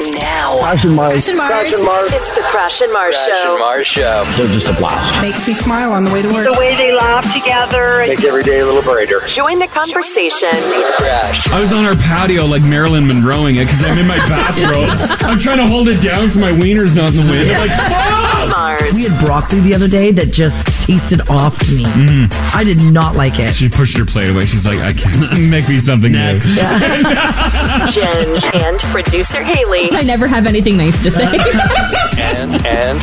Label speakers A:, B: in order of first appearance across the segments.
A: now.
B: Crash and Mars.
C: Action Mars.
A: It's the Crash and Mars Show.
B: They're just a blast.
D: Makes me smile on the way to work.
E: The way they laugh together.
F: Make every day a little brighter.
A: Join the conversation.
G: I was on our patio like Marilyn Monroeing it because I'm in my bathrobe. I'm trying to hold it down so my wiener's not in the wind. I'm like,
H: We
A: Mars.
H: had broccoli the other day that just tasted off to me.
G: Mm.
H: I did not like it.
G: she pushed her plate away. She's like, I can't make me something Next. new.
A: Jen and producer Haley.
C: I never have anything nice to say.
F: And, and.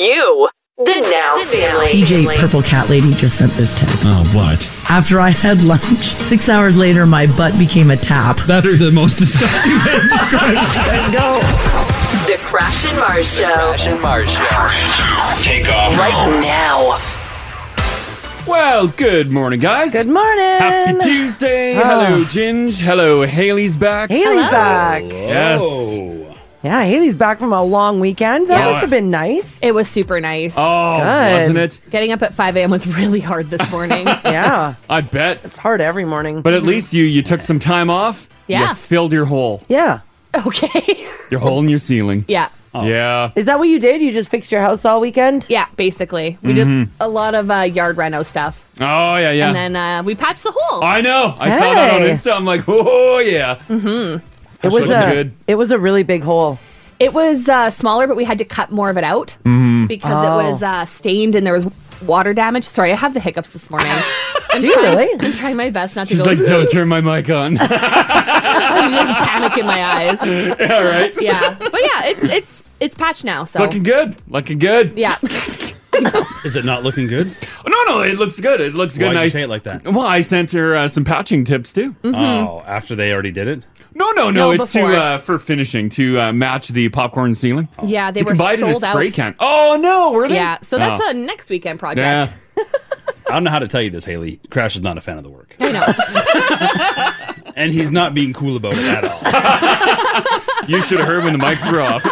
A: You, the Now Family.
H: PJ Purple Cat Lady just sent this text.
G: Oh, what?
H: After I had lunch, six hours later, my butt became a tap.
G: That's the most disgusting way to describe it.
A: The Crash and Mars Show.
F: and Mars
B: Take off.
A: Right now.
G: Well, good morning, guys. Good morning. Happy Tuesday. Hello, Ginge. Hello, Haley's back.
I: Haley's back.
G: Yes.
I: Yeah, Haley's back from a long weekend. That
G: Yeah.
I: must have been nice.
C: it was super nice.
G: Oh, wasn't it?
C: Getting up at 5 a.m. was really hard this morning.
I: Yeah,
G: I bet.
I: it's hard every morning.
G: But at least you you took some time off.
C: Yeah.
G: You filled your hole.
I: yeah,
C: okay.
G: Your hole in your ceiling.
C: yeah.
G: Yeah.
I: is that what you did? You just fixed your house all weekend?
C: Yeah, basically. We did a lot of uh, yard reno stuff.
G: Oh, Mm-hmm. yeah, yeah.
C: And then uh, we patched the hole.
G: I know. I saw that on
I: Hey.
G: Insta. I'm like, oh, yeah.
I: It was uh,
G: looking
I: a
G: good.
I: it was a really big hole.
C: Mm-hmm. It was uh, smaller, but we had to cut more of it out
G: Hmm. Mm-hmm.
C: because it
I: Oh.
C: was uh, stained and there was water damage. Sorry, I have the hiccups this morning. I'm
I: Do you
C: trying,
I: really?
C: I'm trying my best not to
G: She's
C: go
G: like, don't turn my mic on. All
C: I'm just panic in my eyes.
G: right.
C: Yeah, but yeah, it's it's it's patched now. So
G: Looking good. Looking good.
C: yeah,
J: Is it not looking good?
G: No, no, it looks good. It looks
J: Why'd
G: good.
J: you
G: I,
J: say it like that?
G: well, I sent her uh, some patching tips too.
J: Oh, after they already did it?
G: No, no, no.
C: No,
G: it's to
C: Mm-hmm. before.
G: uh, for finishing to uh, match the popcorn ceiling.
C: yeah, they
G: you
C: were
G: can buy it in a
C: sold
G: spray
C: out.
G: can. Oh no, were they?
C: Yeah, so that's
G: Oh.
C: a next weekend project.
G: yeah.
J: I don't know how to tell you this, Haley. Crash is not a fan of the work.
C: I know.
J: And he's not being cool about it at all.
G: You should have heard when the mics were off.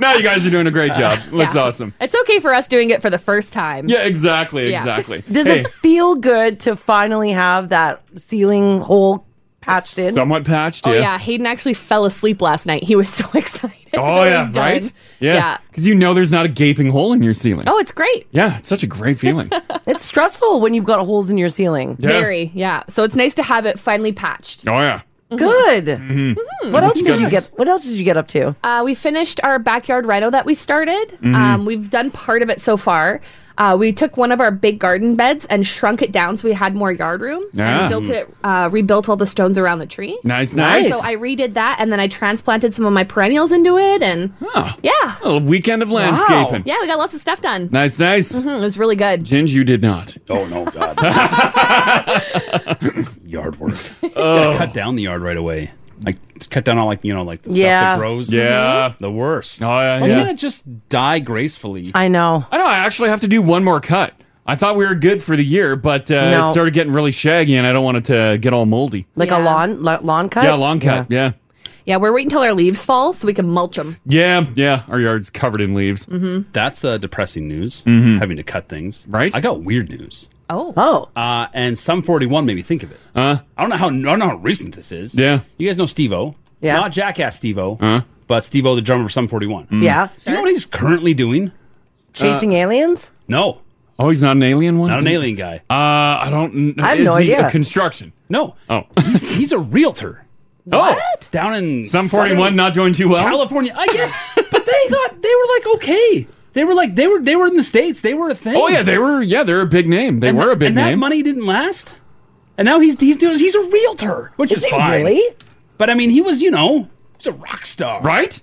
G: now you guys are doing a great job. Looks
C: Yeah.
G: awesome.
C: It's okay for us doing it for the first time.
G: Yeah, exactly,
C: Yeah.
G: exactly.
I: Does
G: hey,
I: it feel good to finally have that ceiling hole patched in?
G: somewhat patched?
C: Oh
G: yeah.
C: yeah. Hayden actually fell asleep last night. He was so excited.
G: Oh
C: that it
G: yeah,
C: was done.
G: right?
C: Yeah.
G: Yeah. Because you know there's not a gaping hole in your ceiling.
C: Oh, it's great.
G: Yeah, it's such a great feeling. yeah.
I: it's stressful when you've got holes in your ceiling.
C: Very. Yeah. So it's nice to have it finally patched.
G: Oh yeah. Mm-hmm.
I: Good. Mm-hmm. What else did you
G: nice.
I: get? What else did you get up to?
C: Uh, we finished our backyard reno that we started.
G: Mm-hmm.
C: Um, we've done part of it so far. Uh, we took one of our big garden beds and shrunk it down so we had more yard room.
G: Yeah.
C: And built it, uh, rebuilt all the stones around the tree.
G: Nice, nice.
C: So I redid that and then I transplanted some of my perennials into it. And
G: Oh,
C: yeah.
G: a little weekend of landscaping.
C: Yeah, we got lots of stuff done.
G: Nice, nice.
C: Mm, It was really good.
G: Ginge, you did not.
J: Oh, no, God. yard work.
G: Oh.
J: Gotta cut down the yard right away. Like, cut down all, like, you know, like the stuff
I: Yeah. Mm-hmm.
J: that grows.
G: Yeah.
J: The worst.
G: Oh yeah,
J: Why
G: yeah. Uh,
J: can't it just die gracefully?
I: I know.
G: I know. I actually have to do one more cut. I thought we were good for the year, but uh,
I: No.
G: it started getting really shaggy, and I don't want it to get all moldy.
I: Like
C: Yeah.
I: a lawn la- lawn cut.
G: Yeah, long cut. Yeah.
C: Yeah, we're waiting till our leaves fall so we can mulch them.
G: yeah, yeah, Our yard's covered in leaves. Mm-hmm.
J: That's uh, depressing news, having to cut things.
G: Right.
J: I got weird news.
C: Oh.
I: Oh,
J: Uh, and some 41 made me think of it.
G: Uh,
J: I don't know how I don't know how recent this is.
G: Yeah. Uh-huh.
J: You guys know Steve O.
I: Yeah.
J: Not Jackass Steve O, but Steve O, the drummer for Sum 41.
G: Mm.
I: yeah.
J: You know what he's uh, currently doing?
I: Chasing aliens.
J: No.
G: oh, he's not an alien one.
J: Not an alien guy.
G: Uh, I don't. know.
I: I have
G: Is
I: no
G: he a
I: idea.
G: construction.
J: No.
G: Oh.
J: He's, he's a realtor
G: Oh,
J: down in
G: some forty-one
J: Southern
G: not doing too well.
J: California. I guess. but they got they were like okay. They were like they were they were in the states. They were a thing.
G: Oh yeah, they were. Yeah, they're a big name. They
J: and
G: were
J: th-
G: a big
J: and that
G: name.
J: money didn't last. And now he's he's doing he's a realtor, which is,
I: Is it
J: fine.
I: really?
J: But I mean, he was you know he's a rock star.
G: right?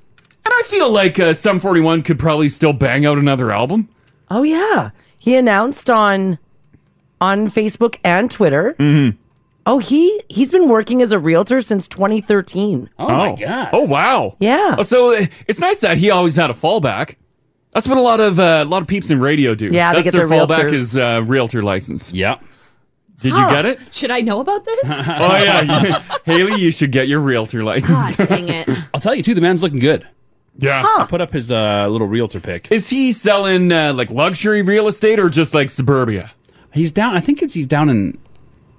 G: And I feel like uh, Sum 41 could probably still bang out another album.
I: Oh yeah. He announced on on Facebook and Twitter.
G: Mm.
J: Mm-hmm.
I: Oh, he he's been working as a realtor since 2013.
J: Oh, my god.
G: Oh, wow.
I: Yeah.
G: Oh, so uh, it's nice that he always had a fallback. That's what a lot of uh, a lot of peeps in radio do.
I: Yeah, they
G: That's
I: get their
G: fallback
I: realtors.
G: is uh, realtor license.
J: Yeah.
G: Did you get it?
C: Should I know about this?
G: Oh yeah, Haley, you should get your realtor license.
C: God dang it.
J: I'll tell you too. The man's looking good.
G: Yeah.
J: I put up his uh, little realtor pick.
G: Is he selling uh, like luxury real estate or just like suburbia?
J: He's down. I think it's he's down in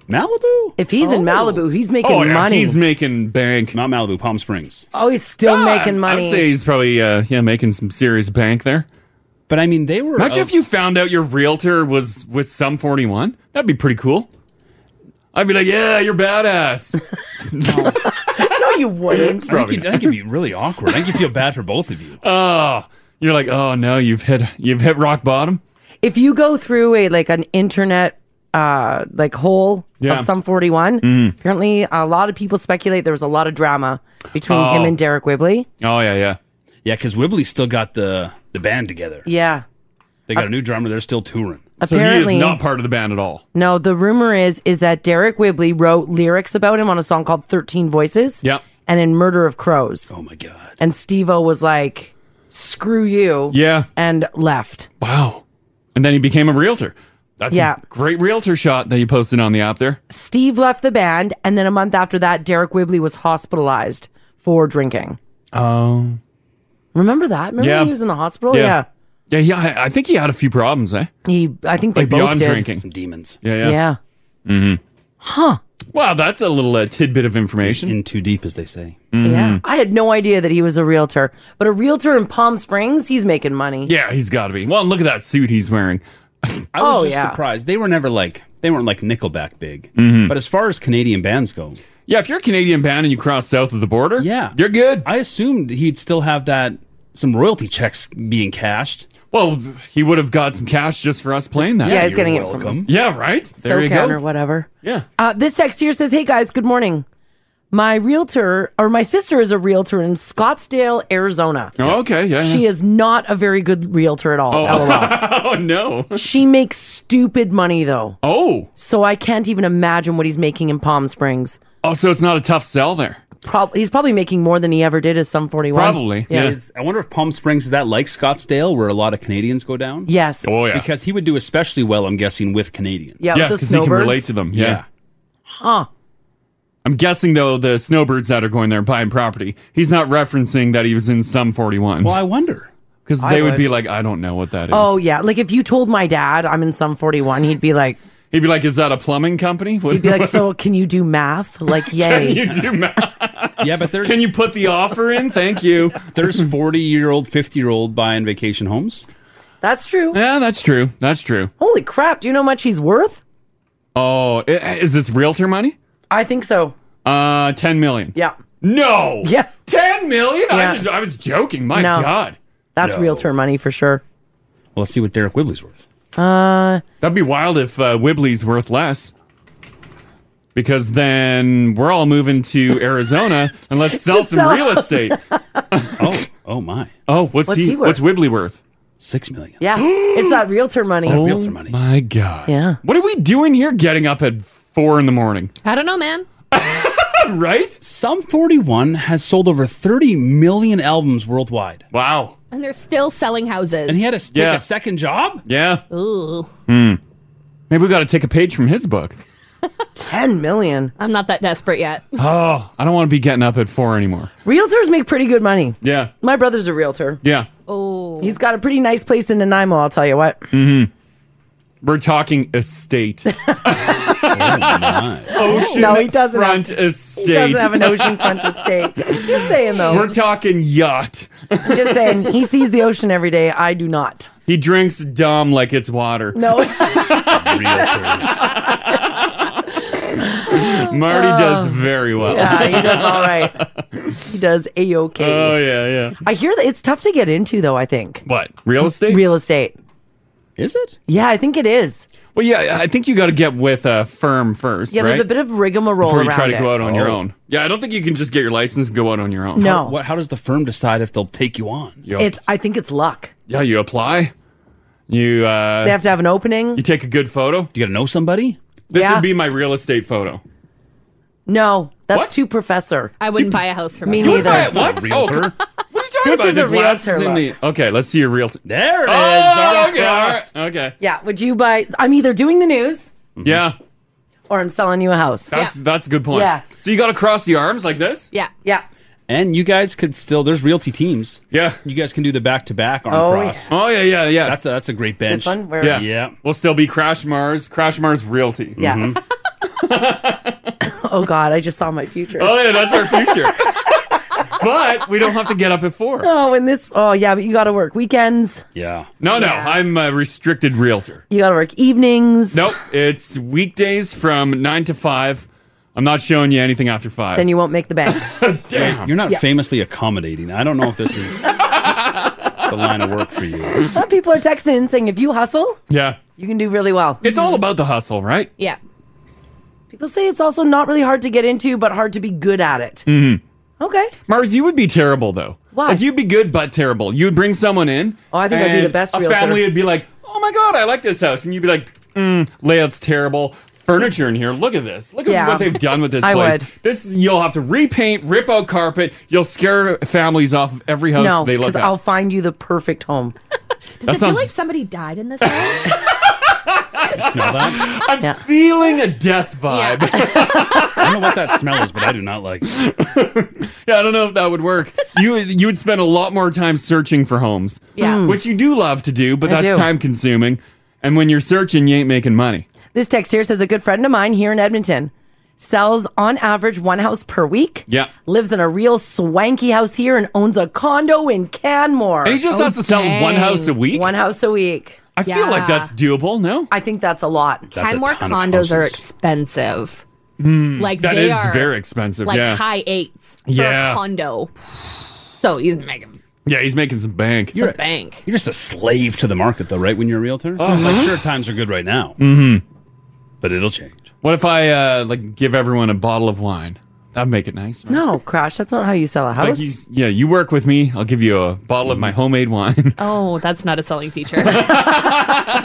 J: Malibu?
I: If he's in Malibu, he's making
G: oh, yeah,
I: money.
G: He's making bank.
J: Not Malibu, Palm Springs.
I: oh, he's still making money.
G: I'd Ah, say he's probably uh, yeah making some serious bank there.
J: But I mean, they were.
G: Imagine
J: of-
G: if you found out your realtor was with some forty one. That'd be pretty cool. I'd be like, yeah, you're badass.
I: no, you wouldn't.
J: I think, you'd, I think it'd be really awkward. I think you feel bad for both of you.
G: oh, you're like, oh no, you've hit you've hit rock bottom.
I: if you go through a like an internet uh like hole
G: Yeah. Mm-hmm.
I: of some 41 apparently a lot of people speculate there was a lot of drama between
G: Oh.
I: him and derek whibley
G: Oh yeah, yeah.
J: Yeah, because Wibbly still got the the band together.
I: yeah
J: They got a new drummer. They're still touring.
G: so
I: apparently
G: he is not part of the band at all.
I: no the rumor is is that derek whibley wrote lyrics about him on a song called 13 voices
G: Yeah.
I: and in murder of crows
J: Oh my god.
I: and steve-o was like screw you
G: Yeah.
I: and left
G: Wow. And then he became a realtor. That's
I: Yeah.
G: a great realtor shot that you posted on the app there.
I: steve left the band and then a month after that derek whibley was hospitalized for drinking
J: Um,
G: Oh.
I: remember that remember
G: Yeah.
I: when he was in the hospital
G: Yeah. Yeah,
I: yeah.
G: he, I I think he had a few problems, eh?
I: He, I think they
G: Like
I: both
G: beyond
I: did.
G: drinking.
J: Some demons.
G: Yeah, yeah. Mm-hmm.
I: Yeah.
G: Wow, that's a little uh, tidbit of information. Mm-hmm.
J: In too deep, as they say.
I: Yeah. I had no idea that he was a realtor, but a realtor in Palm Springs, he's making money.
G: Yeah, he's got to be. Well, and look at that suit he's wearing.
J: I was
I: Oh,
J: just
I: yeah.
J: surprised. They were never like they weren't like Nickelback big. But as far as Canadian bands go,
G: Mm-hmm. Yeah, if you're a Canadian band and you cross south of the border,
J: Yeah.
G: you're good.
J: I assumed he'd still have that some royalty checks being cashed.
G: Well, he would have got some cash just for us playing that.
I: Yeah,
G: Yeah,
I: he's getting
J: You're
I: it from
J: welcome.
G: right. There you
I: SoCan or
G: go.
I: whatever.
G: Yeah.
I: Uh, this text here says, "Hey guys, good morning. My realtor or my sister is a realtor in Scottsdale, Arizona.
G: Oh, okay. Yeah. yeah.
I: She is not a very good realtor at all. LOL.
G: oh no.
I: she makes stupid money though,
G: Oh.
I: so I can't even imagine what he's making in Palm Springs.
G: Oh, so it's not a tough sell there.
I: Prob- he's probably making more than he ever did as some forty-one.
G: Probably.
I: Yeah.
G: Yeah.
J: Is- I wonder if Palm Springs is that like Scottsdale, where a lot of Canadians go down.
I: Yes.
G: Oh yeah.
J: Because he would do especially well, I'm guessing, with Canadians.
I: yeah.
G: yeah,
I: the
G: because he can
I: snowbirds.
G: relate to them. Yeah.
J: Yeah.
I: Huh.
G: I'm guessing though the snowbirds that are going there and buying property, he's not referencing that he was in some 41
J: Well, I wonder.
G: because they would.
I: would.
G: be like, I don't know what that is.
I: Oh yeah, like if you told my dad I'm in some 41, he'd be like,
G: He'd be like, is that a plumbing company? What,
I: be like, so can you do math? Like,
G: can
I: yay!
G: you do math?
J: Yeah, but there's
G: Can you put the offer in? Thank you.
J: there's 40 year old, 50 year old buying vacation homes.
I: That's true.
G: Yeah, that's true. That's true.
I: Holy crap! Do you know how much he's worth?
G: Oh, i- is this realtor money?
I: I think so.
G: Uh, ten million.
I: Yeah,
G: No.
I: Yeah.
G: Ten million? I
I: Yeah.
G: just, I was joking. My
I: No.
G: God,
I: that's
J: No.
I: realtor money for sure.
J: Well, let's see what Derek Whibley's worth.
I: Uh,
G: that'd be wild if uh, Wibley's worth less. Because then we're all moving to Arizona and let's sell
I: To
G: some
I: sell
G: real
I: us.
G: estate.
J: Oh, oh my,
G: Oh, what's,
I: What's
G: he,
I: he
G: What's Wibley worth?
J: six million.
I: yeah, it's that realtor money.
J: Oh, realtor money.
G: My God.
I: Yeah.
G: What are we doing here? Getting up at four in the morning,
C: I don't know, man.
G: right?
J: Some 41 has sold over 30 million albums worldwide,
G: Wow.
C: And they're still selling houses.
J: and he had to take
G: Yeah.
J: a second job.
G: Yeah.
C: Ooh,
G: Maybe we got to take a page from his book.
I: Ten million.
C: I'm not that desperate yet.
G: Oh, I don't want to be getting up at four anymore.
I: Realtors make pretty good money.
G: Yeah.
I: My brother's a realtor.
G: Yeah.
C: Oh,
I: He's got a pretty nice place in Nanaimo. I'll tell you what.
G: Mm-hmm. We're talking estate. Oh, Ocean
I: No, he doesn't have-
G: front estate.
I: He doesn't have an oceanfront estate. Just saying
G: We're
I: though.
G: talking yacht.
I: Just saying. He sees the ocean every day. I do not.
G: He drinks dumb like it's water.
I: No.
J: Realtors.
G: Marty
C: Oh.
G: does very well.
I: Oh. Yeah, he does all right. He does a
G: Oh
I: okay.
G: yeah, yeah.
I: I hear that it's tough to get into though. I think
G: What? Real estate?
I: real estate.
J: Is it?
I: Yeah, I think it is.
G: well, yeah. I think you got to get with a firm first,
I: Yeah,
G: right?
I: there's a bit of rigmarole
G: before you
I: around
G: try to
I: it.
G: go out on your
J: Oh.
G: own. Yeah, I don't think you can just get your license and go out on your own.
I: No,
J: What? How does the firm decide if they'll take you on?
G: You-
I: it's. I think it's luck.
G: yeah. You apply. You uh,
I: They have to have an opening.
G: you take a good photo.
J: Do you got to know somebody?
G: This
I: Yeah.
G: would be my real estate photo.
I: No, that's
G: What?
I: too professor.
C: I wouldn't buy a house for
I: Me
C: me.
I: neither.
G: Sorry,
J: It's not
G: what?
J: a realtor.
G: Oh, what are you talking
I: This
G: about?
I: is
G: The
I: a
G: glasses
I: realtor
G: in the- okay, let's see your realtor.
J: There it is.
G: Oh,
J: Arms
G: okay.
J: crossed.
G: all right, okay.
I: Yeah, would you buy? I'm either doing the news
G: Yeah,
I: or I'm selling you a house.
G: that's that's a good point.
I: Yeah.
G: So you got to cross the arms like this.
C: Yeah.
I: Yeah,
J: And you guys could still. There's realty teams.
G: Yeah.
J: You guys can do the back to back arm
I: Oh,
J: cross.
G: Oh yeah, yeah, yeah.
J: That's a, that's a great bench.
I: this one. Where,
G: yeah.
J: Yeah. Mm-hmm.
G: We'll still be Crash Mars, Crash Mars Realty.
I: yeah. oh God, I just saw my future.
G: Oh yeah, that's our future. but we don't have to get up at four.
I: Oh, and this. Oh yeah, but you got to work weekends.
G: Yeah. No, no, I'm a restricted realtor.
I: You got to work evenings.
G: Nope, it's weekdays from nine to five. I'm not showing you anything after five.
I: Then you won't make the bank.
G: Damn.
J: You're not
I: Yeah.
J: famously accommodating. I don't know if this is the line of work for you.
I: Some people are texting and saying if you hustle,
G: yeah.
I: you can do really well.
G: It's all about the hustle, right?
C: Yeah.
I: People say it's also not really hard to get into, but hard to be good at it.
G: hmm
I: Okay.
G: Mars, you would be terrible though.
I: Why?
G: Like you'd be good but terrible. You'd bring someone in.
I: Oh, I think I'd be
G: and
I: the best
G: A
I: realtor.
G: family would be like, "Oh my god, I like this house," and you'd be like, mm, "Layout's terrible. Furniture in here. Look at this. Look at
I: Yeah.
G: what they've done with this
I: I
G: place.
I: would.
G: This you'll have to repaint, rip out carpet. You'll scare families off of every house
I: no,
G: they look
I: because
G: at.
I: I'll find you the perfect home.
C: Does
G: That
C: it feel
G: sounds-
C: like somebody died in this house?
J: Smell that?
G: I'm feeling a death vibe. Yeah.
J: I don't know what that smell is, but I do not like it.
G: I don't know if that would work. You you would spend a lot more time searching for homes.
C: Yeah. Mm.
G: which you do love to do, but
I: I
G: that's
I: do.
G: time consuming. And when you're searching, you ain't making money.
I: This text here says a good friend of mine here in Edmonton sells on average one house per week.
G: Yeah.
I: Lives in a real swanky house here and owns a condo in Canmore.
G: And he just has to sell one house a week.
I: One house a week.
G: I feel
C: Yeah.
G: like that's doable. No,
I: I think that's a lot.
J: That's a
C: Kenmore
J: ton of
C: condos are
J: houses.
C: expensive. like
G: hmm. that
C: they
G: is
C: are
G: very expensive.
C: like
G: yeah,
C: high eights for
G: Yeah.
C: a condo. So you can make them
G: yeah, he's making some bank.
C: some bank.
J: You're just a slave to the market, though, right? When you're a realtor,
G: Uh-huh.
J: like sure, times are good right now, but it'll change.
G: Mm-hmm. What if I uh, like give everyone a bottle of wine? That'd make it nice. right?
I: No, Crash, that's not how you sell a
G: Like
I: house.
G: you, yeah, you work with me. I'll give you a bottle of my
J: Mm.
G: homemade wine.
C: Oh, that's not a selling feature. you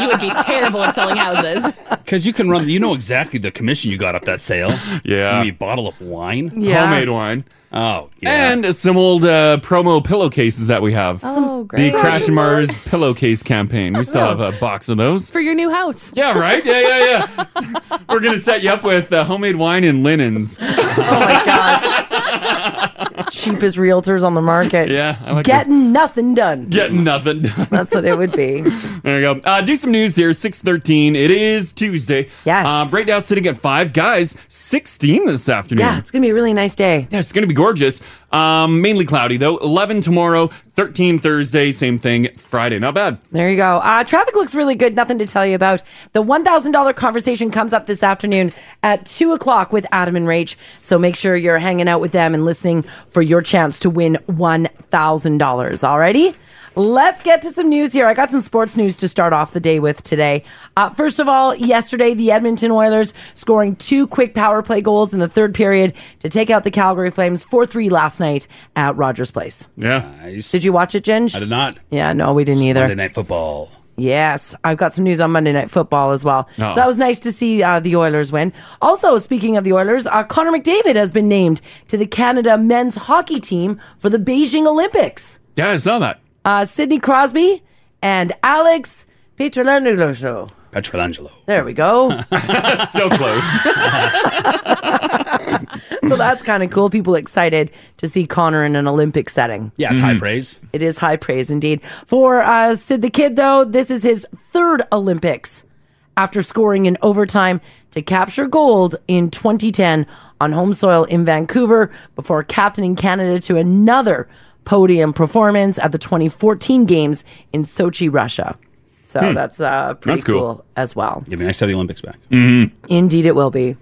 C: would be terrible at selling houses.
J: Because you can run, you know exactly the commission you got off that sale.
G: Yeah.
J: Give me a bottle of wine.
I: yeah.
G: Homemade wine
J: Oh, yeah.
G: and some old uh, promo pillowcases that we have.
C: Oh,
G: the
C: great.
G: Crash Mars pillowcase campaign. We still have a box of those.
C: for your new house.
G: Yeah, right. Yeah, yeah, yeah. We're gonna set you up with uh, homemade wine and linens.
I: Oh my gosh. Cheapest realtors on the market.
G: Yeah, I like this.
I: Getting nothing done.
G: Getting nothing done.
I: That's what it would be.
G: There you go. Uh, do some news here. Six thirteen. It is Tuesday.
I: Yes.
G: Um, right now, sitting at five guys. Sixteen this afternoon.
J: Hmm.
I: Yeah, it's going to be a really nice day.
G: Yeah, it's going to be gorgeous. Um, mainly cloudy though. Eleven tomorrow. Thirteen Thursday. Same thing. Friday. Not bad.
I: There you go. Uh, traffic looks really good. Nothing to tell you about. The $1,000 conversation comes up this afternoon at 2 o'clock with Adam and Rach. So make sure you're hanging out with them and listening for your chance to win $1,000. Alrighty? Let's get to some news here. I got some sports news to start off the day with today. Uh, first of all, yesterday, the Edmonton Oilers scoring two quick power play goals in the third period to take out the Calgary Flames 4 3 last night at Rogers Place.
G: Yeah.
J: Nice.
I: Did you watch it,
J: I
I: Ginge?
J: did not.
I: Yeah, no, we didn't either.
J: Monday Night Football.
I: Yes, I've got some news on Monday Night Football as well.
G: Oh.
I: So that was nice to see uh, the Oilers win. Also, speaking of the Oilers, uh, Connor McDavid has been named to the Canada men's hockey team for the Beijing Olympics.
G: Yeah, I saw that.
I: Uh, Sidney Crosby and Alex Petrolangelo.
J: Petrolangelo.
I: There we go.
G: So close.
I: so that's kind of cool. People excited to see Connor in an Olympic setting.
J: Yeah, it's high praise.
I: It is high praise indeed. For uh, Sid the Kid, though, this is his third Olympics after scoring in overtime to capture gold in 2010 on home soil in Vancouver before captaining Canada to another podium performance at the 2014 games in Sochi, Russia. So
J: Hmm.
I: that's uh, pretty
G: That's cool. Mm-hmm.
I: cool as well.
J: Give me nice to have the Olympics back.
I: Indeed, it will be.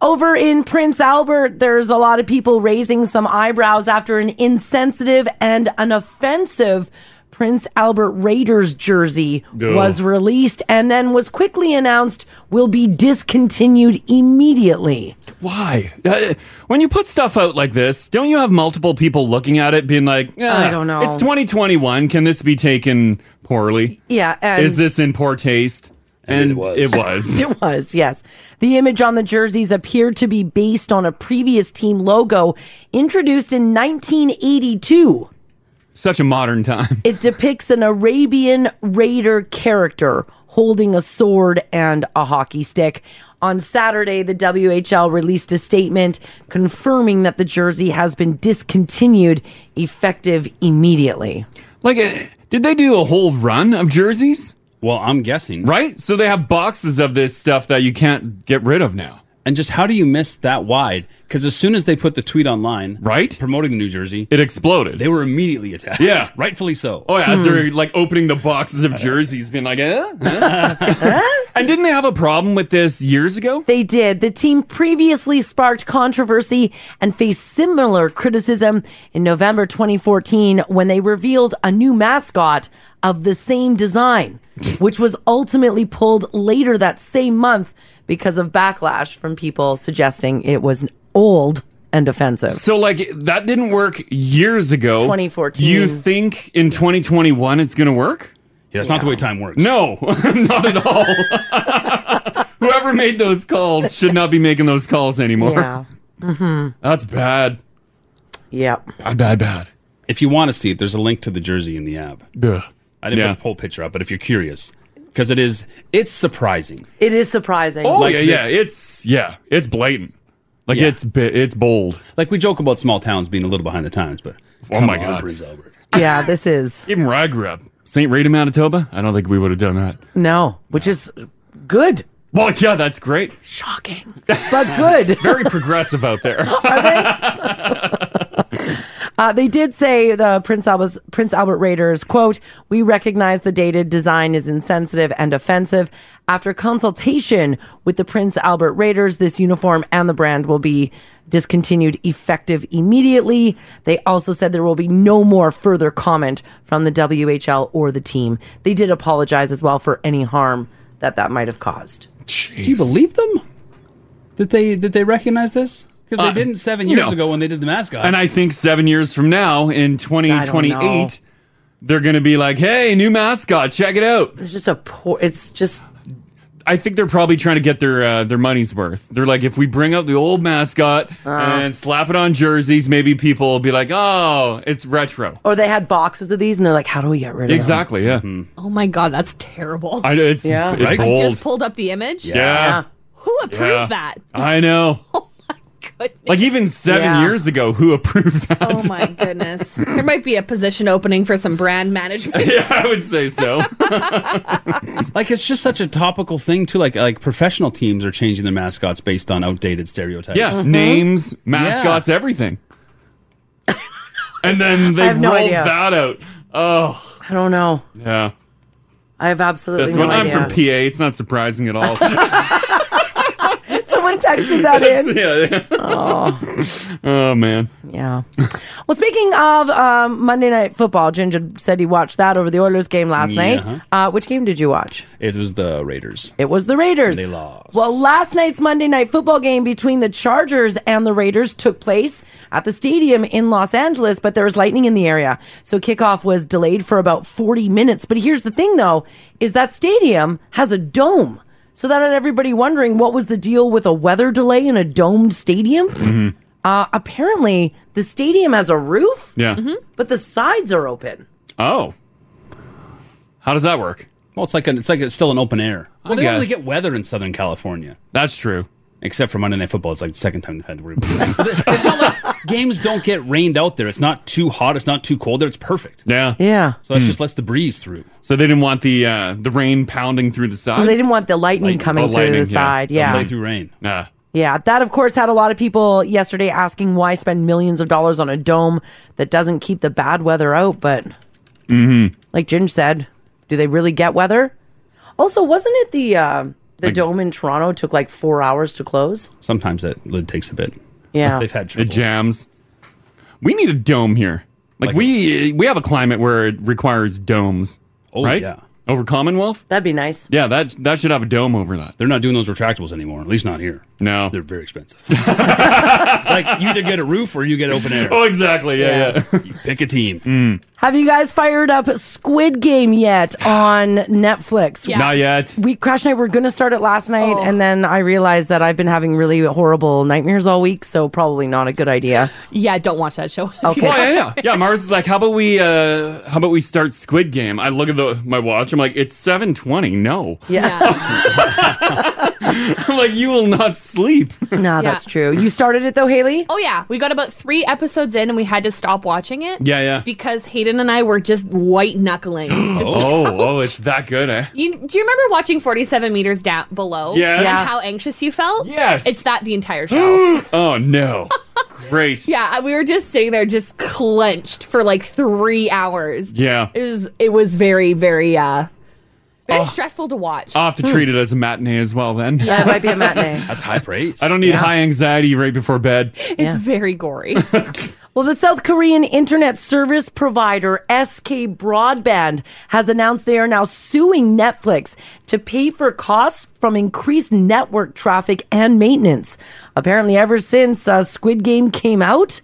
I: Over in Prince Albert, there's a lot of people raising some eyebrows after an insensitive and unoffensive Prince Albert Raiders jersey
G: Ugh.
I: was released and then was quickly announced will be discontinued immediately.
G: Why? Uh, when you put stuff out like this, don't you have multiple people looking at it, being like, "Ah,
I: I don't know.
G: It's 2021. Can this be taken poorly?
I: Yeah, and
G: Is this in poor taste?
J: And it was.
G: It was.
I: It was, yes. The image on the jerseys appeared to be based on a previous team logo introduced in 1982.
G: Such a modern time.
I: It depicts an Arabian raider character holding a sword and a hockey stick. On Saturday, the WHL released a statement confirming that the jersey has been discontinued effective immediately.
G: Like, uh, did they do a whole run of jerseys?
J: Well, I'm guessing.
G: Right? So they have boxes of this stuff that you can't get rid of now.
J: And just how do you miss that wide? Because as soon as they put the tweet online,
G: right,
J: promoting New Jersey,
G: it exploded.
J: They were immediately attacked.
G: Yeah.
J: rightfully so.
G: Oh yeah, as they're like opening the boxes of jerseys, being like, eh? and didn't they have a problem with this years ago?
I: They did. The team previously sparked controversy and faced similar criticism in November 2014 when they revealed a new mascot of the same design, which was ultimately pulled later that same month because of backlash from people suggesting it was old and offensive.
G: So like that didn't work years ago.
I: 2014.
G: You think in 2021 it's gonna work?
J: Yeah, that's not the way time works.
G: No, not at all. Whoever made those calls should not be making those calls anymore.
J: Yeah.
I: hmm
G: That's bad.
I: Yep.
G: Bad, bad, bad.
J: If you want to see it, there's a link to the jersey in the app. I didn't
G: Yeah.
J: put the whole picture up, but if you're curious, because it is, it's surprising.
I: It is surprising.
G: Oh yeah, yeah. It's yeah, it's blatant. Like it's it's bold.
J: Like we joke about small towns being a little behind the times, but
G: Oh
J: come
G: my
J: on,
G: God.
J: Prince Albert.
I: Yeah, this is.
G: Even where I grew up, St. Ray to Manitoba. I don't think we would have done that.
I: No, which is good.
G: Well, yeah, that's great.
I: Shocking, but good.
G: Very progressive out there.
I: Uh, they did say the Prince Albert Prince Albert Raiders quote: "We recognize the dated design is insensitive and offensive. After consultation with the Prince Albert Raiders, this uniform and the brand will be discontinued effective immediately." They also said there will be no more further comment from the WHL or the team. They did apologize as well for any harm that that might have caused.
J: Do you believe them? That they that they recognize this? Because they
G: Uh,
J: didn't seven years
G: no.
J: ago when they did the mascot.
G: and I think seven years from now, in
I: I don't know.
G: 2028, they're going to be like, hey, new mascot, check it out.
I: It's just a poor, it's just.
G: I think they're probably trying to get their uh, their money's worth. They're like, if we bring out the old mascot
I: Uh.
G: and slap it on jerseys, maybe people will be like, oh, it's retro.
I: Or they had boxes of these, and they're like, "How do we get rid of them?"
G: Exactly, yeah.
C: Oh my god, that's terrible.
G: I know, it's- Yeah. it's
C: I
G: bold.
C: just pulled up the image.
G: Yeah. Yeah.
C: Who approved
G: Yeah.
C: that?
G: I know. Oh, my goodness. Like, even seven
C: Yeah.
G: years ago, who approved that?
C: Oh my goodness. there might be a position opening for some brand management.
G: yeah, I would say so.
J: like it's just such a topical thing too. Like like professional teams are changing their mascots based on outdated stereotypes. Mm-hmm.
G: Yeah, names, mascots, everything. and then they
I: I have
G: rolled
I: no idea.
G: that out. Oh,
I: I don't know.
G: yeah.
I: I have absolutely
G: This
I: no
G: one, I'm
I: idea.
G: from PA. It's not surprising at all.
I: Someone texted that
G: That's-
I: in.
G: yeah, yeah.
I: Oh.
G: Oh, man.
I: Yeah. Well, speaking of um, Monday Night Football, Ginger said he watched that over the Oilers game last
J: Yeah.
I: night. Uh, which game did you watch?
J: It was the Raiders.
I: It was the Raiders.
J: They lost.
I: Well, last night's Monday Night Football game between the Chargers and the Raiders took place at the stadium in Los Angeles, but there was lightning in the area. So kickoff was delayed for about 40 minutes. But here's the thing though, is that stadium has a dome. So that had everybody wondering what was the deal with a weather delay in a domed stadium?
G: Mm-hmm.
I: Uh, apparently, the stadium has a roof,
G: Yeah. Mhm.
I: but the sides are open.
G: Oh. How does that work?
J: Well, it's like an, it's like it's still an open air. Well, they
G: guess.
J: don't really get weather in Southern California.
G: That's true.
J: Except for Monday Night Football, it's like the second time they've had to worry. about it. it's not like games don't get rained out there. It's not too hot. It's not too cold there. It's perfect.
G: Yeah. Hmm.
I: Yeah.
J: So that just lets the breeze through.
G: So they didn't want the uh, the rain pounding through the side.
I: Well, they didn't want the lightning coming
G: Oh,
I: through
G: lightning,
I: the side.
G: Don't
I: Yeah.
G: play
J: through rain.
G: Nah.
I: Yeah, that of course had a lot of people yesterday asking why spend millions of dollars on a dome that doesn't keep the bad weather out. But
G: Mm-hmm.
I: like Ginge said, do they really get weather? Also, wasn't it the uh, the
J: Like-
I: dome in Toronto took like four hours to close?
J: Sometimes that lid takes a bit.
I: Yeah.
J: They've had
G: It jams. We need a dome here. Like, we we have a climate where it requires domes.
J: Oh,
G: right?
J: yeah.
G: Over Commonwealth?
I: That'd be nice.
G: Yeah, that that should have a dome over that.
J: They're not doing those retractables anymore. At least not here.
G: No,
J: they're very expensive. like you either get a roof or you get open air.
G: Oh, exactly. Yeah, yeah. Mm.
J: You pick a team.
I: Have you guys fired up Squid Game yet on Netflix?
G: Yeah. Not yet.
I: We Crash Night. We're gonna start it last night,
C: Oh.
I: and then I realized that I've been having really horrible nightmares all week, so probably not a good idea.
C: yeah, don't watch that show.
G: Oh, yeah, yeah. Yeah, Mars is like, how about we uh how about we start Squid Game? I look at the my watch, I'm like, it's seven twenty. No.
I: Yeah.
G: I'm like, you will not sleep.
I: No, that's true. You started it though, Haley?
C: Oh yeah, we got about three episodes in and we had to stop watching it.
G: Yeah, yeah.
C: Because Hayden and I were just white knuckling.
G: Oh, oh, it's that good, eh?
C: You, do you remember watching 47 meters down below?
G: Yes.
C: And
G: Yeah.
C: How anxious you felt?
G: Yes.
C: It's that the entire show.
G: oh no. Great.
C: yeah, I- we were just sitting there just clenched for like 3 hours.
G: Yeah.
C: It was it was very very uh very
G: Oh.
C: stressful to watch.
G: I'll have
I: Hmm.
G: to treat it as a matinee as well then.
C: Yeah, it might be a matinee.
G: That's high praise. I don't need high anxiety right before bed.
C: It's very gory.
I: Well, the South Korean internet service provider SK Broadband has announced they are now suing Netflix to pay for costs from increased network traffic and maintenance. Apparently, ever since uh, Squid Game came out,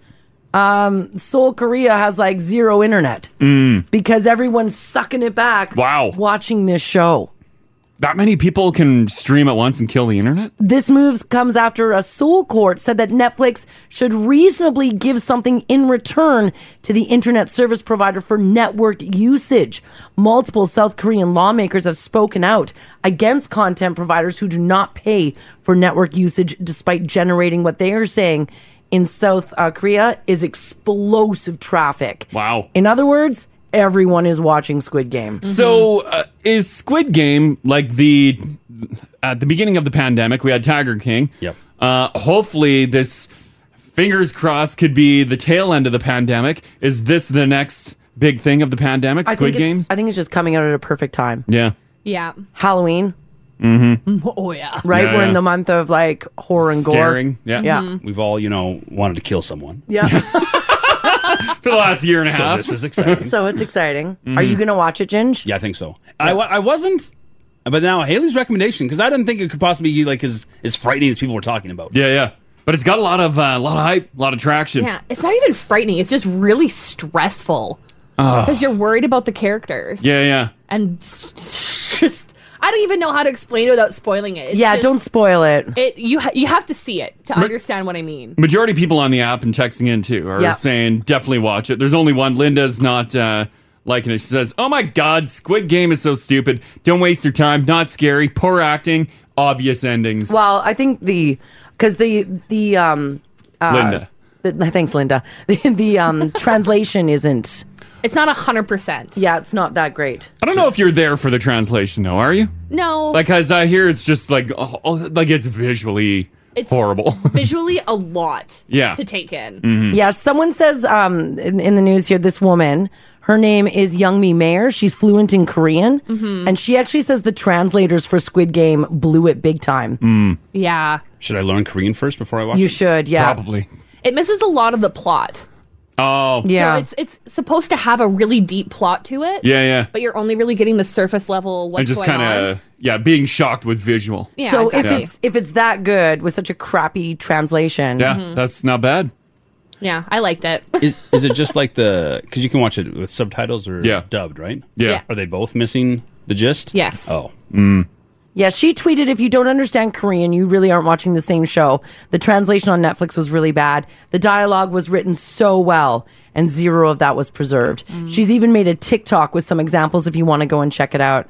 I: um, Seoul, Korea has like zero internet because everyone's sucking it back.
G: Wow.
I: Watching this show.
G: That many people can stream at once and kill the internet?
I: This move comes after a Seoul court said that Netflix should reasonably give something in return to the internet service provider for network usage. Multiple South Korean lawmakers have spoken out against content providers who do not pay for network usage despite generating what they are saying in South uh, Korea is explosive traffic. Wow. In other words, everyone is watching Squid Game.
G: So, uh, is Squid Game like the at the beginning of the pandemic? We had Tiger King. Yep. Uh, hopefully, this fingers crossed could be the tail end of the pandemic. Is this the next big thing of the pandemic?
I: I
G: Squid
I: think it's-
G: Games.
I: I think it's just coming out at a perfect time.
G: Yeah.
C: Yeah.
I: Halloween.
G: Mm-hmm.
C: Oh yeah.
I: Right?
J: Yeah,
I: We're
J: yeah.
I: in the month of like horror and gore.
J: Scaring, yeah.
I: Yeah.
C: Mm-hmm.
J: We've all, you know, wanted to kill someone.
I: Yeah.
J: For the last year
G: and a half.
J: This is exciting.
I: so it's exciting.
J: Mhm.
I: Are you going to watch it, Ginge?
J: yeah, I think so. I, wa- I wasn't, but now Haley's recommendation because I didn't think it could possibly be like as as frightening as people were talking about.
G: Yeah, yeah. But it's got a lot of uh, a lot of hype, a lot of traction.
C: Hmm. Yeah, it's not even frightening. It's just really stressful
G: Ah.
C: because you're worried about the characters.
G: yeah, yeah.
C: and just I don't even know how to explain it without spoiling it. It's
I: yeah,
C: just-
I: don't spoil it.
C: It you ha- you have to see it to
G: Ma-
C: understand what I mean.
G: Majority of people on the app and texting in too are
C: Yeah.
G: saying definitely watch it. There's only one. Linda's not uh, liking it. She says, "Oh my God, Squid Game is so stupid. Don't waste your time. Not scary. Poor acting. Obvious endings."
I: Well, I think the because the the um uh,
G: Linda.
I: the- thanks, Linda. The, the um translation isn't.
C: It's not hundred percent.
I: Yeah, it's not that great.
G: I don't know if you're there for the translation though. Are you?
C: No,
G: Like as I hear, it's just like oh, oh, like it's visually
C: It's-
G: horrible.
C: visually a lot.
G: Yeah.
C: to take in.
J: Mm-hmm.
I: Yeah, someone says um in, in the news here this woman. Her name is Youngmi Mayer. She's fluent in Korean,
C: Mhm.
I: and she actually says the translators for Squid Game blew it big time.
C: Yeah,
J: Should I learn Korean first before I watch?
I: You
J: it?
I: should, yeah.
G: Probably.
C: it misses a lot of the plot.
G: Oh,
C: so it's it's supposed to have a really deep plot to it.
G: Yeah, yeah.
C: But you're only really getting the surface level. What's
G: and just
C: going
G: kind
C: on?
G: of yeah, being shocked with visual.
I: so if it's if it's that good with such a crappy translation,
J: Yeah,
C: Mhm.
G: that's not bad.
C: Yeah, I liked it.
J: is is it just like the because you can watch it with subtitles or
G: Yeah.
J: dubbed, right?
G: Yeah. Yeah.
J: Are they both missing the gist?
C: Yes.
J: Oh.
G: Mm.
I: Yeah, she tweeted, if you don't understand Korean, you really aren't watching the same show. The translation on Netflix was really bad. The dialogue was written so well, and zero of that was preserved.
C: Mm-hmm.
I: She's even made a TikTok with some examples if you want to go and check it out.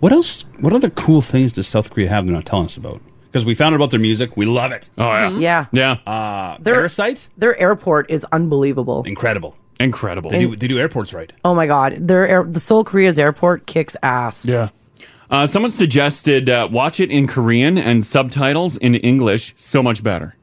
J: What else? What other cool things does South Korea have they're not telling us about? Because we found out about their music, we love it.
G: Oh
I: Mhm. Yeah.
G: yeah.
J: Uh,
I: Their-
J: Parasite,
I: Their airport is unbelievable.
J: incredible,
G: incredible.
J: They do, they do airports right.
I: Oh my God. Their air, the Seoul Korea's airport kicks ass.
G: Yeah. Uh, someone suggested uh, watch it in Korean and subtitles in English. So much better.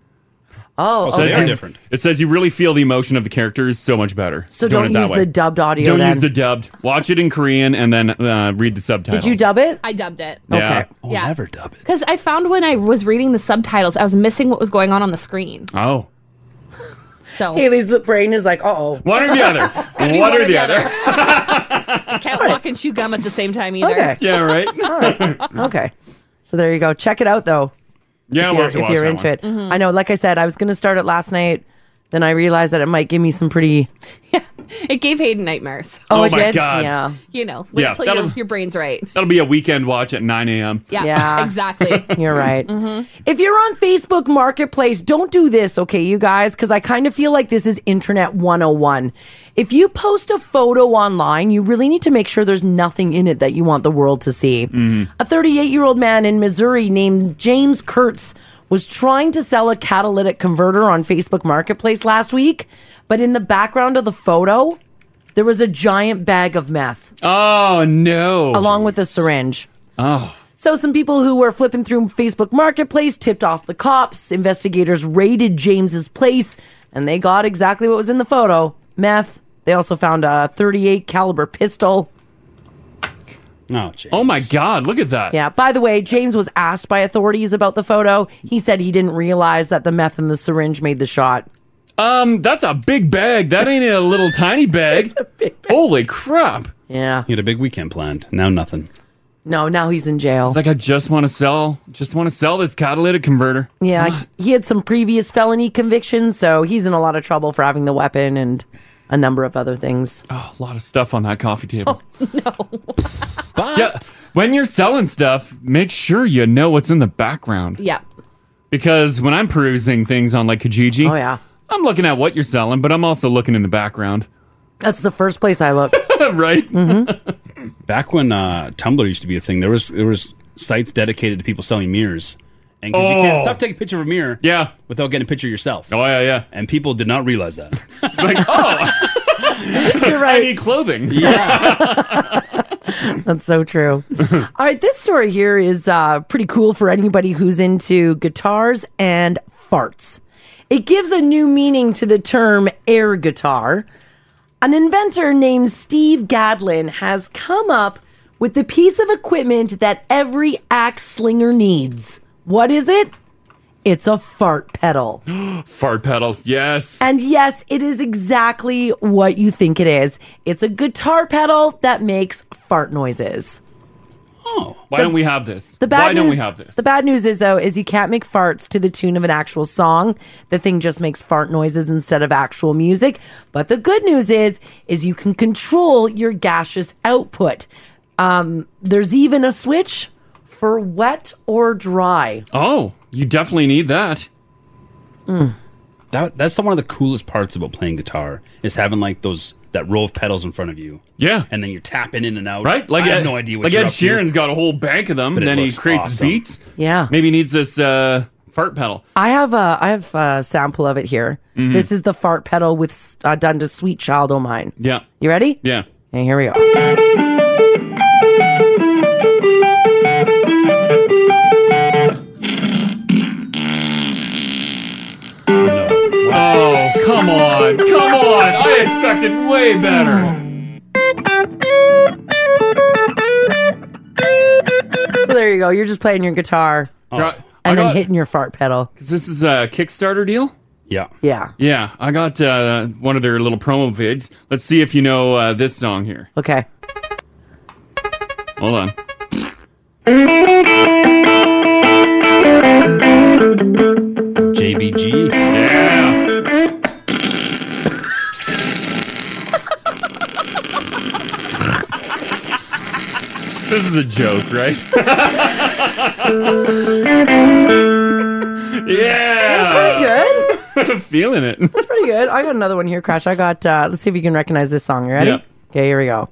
I: Oh,
G: It says
I: okay.
G: you- It says you really feel the emotion of the characters. So much better.
I: So
G: Doing
I: don't
G: it that
I: use
G: way.
I: the dubbed audio
G: Don't
I: then.
G: use the dubbed. Watch it in Korean and then uh, read the subtitles.
I: Did you dub it?
C: I dubbed it.
G: Yeah.
J: Oh,
C: Yeah.
J: never dub it.
C: Because I found when I was reading the subtitles, I was missing what was going on on the screen.
G: Oh.
C: So
I: Haley's brain is like, uh oh.
G: One or the other.
C: gotta be
G: one or the other.
C: I can't walk and chew gum at the same time either.
I: Okay.
G: Yeah, right.
I: okay. So there you go. Check it out though.
G: Yeah,
I: if
G: we'll
I: you're,
G: have to
I: if
G: watch
I: you're
G: that
I: into
G: one.
I: it. I know. Like I said, I was going to start it last night. Then I realized that it might give me some pretty
C: It gave Hayden nightmares.
G: Oh, Oh it my did? God. Yeah.
C: You know, wait
G: Yeah,
C: till your,
G: that'll-
C: your brain's right.
G: That'll be a weekend watch at 9 a.m.
C: Yeah,
I: Yeah.
C: exactly.
I: You're right.
C: Mhm.
I: Mm-hmm. If you're on Facebook Marketplace, don't do this, okay, you guys, because I kind of feel like this is Internet 101. If you post a photo online, you really need to make sure there's nothing in it that you want the world to see. A 38 year old man in Missouri named James Kurtz was trying to sell a catalytic converter on Facebook Marketplace last week, but in the background of the photo, there was a giant bag of meth.
G: Oh, no.
I: Along with a syringe.
G: Oh.
I: So some people who were flipping through Facebook Marketplace tipped off the cops. Investigators raided James's place and they got exactly what was in the photo. Meth. They also found a 38 caliber pistol.
J: Oh,
G: my God. Look at that.
I: Yeah, by the way, James was asked by authorities about the photo. He said he didn't realize that the meth and the syringe made the shot.
G: Um, that's a big bag. That ain't a little tiny bag. Holy crap.
I: Yeah.
J: He had a big weekend planned. Now nothing.
I: No, now he's in jail.
G: It's like I just want to sell, just want to sell this catalytic converter.
I: Yeah, he- he had some previous felony convictions, so he's in a lot of trouble for having the weapon and a number of other things.
G: Oh, a lot of stuff on that coffee table.
I: Oh,
G: no. but yeah, when you're selling stuff, make sure you know what's in the background.
C: yeah.
G: Because when I'm perusing things on like Kijiji, oh
I: yeah,
G: I'm looking at what you're selling, but I'm also looking in the background.
I: That's the first place I look. Mm-hmm.
G: right?
J: Back when uh, Tumblr used to be a thing, there was there was sites dedicated to people selling mirrors. And 'cause you can't, it's tough to take a picture of a mirror
G: Oh. yeah.
J: without getting a picture of yourself.
G: Oh, yeah, yeah.
J: And people did not realize that.
I: You're right.
G: I need clothing.
I: That's so true. All right, this story here is uh, pretty cool for anybody who's into guitars and farts. It gives a new meaning to the term air guitar. An inventor named Steve Gadlin has come up with the piece of equipment that every axe slinger needs. What is it? It's a fart pedal.
G: Fart pedal. Yes.
I: And yes, it is exactly what you think it is. It's a guitar pedal that makes fart noises.
J: Oh.
G: Why don't we have this?
I: The bad
G: Why
I: news,
G: don't we have this?
I: The bad news is though is you can't make farts to the tune of an actual song. The thing just makes fart noises instead of actual music. But the good news is is you can control your gaseous output. Um, there's even a switch for wet or dry.
G: Oh, you definitely need that.
J: That that's one of the coolest parts about playing guitar is having like those that row of pedals in front of you.
G: Yeah.
J: And then you're tapping in and out.
G: Right? Like
J: I have
G: Ed-
J: no idea what
G: Like
J: you're
G: Ed
J: up to.
G: Sheeran's got a whole bank of them,
J: But
G: and
J: it
G: then he
J: looks
G: creates
J: awesome.
G: beats.
I: Yeah.
G: Maybe he needs this uh, fart pedal.
I: I have a I have a sample of it here.
G: Mhm.
I: This is the fart pedal with uh, done to "Sweet Child O' Mine."
G: Yeah.
I: You ready?
G: Yeah.
I: And here we go.
G: Oh, come on. Come on. I expected way better.
I: So there you go. You're just playing your guitar
G: Got- Oh. I
I: and then
G: got-
I: hitting your fart pedal.
G: 'cause this is a Kickstarter deal?
J: Yeah.
I: Yeah.
G: Yeah. I got uh, one of their little promo vids. Let's see if you know uh, this song here.
I: Okay.
G: Hold on.
J: JBG.
G: Yeah. This is a joke, right? yeah.
I: Good.
G: That's pretty good. Feeling it.
I: That's pretty good. I got another one here, Crash. I got, uh, let's see if you can recognize this song. You ready?
G: Yeah.
I: Okay, here we go.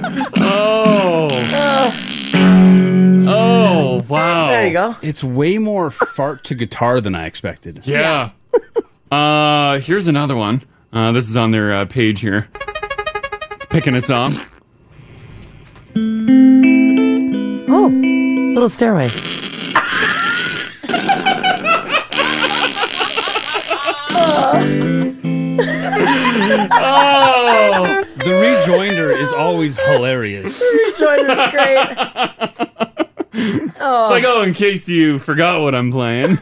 G: Oh. Oh, wow.
I: There you go.
J: It's way more fart to guitar than I expected.
G: Yeah. uh, here's another one. Uh, this is on their uh, page here. It's picking us up.
I: Oh, little stairway.
G: Oh.
J: The rejoinder is always hilarious.
I: Rejoiner's great.
G: oh, It's like, oh, in case you forgot what I'm playing.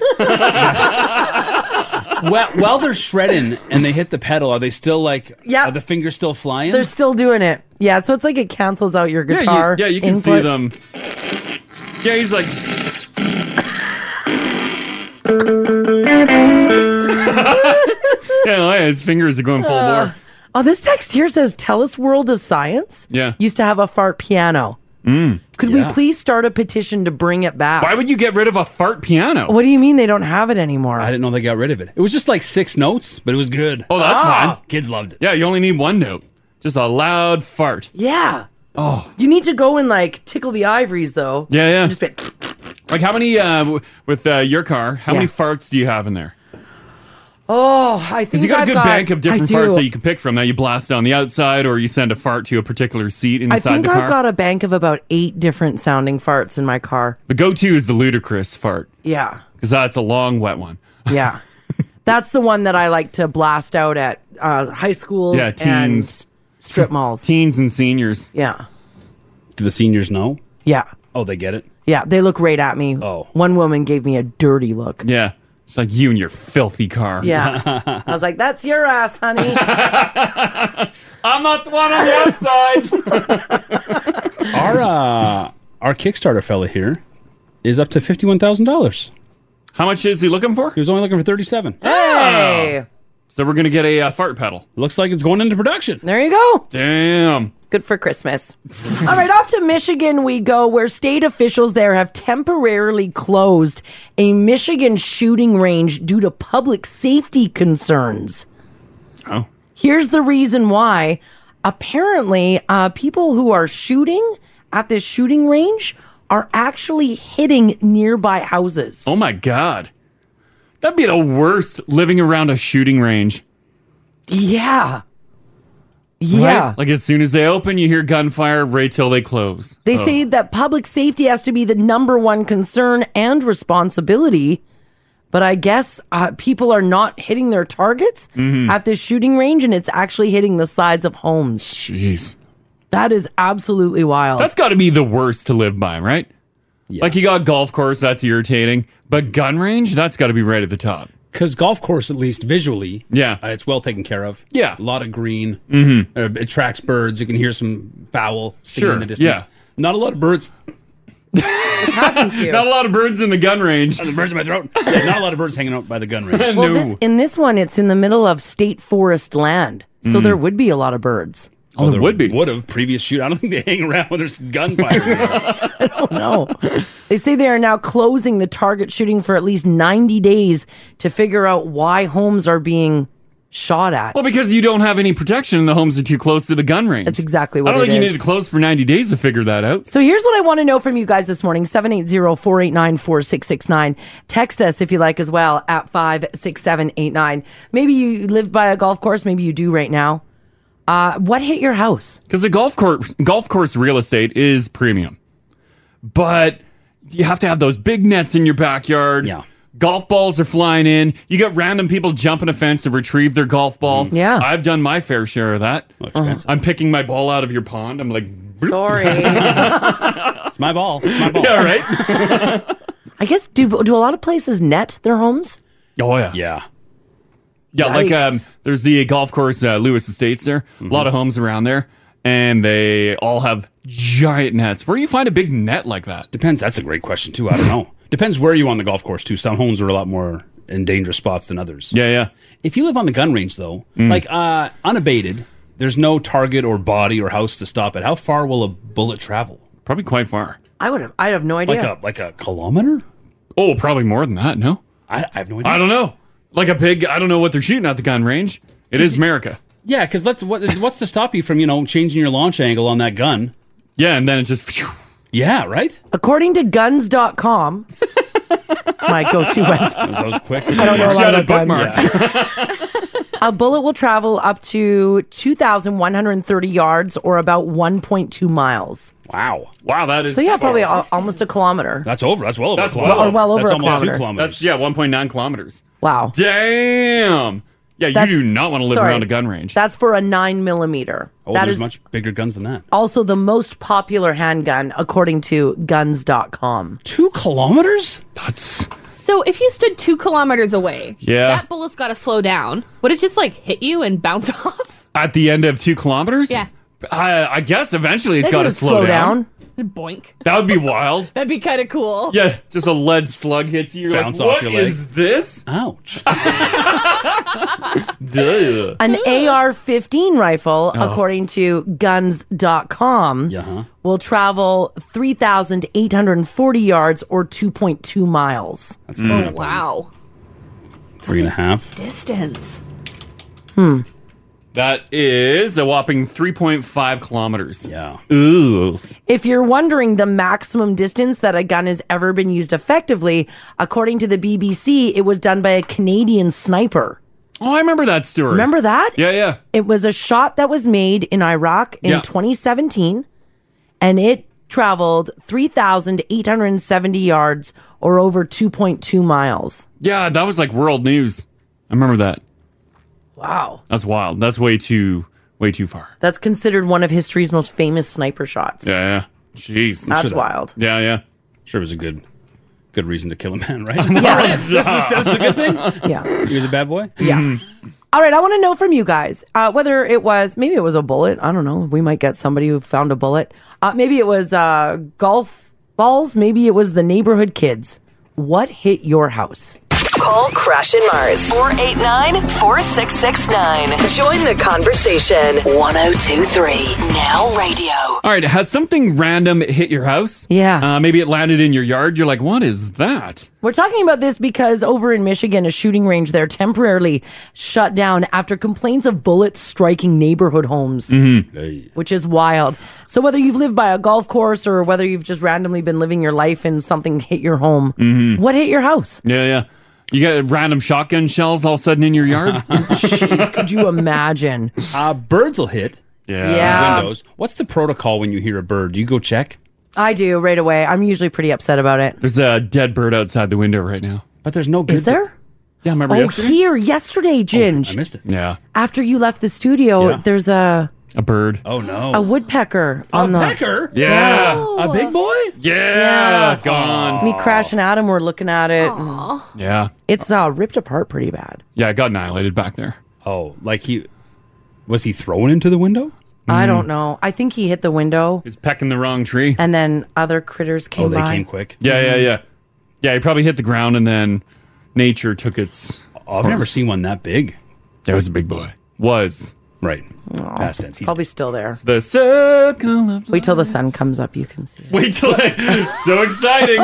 J: Well, while they're shredding and they hit the pedal, are they still like? Yeah. Are the fingers still flying?
I: They're still doing it. Yeah, so it's like it cancels out your guitar.
J: yeah, you can see
I: input.
G: them. Yeah, he's like. yeah, like, his fingers are going full
I: Uh,
G: bore.
I: oh, this text here says, "Tell us, World of Science."
G: Yeah.
I: used to have a fart piano.
G: Mm.
I: Could we please start a petition to bring it back?
G: Why would you get rid of a fart piano?
I: What do you mean they don't have it anymore?
J: I didn't know they got rid of it. It was just like six notes, but it was good.
G: Oh, that's
J: Ah.
G: fine.
J: Kids loved it.
G: Yeah, you only need one note. Just a loud fart.
I: Yeah.
G: Oh.
I: You need to go and like tickle the ivories though.
G: Yeah, yeah. Just like how many uh, w- with uh, your car? How many farts do you have in there?
I: Oh, I think
G: Because you got
I: I've
G: a good bank of different
I: I do.
G: farts that you can pick from that you blast on the outside, or you send a fart to a particular seat
I: I
G: inside
I: think
G: the car.
I: I've got a bank of about eight different sounding farts in my car.
G: the go-to is the ludicrous fart
I: Yeah.
G: because that's a long, wet one.
I: Yeah. That's the one that I like to blast out at uh, high schools
G: yeah,
I: and
G: teens,
I: strip malls,
G: teens and seniors.
I: Yeah,
J: Do the seniors know?
I: yeah.
J: Oh, they get it.
I: Yeah, they look right at me. Oh. One woman gave me a dirty look.
G: Yeah, it's like you and your filthy car.
I: Yeah. I was like, that's your ass, honey.
G: I'm not the one on the outside.
J: Our uh, our Kickstarter fella here is up to fifty one thousand dollars.
G: How much is he looking for? He
J: was only looking for thirty seven.
I: Hey.
G: So we're gonna get a uh, fart pedal.
J: Looks like it's going into production.
I: There you go.
G: Damn.
I: Good for Christmas. All right, off to Michigan we go, where state officials there have temporarily closed a Michigan shooting range due to public safety concerns.
G: Oh.
I: Here's the reason why. Apparently, uh, people who are shooting at this shooting range are actually hitting nearby houses.
G: Oh my god, that'd be the worst living around a shooting range.
I: Yeah. Yeah.
G: Right? Like as soon as they open, you hear gunfire right till they close.
I: They
G: Oh.
I: say that public safety has to be the number one concern and responsibility. But I guess uh, people are not hitting their targets
G: Mhm.
I: at this shooting range, and it's actually hitting the sides of homes.
G: Jeez.
I: That is absolutely wild.
G: That's got to be the worst to live by, right? Like you got golf course, that's irritating, but gun range, that's got to be right at the top.
J: Because golf course, at least visually,
G: yeah,
J: uh, it's well taken care of.
G: Yeah.
J: a lot of green.
G: Mhm.
J: Uh, it attracts birds. You can hear some fowl singing
G: Sure,
J: in the distance.
G: yeah.
J: not a lot of birds.
G: Not a lot of birds in the gun range.
J: the birds in my throat. Yeah, not a lot of birds hanging out by the gun range.
I: well, this, in this one, it's in the middle of state forest land, so
J: Mm.
I: there would be a lot of birds.
G: Oh, there would be.
J: Would have previous shoot. I don't think they hang around when there's gunfire.
I: no. They say they are now closing the target shooting for at least 90 days to figure out why homes are being shot at.
G: Well, because you don't have any protection and the homes are too close to the gun range. That's
I: exactly
G: I
I: what
G: don't
I: it
G: think you
I: is.
G: need to close for 90 days to figure that out.
I: So here's what I want to know from you guys this morning 780 489 4669. Text us if you like as well at 56789. Maybe you live by a golf course, maybe you do right now. Uh, what hit your house?
G: Because the golf course golf course real estate is premium, but you have to have those big nets in your backyard. Yeah. Golf balls are flying in. You got random people jumping a fence to retrieve their golf ball. Yeah. I've done my fair share of that.
J: Mm-hmm. expensive.
G: I'm picking my ball out of your pond. I'm like,
I: Sorry.
J: it's my ball. It's my ball.
G: Yeah, right.
I: I guess, do, do a lot of places net their homes?
G: Oh yeah.
J: Yeah.
G: Yeah, like um,
I: Yikes.
G: there's the golf course uh, Lewis Estates there.
J: Mm-hmm.
G: A lot of homes around there, and they all have giant nets. Where do you find a big net like that?
J: Depends. That's a great question too. I don't know. Depends where you on the golf course too. Some homes are a lot more in dangerous spots than others.
G: Yeah, yeah. Mm.
J: If you live on the gun range though, like uh, unabated, there's no target or body or house to stop it. How far will a bullet travel?
G: Probably quite far.
I: I would have, I have no idea.
J: Like a like a kilometer?
G: Oh, probably more than that. No,
J: I, I have no idea.
G: I don't know. Like a big, I don't know what they're shooting at the gun range. It is America.
J: Yeah, because that's what is, what's to stop you from you know changing your launch angle on that gun?
G: Yeah, and then it just. Phew.
J: Yeah, right.
I: According to guns.com, it's my go to website.
J: That was quick.
I: I don't know a lot about guns.
J: Yeah.
I: A bullet will travel up to 2,130 yards or about 1.2 miles.
J: Wow.
G: Wow, that is.
I: So, yeah,
G: far.
I: probably al- almost a kilometer.
J: That's over. That's well over.
G: That's
J: a kilometer.
I: well- or well over
J: That's
I: a
J: almost
I: kilometer.
J: two kilometers.
G: That's yeah, 1.9 kilometers.
I: Wow.
G: Damn. Yeah,
I: That's-
G: you do not want to live
I: sorry.
G: around a gun range.
I: That's for a 9 millimeter.
J: Oh,
I: that
J: there's
I: is
J: much bigger guns than that.
I: also the most popular handgun, according to guns.com.
J: Two kilometers?
G: That's
C: So if you stood two kilometers away,
G: Yeah.
C: that bullet's got to slow down. Would it just like hit you and bounce off?
G: At the end of two kilometers?
C: Yeah.
G: I, I guess eventually it's
C: They
G: got to
C: just
G: slow,
C: slow
G: down.
C: Boink.
G: That would be wild.
C: That'd be kind of cool.
G: Yeah, just a lead slug hits you. You're
J: Bounce
G: like,
J: off
G: what
J: your leg.
G: is this?
J: Ouch.
G: Duh.
I: An AR 15 rifle,
G: Oh.
I: according to guns.com,
J: uh
I: will travel 3,840 yards or 2.2 miles.
J: That's coming Oh, up on-
C: wow.
J: Three and a half.
C: Distance.
G: Hmm. That is a whopping 3.5 kilometers.
J: Yeah.
G: Ooh.
I: If you're wondering the maximum distance that a gun has ever been used effectively, according to the BBC, it was done by a Canadian sniper.
G: Oh, I remember that story.
I: Remember that?
G: Yeah, yeah.
I: It was a shot that was made in Iraq in
G: Yeah.
I: 2017, and it traveled 3,870 yards or over 2.2 miles.
G: Yeah, that was like world news. I remember that.
I: Wow.
G: That's wild. That's way too, way too far.
I: That's considered one of history's most famous sniper shots.
G: Yeah, yeah. Jeez.
I: That's wild.
G: Yeah, yeah.
J: Sure, it was a good, good reason to kill a man, right?
I: Yeah.
J: this, is, this is a good thing.
I: Yeah.
J: He was a bad boy.
G: Mm-hmm.
I: Yeah. All right, I want to know from you guys uh, whether it was maybe it was a bullet. I don't know. We might get somebody who found a bullet. Uh, maybe it was uh, golf balls. Maybe it was the neighborhood kids. What hit your house?
A: Call Crash and Mars 489 4669. Join the conversation 1023 Now Radio.
G: All right, has something random hit your house? Yeah. Uh, maybe it landed in your yard. You're like, what is that?
I: We're talking about this because over in Michigan, a shooting range there temporarily shut down after complaints of bullets striking neighborhood homes,
G: Mm-hmm.
I: which is wild. So, whether you've lived by a golf course or whether you've just randomly been living your life and something hit your home,
J: Mm.
I: what hit your house?
G: Mm-hmm. Yeah, yeah. You got random shotgun shells all of a sudden in your yard?
I: Jeez, could you imagine?
J: Uh, birds will hit.
G: Yeah.
I: Yeah.
J: Windows. What's the protocol when you hear a bird? Do you go check?
I: I do right away. I'm usually pretty upset about it.
G: There's a dead bird outside the window right now.
J: But there's no
I: Is there?
G: Yeah, remember
I: Oh,
G: yesterday?
I: here yesterday, Ginge.
J: Oh, I missed it.
G: Yeah.
I: After you left the studio,
J: Yeah.
I: there's a
G: A bird.
J: Oh no.
I: a woodpecker
J: A
I: on the
J: pecker.
G: Yeah.
J: A big boy.
G: Yeah. Gone.
I: Me Crash and Adam were looking at it.
G: Yeah.
I: It's uh, ripped apart pretty bad.
G: Yeah, it got annihilated back there.
J: Oh, like he was he thrown into the window?
I: I don't know. I think he hit the window,
G: It's Mm. pecking the wrong tree.
I: and then other critters came
J: Oh, they
I: by.
J: came quick.
G: Yeah, yeah, yeah. Yeah, he probably hit the ground and then nature took its.
J: Oh, I've never seen one that big.
G: That was a big boy. Was.
J: Right. Past tense. He's
I: Probably still there.
G: The circle of.
I: Wait till the sun comes up. You can see. It.
G: Wait till I, so exciting.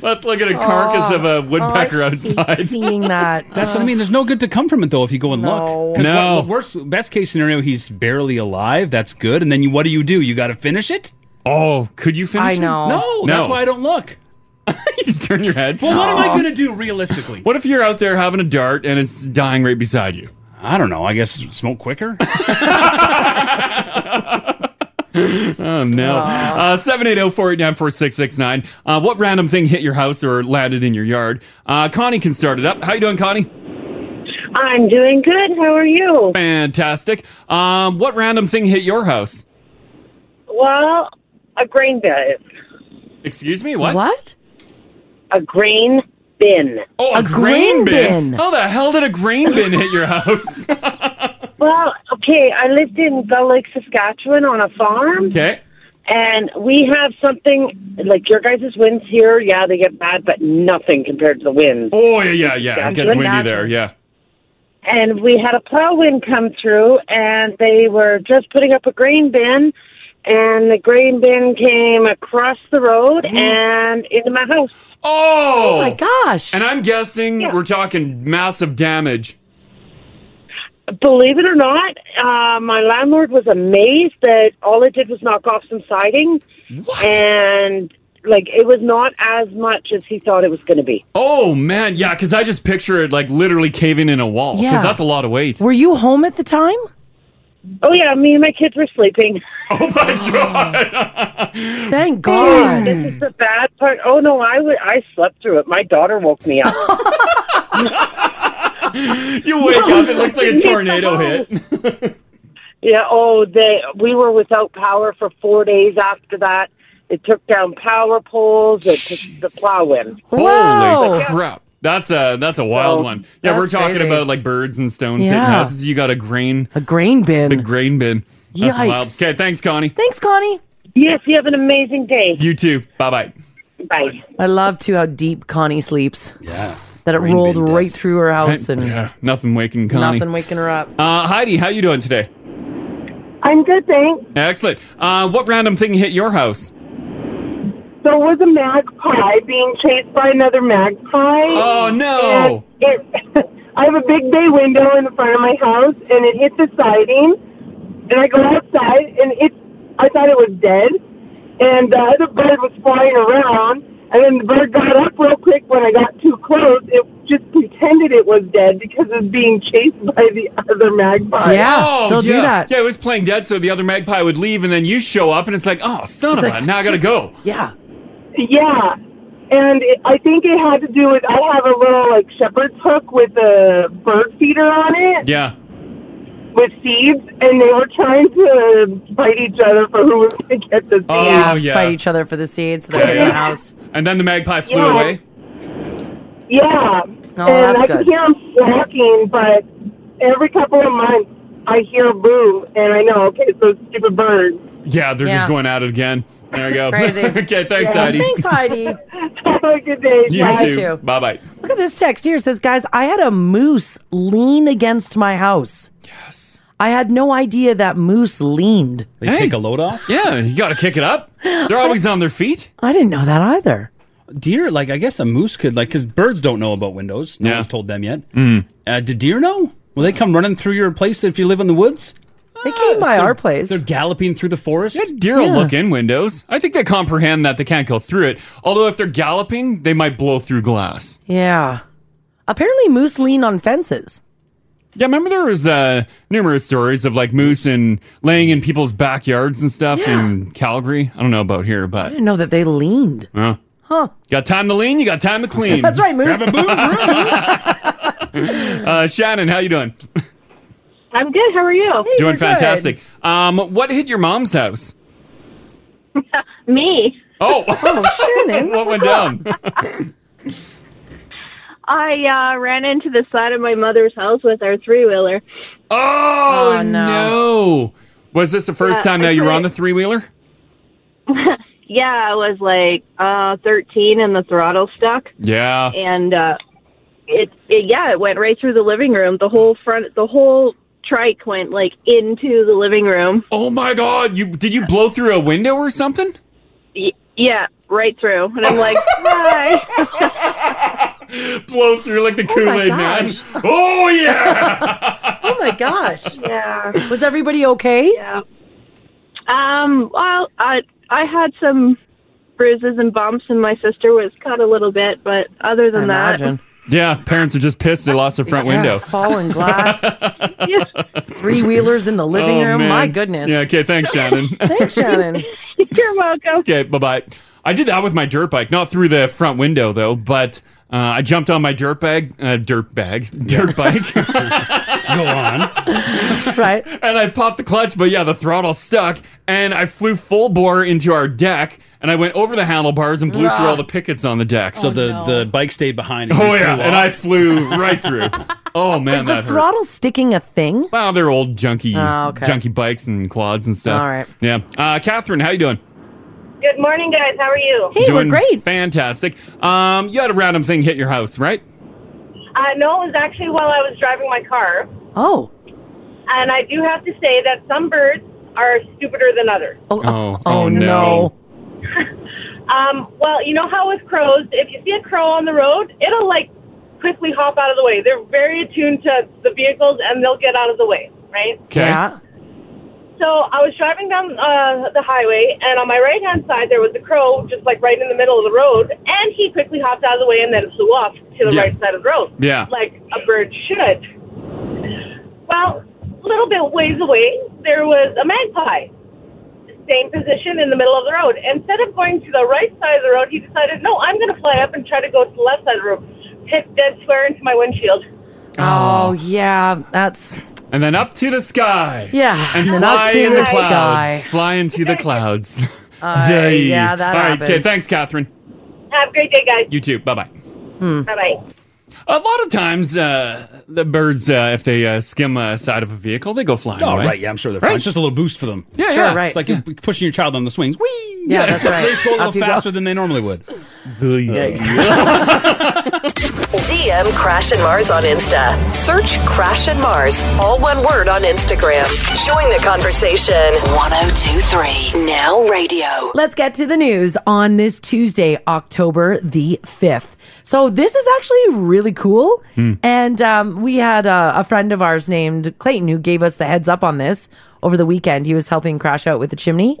G: Let's look at a carcass of a
I: Oh,
E: Oh,
G: woodpecker outside.
I: Seeing that.
J: That's what I mean. There's no good to come from it though if you go and
I: Uh, No.
J: look. 'Cause
G: No.
J: What, what worst, best case scenario, he's barely alive. That's good. And then you, what do you do? You got to finish it.
G: Oh, could you finish?
I: I
G: him?
I: know.
J: No, that's why I don't look.
G: You just turn your head.
J: Well, what am I gonna do realistically?
G: What if you're out there having a dart and it's dying right beside you?
J: I don't know. I guess smoke quicker.
G: Oh no! Uh, Seven eight zero four eight nine four six six nine. Uh, What random thing hit your house or landed in your yard? Uh, Connie can start it up. How you doing, Connie?
E: I'm doing good. How are you?
G: Fantastic. Um, what random thing hit your house?
E: Well, a grain bin.
G: Excuse me. What?
I: What?
E: A grain bin.
G: Oh, a,
I: A grain bin.
G: How the hell did a grain bin hit your house? Uh,
E: Well, okay, I lived in Gull Lake, Saskatchewan on a farm,
G: okay.
E: and we have something like your guys' winds here. Yeah, they get bad, but nothing compared to the winds.
G: Oh yeah, yeah, yeah. It
E: That's
G: gets
E: good.
G: windy there.
I: Gotcha.
G: Yeah.
E: and we had a plow wind come through and they were just putting up a grain bin and the grain bin came across the road
G: Mm-hmm.
E: and um, into my house
G: Oh.
I: Oh my gosh.
G: And I'm guessing we're talking massive damage.
E: believe it or not uh, my landlord was amazed that all it did was knock off some siding and like it was not as much as he thought it was going to be
G: Oh man, yeah, because I just picture it like literally caving in a wall. Because
I: Yeah.
G: that's a lot of weight.
I: were you home at the time?
E: oh yeah me and my kids were sleeping
G: Oh my god.
I: Thank God.
E: this is the bad part oh no I wa- I slept through it my daughter woke me up
G: you wake up, it looks like a
E: Leave the
G: tornado
E: house.
G: hit.
E: Yeah. Oh, they. We were without power for four days after that. It took down power poles. It took the plow in.
G: Holy crap. That's a that's a wild one. Yeah, we're
E: that's
G: talking
E: crazy.
G: about like birds and stones
I: Yeah.
G: hitting houses. You got a grain
I: a grain bin.
G: A grain bin. That's wild.
I: Yikes.
G: Okay, thanks, Connie.
I: Thanks, Connie.
E: Yes, you have an amazing day.
G: You too. Bye bye.
E: Bye.
I: I love too how deep Connie sleeps.
G: Yeah.
I: That it rolled right through her house and
G: yeah, nothing waking Connie.
I: nothing waking her up.
G: Uh, Heidi, how you doing today?
D: I'm good, thanks.
G: Excellent. Uh, what random thing hit your house?
D: There was a magpie being chased by another magpie.
G: Oh, no.
D: And It, I have a big bay window in the front of my house, and it hit the siding. And I go outside, and it I thought it was dead. And the other bird was flying around, and then the bird got up real quick when I got too close. It just pretended it was dead because it was being chased by the other magpie.
G: Oh, yeah. Yeah, it was playing dead, so the other magpie would leave, and then you show up, and it's like, oh, son
D: It's
G: of
D: like,
G: a, now I gotta go.
I: Yeah.
D: Yeah, and it, I think it had to do with I have a little like shepherd's hook with a bird feeder on it
G: Yeah.
D: with seeds, and they were trying to fight each other for who was going to get the seeds.
G: Oh,
I: yeah, fight each other for the seeds. So they're in the house.
G: And then the magpie flew
D: Yeah.
G: away.
D: Yeah,
I: Oh,
D: and
I: that's
D: I can
I: good.
D: hear them squawking, but every couple of months I hear a boo, and I know okay, so it's stupid bird.
G: Yeah, they're
D: Yeah.
G: just going at it again. There you go.
I: Crazy.
G: okay, thanks,
I: Yeah.
G: Heidi.
I: Thanks, Heidi.
D: Have a good day.
G: You
I: Yeah, you
G: too.
I: too.
G: Bye bye.
I: Look at this text here. It says, guys, I had a moose lean against my house. Yes. I had no idea that moose leaned.
J: They take a load off?
G: Yeah, you got to kick it up. They're always on their feet.
I: I didn't know that either.
J: Deer, like, I guess a moose could, like, because birds don't know about windows. No one's told them yet.
G: Mm.
J: Uh, do deer know? Will they come running through your place if you live in the woods?
I: They came by our place.
J: They're galloping through the forest.
G: Yeah, deer will look in windows. I think they comprehend that they can't go through it. Although if they're galloping, they might blow through glass.
I: Yeah. Apparently, moose lean on fences.
G: Yeah, remember there was uh, numerous stories of like moose and laying in people's backyards and stuff in Calgary. I don't know about here, but I
I: didn't know that they leaned.
G: Uh,
I: Huh.
G: got time to lean? You got time to clean.
I: That's right, moose.
G: Grab a boo- uh, Shannon, how you doing?
K: I'm good. How are you?
G: doing fantastic. Um, what hit your mom's house?
K: Me.
G: Oh,
K: Oh, Shannon,
G: what went
K: what's up?
G: down?
K: I uh, ran into the side of my mother's house with our three wheeler.
G: Oh, no. Was this the first
K: Yeah,
G: time now
K: I
G: you were
K: tried-
G: on the three wheeler?
K: Yeah, I was like uh, 13 and the throttle stuck,
G: Yeah.
K: and uh, it, it yeah, it went right through the living room. The whole front, the whole trike went like into the living room.
G: Oh my god, you did you blow through a window or something?
K: Y- yeah, right through, and I'm like, hi.
G: Blow through like the
K: Oh my
G: Kool-Aid man.
K: gosh.
G: Oh yeah.
I: Oh my gosh.
K: yeah.
I: Was everybody okay?
K: Yeah. Um. Well, I I had some bruises and bumps, and my sister was cut a little bit, but other than that,
G: Yeah, parents are just pissed they lost their front window.
I: Fallen glass. Three wheelers in the living
G: Oh,
I: room. My
G: man.
I: goodness.
G: Yeah, okay, thanks, Shannon.
I: Thanks, Shannon.
K: You're welcome.
G: okay, bye bye. I did that with my dirt bike, not through the front window though, but uh, I jumped on my dirt bag, uh, dirt bag, dirt bike. Go on.
I: right.
G: And I popped the clutch, but yeah, the throttle stuck, and I flew full bore into our deck, and I went over the handlebars and blew through
J: Ah.
G: all the pickets on the deck.
I: Oh,
J: So the, the bike stayed behind.
G: Oh yeah, and I flew right through. Oh man,
I: Is the
G: that hurt.
I: throttle sticking a thing?
G: Wow, they're old junky,
I: Oh, okay.
G: junky bikes and quads and stuff.
I: All right.
G: Yeah, uh, Catherine, how you doing?
K: Good morning, guys. How are you?
G: Doing Fantastic. Um, you had a random thing hit your house, right?
L: Uh, no, it was actually while I was driving my car.
I: Oh.
L: And I do have to say that some birds are stupider than others.
I: Oh,
G: oh,
I: no.
L: Um, well, you know how with crows, if you see a crow on the road, it'll like quickly hop out of the way. They're very attuned to the vehicles and they'll get out of the way, right?
I: Yeah.
L: So I was driving down uh, the highway, and on my right hand side, there was a crow just like right in the middle of the road, and he quickly hopped out of the way and then flew off to the
G: Yeah.
L: right side of the road.
G: Yeah.
L: Like a bird should. Well, a little bit ways away, there was a magpie. Same position in the middle of the road. Instead of going to the right side of the road, he decided, no, I'm going to fly up and try to go to the left side of the road. Hit dead square into my windshield.
I: Oh, yeah. That's
G: And then up to the sky.
I: Yeah,
G: And,
I: and then up
G: fly
I: to
G: in the,
I: the
G: clouds.
I: sky.
G: Fly into the clouds. Zay.
M: yeah, that
G: All right, okay,
M: happens.
G: thanks, Catherine.
M: Have a great day, guys.
G: You too. Bye bye.
M: Bye bye.
G: A lot of times, uh, the birds, uh, if they uh, skim a side of a vehicle, they go flying.
J: Oh,
G: away.
J: right, yeah, I'm sure they're fine. It's just a little boost for them.
G: Yeah,
J: Sure,
G: yeah.
J: right. It's like you're pushing your child on the swings. Whee! Yeah, that's right. They just go a
A: Up
J: little
A: you go.
J: faster than they normally would.
G: uh,
A: DM Crash and Mars on Insta. Search Crash and Mars, all one word on Instagram. Join the conversation. 1023 Now Radio.
I: Let's get to the news on this Tuesday, October the 5th. So, this is actually really cool.
N: Hmm.
I: And um, we had a, a friend of ours named Clayton who gave us the heads up on this over the weekend. He was helping Crash Out with the Chimney.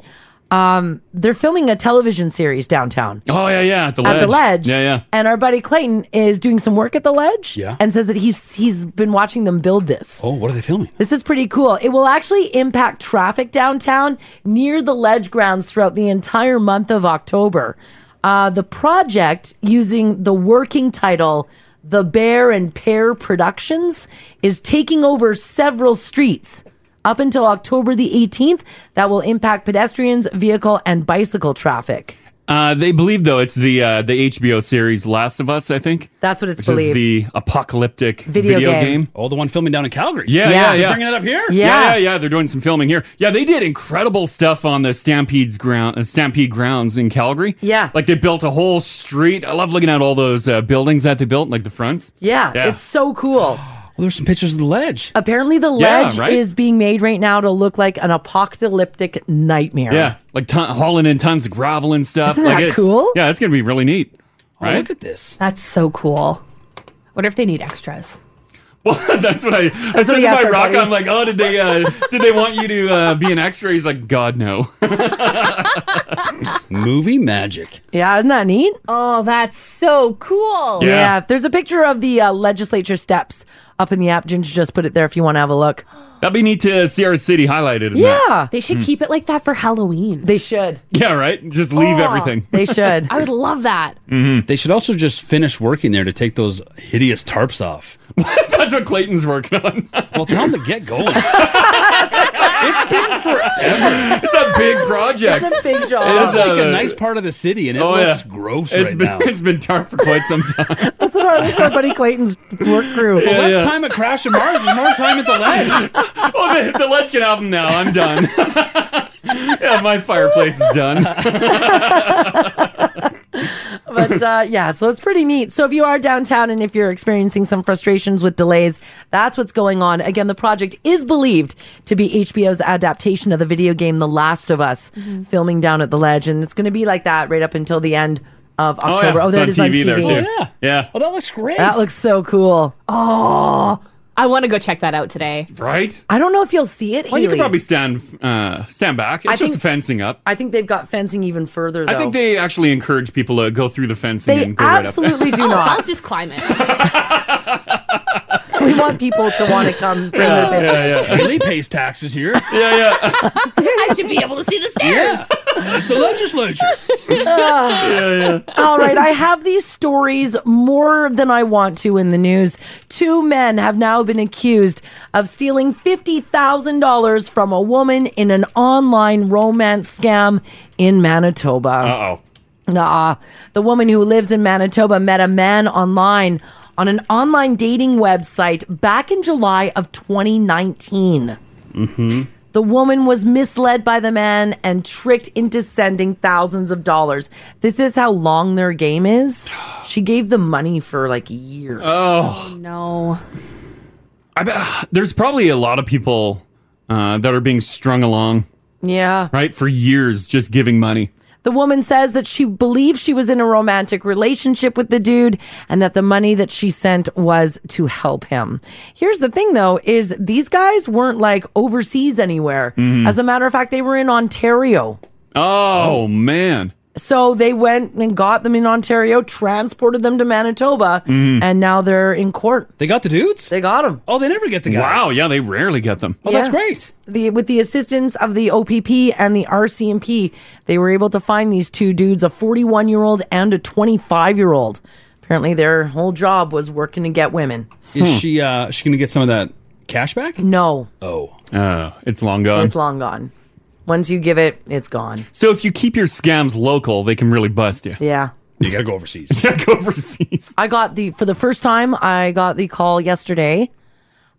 I: Um, they're filming a television series downtown.
G: Oh, yeah, yeah. At the
I: At
G: ledge.
I: the ledge.
G: Yeah, yeah.
I: And our buddy Clayton is doing some work at the ledge
G: Yeah.
I: and says that he's he's been watching them build this.
J: Oh, what are they filming?
I: This is pretty cool. It will actually impact traffic downtown near the ledge grounds throughout the entire month of October. Uh, the project, using the working title The Bear and Pear Productions, is taking over several streets up until October the 18th that will impact pedestrians, vehicle, and bicycle traffic.
G: Uh, they believe though it's the uh, the HBO series Last of Us, I think.
I: That's what it's
G: which
I: believed.
G: is the apocalyptic
I: Video
G: video,
I: game.
G: game.
J: Oh, the one filming down in Calgary.
G: Yeah, yeah, yeah.
J: They're bringing it up here?
G: Yeah. yeah, yeah, They're doing some filming here. Yeah, they did incredible stuff on the Stampede's ground, uh, Stampede grounds in Calgary.
I: Yeah.
G: like they built a whole street. I love looking at all those uh, buildings that they built, like the fronts.
I: Yeah,
G: Yeah.
I: it's so cool.
J: there's some pictures of the ledge.
I: Apparently, the
G: Yeah,
I: ledge
G: right?
I: is being made right now to look like an apocalyptic nightmare.
G: Yeah, like ton- hauling in tons of gravel and stuff.
I: Isn't
G: like
I: that
G: it's-
I: cool?
G: Yeah, it's gonna be really neat. Right?
J: Oh, look at this.
C: That's so cool. Wonder if they need extras.
G: Hmm. Well, that's what I. I
C: what
G: said
C: he
G: to
C: asked
G: my
C: our
G: rock.
C: buddy.
G: I'm like, oh, did they uh, did they want you to uh, be an X-ray? He's like, God no.
J: Movie magic.
I: Yeah, isn't that neat?
C: Oh, that's so cool.
I: Yeah. there's a picture of the uh, legislature steps up in the app. Ginger just put it there if you want to have a look.
G: That'd be neat to see our city highlighted. in that.
I: Yeah.
C: They should
G: Hmm.
C: keep it like that for Halloween.
I: They should.
G: Yeah, right. Just leave
C: Oh,
G: everything.
I: They should.
C: I would love that.
J: They should also just finish working there to take those hideous tarps off.
G: That's what Clayton's working on.
J: well, tell them to get going.
G: it's been forever. It's a big project.
J: It's a
I: big
J: It's like a nice part of the city, and it
G: Oh,
J: looks
G: yeah.
J: gross
G: It's
J: right
G: been-
J: now.
G: It's been dark for quite some time.
I: That's what our, that's our buddy Clayton's work crew.
J: Well, less
G: yeah.
J: time at Crash and Mars is more time at the ledge.
G: well, the, the Let's Get album now. I'm done. yeah, my fireplace is done.
I: but uh, yeah, so it's pretty neat. So if you are downtown and if you're experiencing some frustrations with delays, that's what's going on. Again, the project is believed to be HBO's adaptation of the video game The Last of Us,
N: Mhm.
I: filming down at the ledge, and it's going to be like that right up until the end of
G: Oh, yeah.
I: October. Oh, there it
G: it's
I: is on TV.
G: there too. yeah.
J: Oh, that looks great.
I: That looks so cool.
C: Oh, I want to go check that out today.
G: Right.
I: I don't know if you'll see it.
G: Well, you could
I: Haley.
G: probably stand uh, stand back. It's
I: I
G: just
I: think-
G: fencing up.
I: I think they've got fencing even further. Though.
G: I think they actually encourage people to go through the fencing
I: They
G: and go
I: absolutely
G: right up.
I: do not.
C: I'll just climb it.
I: we want people to want to come bring their business.
J: Haley pays taxes here.
G: Yeah, yeah.
C: I should be able to see the stairs.
J: It's the legislature.
I: yeah, Ah. All right, I have these stories more than I want to in the news. Two men have now been accused of stealing $50,000 from a woman in an online romance scam in Manitoba.
G: Uh-oh.
I: Nah. The woman who lives in Manitoba met a man online on an online dating website back in July of 2019.
N: Mm-hmm.
I: The woman was misled by the man and tricked into sending thousands of dollars. This is how long their game is. She gave them money for like years.
G: Oh.
C: no.
G: I bet there's probably a lot of people uh, that are being strung along,
I: Yeah.
G: right, for years just giving money.
I: The woman says that she believed she was in a romantic relationship with the dude and that the money that she sent was to help him. Here's the thing though is these guys weren't like overseas anywhere.
G: Mhm.
I: As a matter of fact, they were in Ontario.
G: Oh, man.
I: So they went and got them in Ontario, transported them to Manitoba,
G: Mhm.
I: and now they're in court.
J: They got the dudes?
I: They got them.
J: Mm-hmm. Oh, they never get the guys.
G: Wow, yeah, they rarely get them.
J: Oh, that's great.
I: The, with the assistance of the OPP and the RCMP, they were able to find these two dudes, a 41 year old and a 25 year old. Apparently, their whole job was working to get women.
J: Is she uh is she gonna get some of that cash back?
I: No.
J: Oh.
G: Uh, it's long gone.
I: It's long gone. Once you give it, it's gone.
G: So if you keep your scams local, they can really bust you.
I: Yeah.
G: You gotta go overseas. yeah, go overseas.
I: I got the for the first time. I got the call yesterday.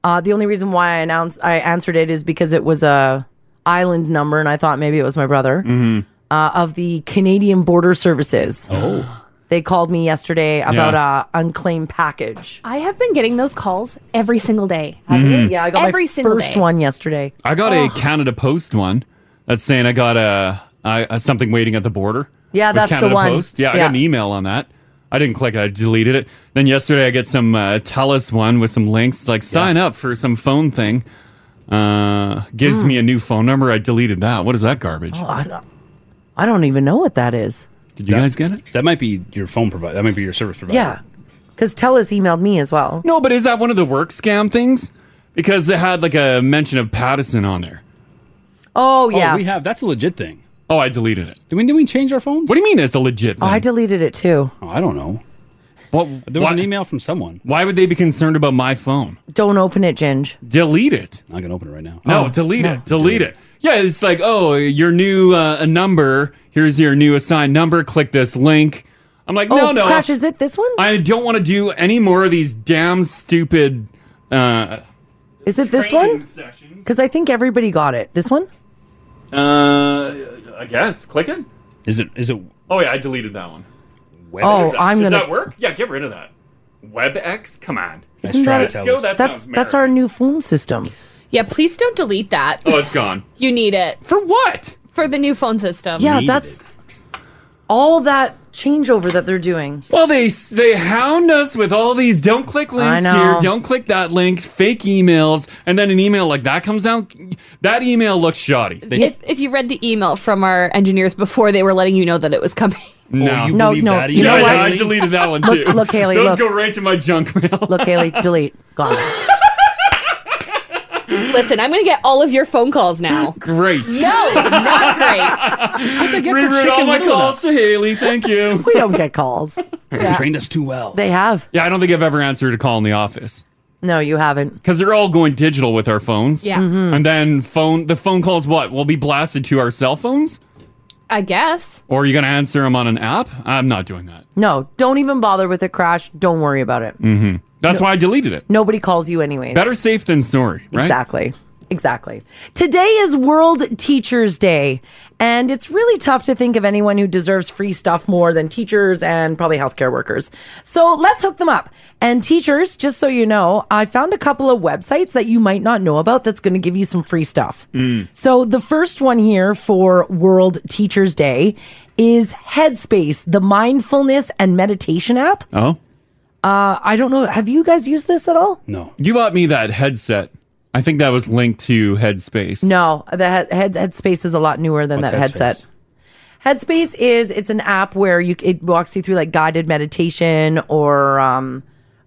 I: Uh, the only reason why I announced I answered it is because it was a island number, and I thought maybe it was my brother
N: Mhm.
G: Mm-hmm.
I: uh, of the Canadian Border Services. Oh, they called me yesterday about
C: Yeah.
I: a unclaimed package.
C: I have been getting those calls every single day.
G: Mhm.
I: Yeah, I got
C: every
I: my
C: single
I: first
C: day.
I: one yesterday.
G: I got a Canada Post one that's saying I got a, a, a something waiting at the border.
I: Yeah,
G: with
I: that's the
G: Canada
I: one.
G: Post. Yeah, I
I: Yeah.
G: got an email on that. I didn't click. it, I deleted it. Then yesterday, I get some uh, Telus one with some links like sign up for some phone thing. Uh, gives
I: Mm.
G: me a new phone number. I deleted that. What is that garbage?
I: Oh, I don't, I don't even know what that is.
G: Did you guys get it?
J: That might be your phone provider. That might be your service provider.
I: Yeah, because Telus emailed me as well.
G: No, but is that one of the work scam things? Because it had like a mention of Pattison on there.
I: Oh yeah,
G: we have. That's a legit thing. Oh, I deleted it. Do we? Do we change our phones? What do you mean? It's a legit
I: oh,
G: thing.
I: I deleted it too.
G: Oh, I don't know. What?
J: There was
G: why-
J: an e- email from someone.
G: Why would they be concerned about my phone?
I: Don't open it, Ginge.
G: Delete it.
J: I can open it right now.
G: Oh, No, delete it. Delete, it. Yeah, it's like, oh, your new uh, number. Here's your new assigned number. Click this link. I'm like, no,
I: oh,
G: no.
I: Crash, is it this one?
G: I don't want to do any more of these damn stupid. Uh,
I: Is it this one? Because I think everybody got it. This one?
G: uh, I guess click it.
J: Is it? Is it?
G: Oh yeah, I deleted that one. WebEx.
I: Oh,
G: Does that-
I: I'm
G: Does
I: gonna-
G: that work? Yeah, get rid of that. WebEx. Come on.
I: Isn't that-
G: Let's go. That
I: that's
G: sounds
I: that's our new phone system.
C: Yeah, please don't delete that.
G: Oh, it's gone.
C: You need it.
G: For what?
C: For the new phone system.
I: Yeah, that's all that changeover that they're doing.
G: Well, they they hound us with all these don't click links
I: I
G: here,
I: know.
G: don't click that link, fake emails, and then an email like that comes down. That email looks shoddy.
C: if, if you read the email from our engineers before they were letting you know that it was coming.
G: no,
I: Oh, you No, believe no, that you email? know
G: Yeah,
I: what?
G: yeah, I deleted that one too.
I: Look- look, Haley,
G: those
I: look.
G: go right to my junk mail.
I: Look, Haley, delete. Gone.
C: Listen, I'm going to get all of your phone calls now.
G: Great.
C: No, not great.
G: Reroute all my calls to Haley. Thank you.
I: we don't get calls.
G: They've trained us too well.
I: They have.
G: Yeah, I don't think I've ever answered a call in the office
I: No, you haven't.
G: because they're all going digital with our phones.
C: Yeah.
I: Mm-hmm.
C: Mhm.
G: and then phone the phone calls what will be blasted to our cell phones.
C: I guess.
G: Or are you going to answer them on an app? I'm not doing that.
I: No, don't even bother with it, Crash. Don't worry about it.
G: hmm That's why I deleted it.
I: Nobody calls you anyways.
G: Better safe than sorry, right?
I: Exactly. Exactly. Today is World Teachers Day, and it's really tough to think of anyone who deserves free stuff more than teachers and probably healthcare workers. So let's hook them up. And teachers, just so you know, I found a couple of websites that you might not know about that's going to give you some free stuff. So the first one here for World Teachers Day is Headspace, the mindfulness and meditation app.
G: Oh,
I: Uh, I don't know. Have you guys used this at all?
G: no. You bought me that headset. I think that was linked to Headspace.
I: No, the head, head Headspace is a lot newer than
G: What's
I: that headset. Headspace is it's an app where you it walks you through like guided meditation or um,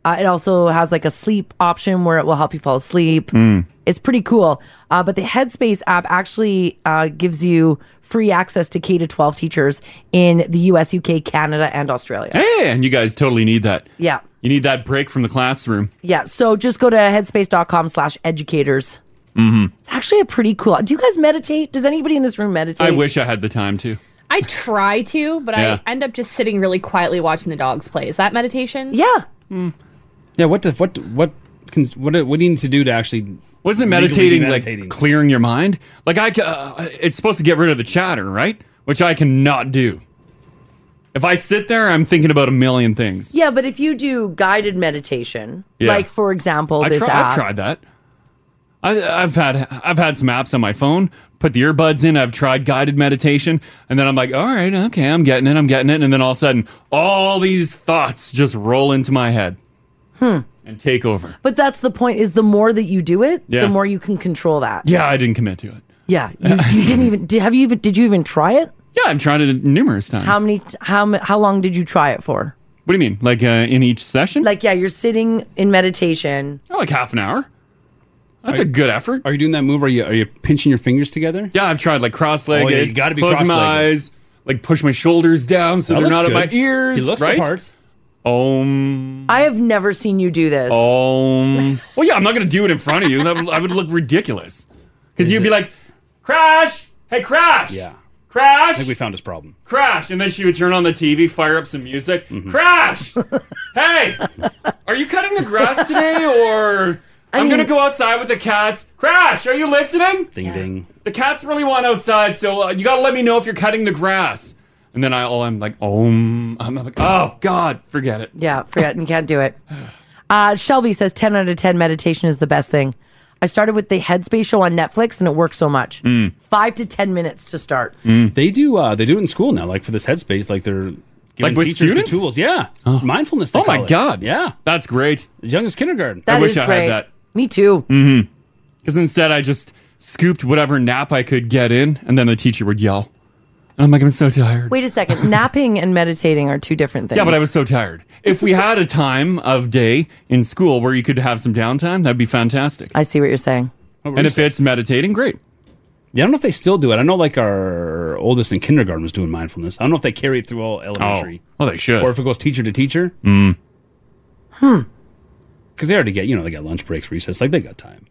I: uh, it also has like a sleep option where it will help you fall asleep.
G: Mm.
I: It's pretty cool. Uh, but the Headspace app actually uh, gives you free access to K to 12 teachers in the US, UK, Canada, and Australia.
G: Hey, and you guys totally need that.
I: Yeah.
G: You need that break from the classroom.
I: Yeah. So just go to headspace.com slash educators.
G: Mm-hmm.
I: It's actually a pretty cool. Do you guys meditate? Does anybody in this room meditate?
G: I wish I had the time to.
C: I try to, but
G: Yeah.
C: I end up just sitting really quietly watching the dogs play. Is that meditation?
I: Yeah.
J: Yeah. What? Does, what? What? Can, what? What do you need to do to actually?
G: Wasn't
J: legally be
G: meditating,
J: meditating?
G: like clearing your mind? Like I, ca- uh, it's supposed to get rid of the chatter, right? Which I cannot do. If I sit there, I'm thinking about a million things.
I: Yeah, but if you do guided meditation,
G: Yeah.
I: like for example,
G: I
I: this
G: try,
I: app.
G: I've tried that. I, I've had I've had some apps on my phone. Put the earbuds in. I've tried guided meditation, and then I'm like, all right, okay, I'm getting it, I'm getting it, and then all of a sudden, all these thoughts just roll into my head
I: Hmm.
G: and take over.
I: But that's the point: is the more that you do it,
G: Yeah.
I: the more you can control that.
G: Yeah, I didn't commit to it.
I: Yeah, you, you didn't even. Did, have you even? Did you even try it?
G: Yeah, I've tried it numerous times.
I: How many? t- How m- how long did you try it for?
G: what do you mean? Like uh, in each session?
I: Like, yeah, you're sitting in meditation.
G: Oh, like half an hour. That's a good effort.
J: Are you doing that move? Are you? Are you pinching your fingers together?
G: Yeah, I've tried like cross-legged.
J: Oh, yeah, you gotta be
G: closing my
J: cross-legged.
G: eyes, like push my shoulders down so
J: That
G: they're
J: looks
G: not at
J: good.
G: my ears.
J: He looks the
G: right?
J: part.
G: Um.
I: I have never seen you do this.
G: Um. Well, yeah, I'm not gonna do it in front of you. That would, I would look ridiculous because you'd be like, "Crash, Hey, Crash!
J: Yeah.
G: Crash!
J: I think we found his problem. Mm-hmm.
G: Crash! And then she would turn on the TV, fire up some music. Crash! hey! Are you cutting the grass today or.
J: I
G: I am gonna
J: mean-
G: go outside with the cats. Crash, are you listening? Ding
J: ding.
G: The cats really want outside, so uh, you gotta let me know if you're cutting the grass. And then I all I'm like, oh, I'm like, oh God, forget it.
I: Yeah, forget and can't do it. Uh, Shelby says 10 out of 10 meditation is the best thing. I started with the Headspace show on Netflix and it works so much.
G: Mm.
I: Five to 10 minutes to start.
J: They do. Uh, they do it in school now, like for this headspace. Like they're giving
G: Like with
J: teachers
G: students?
J: the tools. Yeah, mindfulness.
G: Oh my God.
J: Yeah,
G: that's great.
J: As young as kindergarten.
G: I wish I had that.
I: Me too.
G: Mm-hmm. Because instead, I just scooped whatever nap I could get in, and then the teacher would yell. And I'm like, I'm Oh so tired.
I: Wait a second. Napping and meditating are two different things.
G: Yeah, but I was so tired. If we had a time of day in school where you could have some downtime, that'd be fantastic.
I: I see what you're saying.
G: And if it's meditating, great.
J: Yeah, I don't know if they still do it. I know like our oldest in kindergarten was doing mindfulness. I don't know if they carry it through all elementary.
G: Oh, well, they should.
J: Or if it goes teacher to teacher.
G: Mm.
I: Hmm.
J: Because they already get, you know, they got lunch breaks, recess. Like they got time.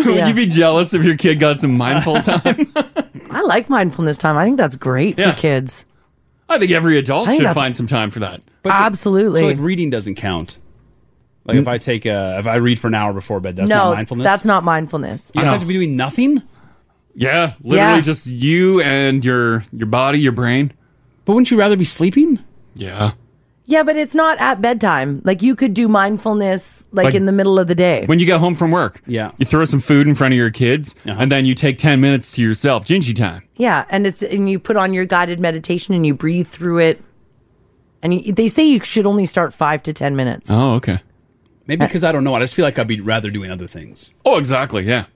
G: Would you be jealous if your kid got some mindful time?
I: I like mindfulness time. I think that's great
G: Yeah.
I: for kids.
G: I think every adult
I: I think
G: should
I: that's-
G: find some time for that.
I: Absolutely.
J: So like reading doesn't count. Like
G: Mm.
J: if I take a, if I read for an hour before bed, that's
I: no,
J: not mindfulness.
I: that's not mindfulness.
J: You just have to be doing nothing.
G: Yeah, literally
I: Yeah.
G: just you and your your body, your brain.
J: But wouldn't you rather be sleeping?
G: Yeah.
I: Yeah, but it's not at bedtime. Like you could do mindfulness like,
G: Like-
I: in the middle of the day.
G: When you get home from work, yeah, you throw some food in front of your kids,
J: Uh-huh.
G: and then you take ten minutes to yourself, gingy time.
I: Yeah, and it's and you put on your guided meditation and you breathe through it. And you, they say you should only start 5 to 10 minutes.
G: Oh, okay.
J: Maybe because I don't know. I just feel like I'd be rather doing other things.
G: Oh, exactly. Yeah,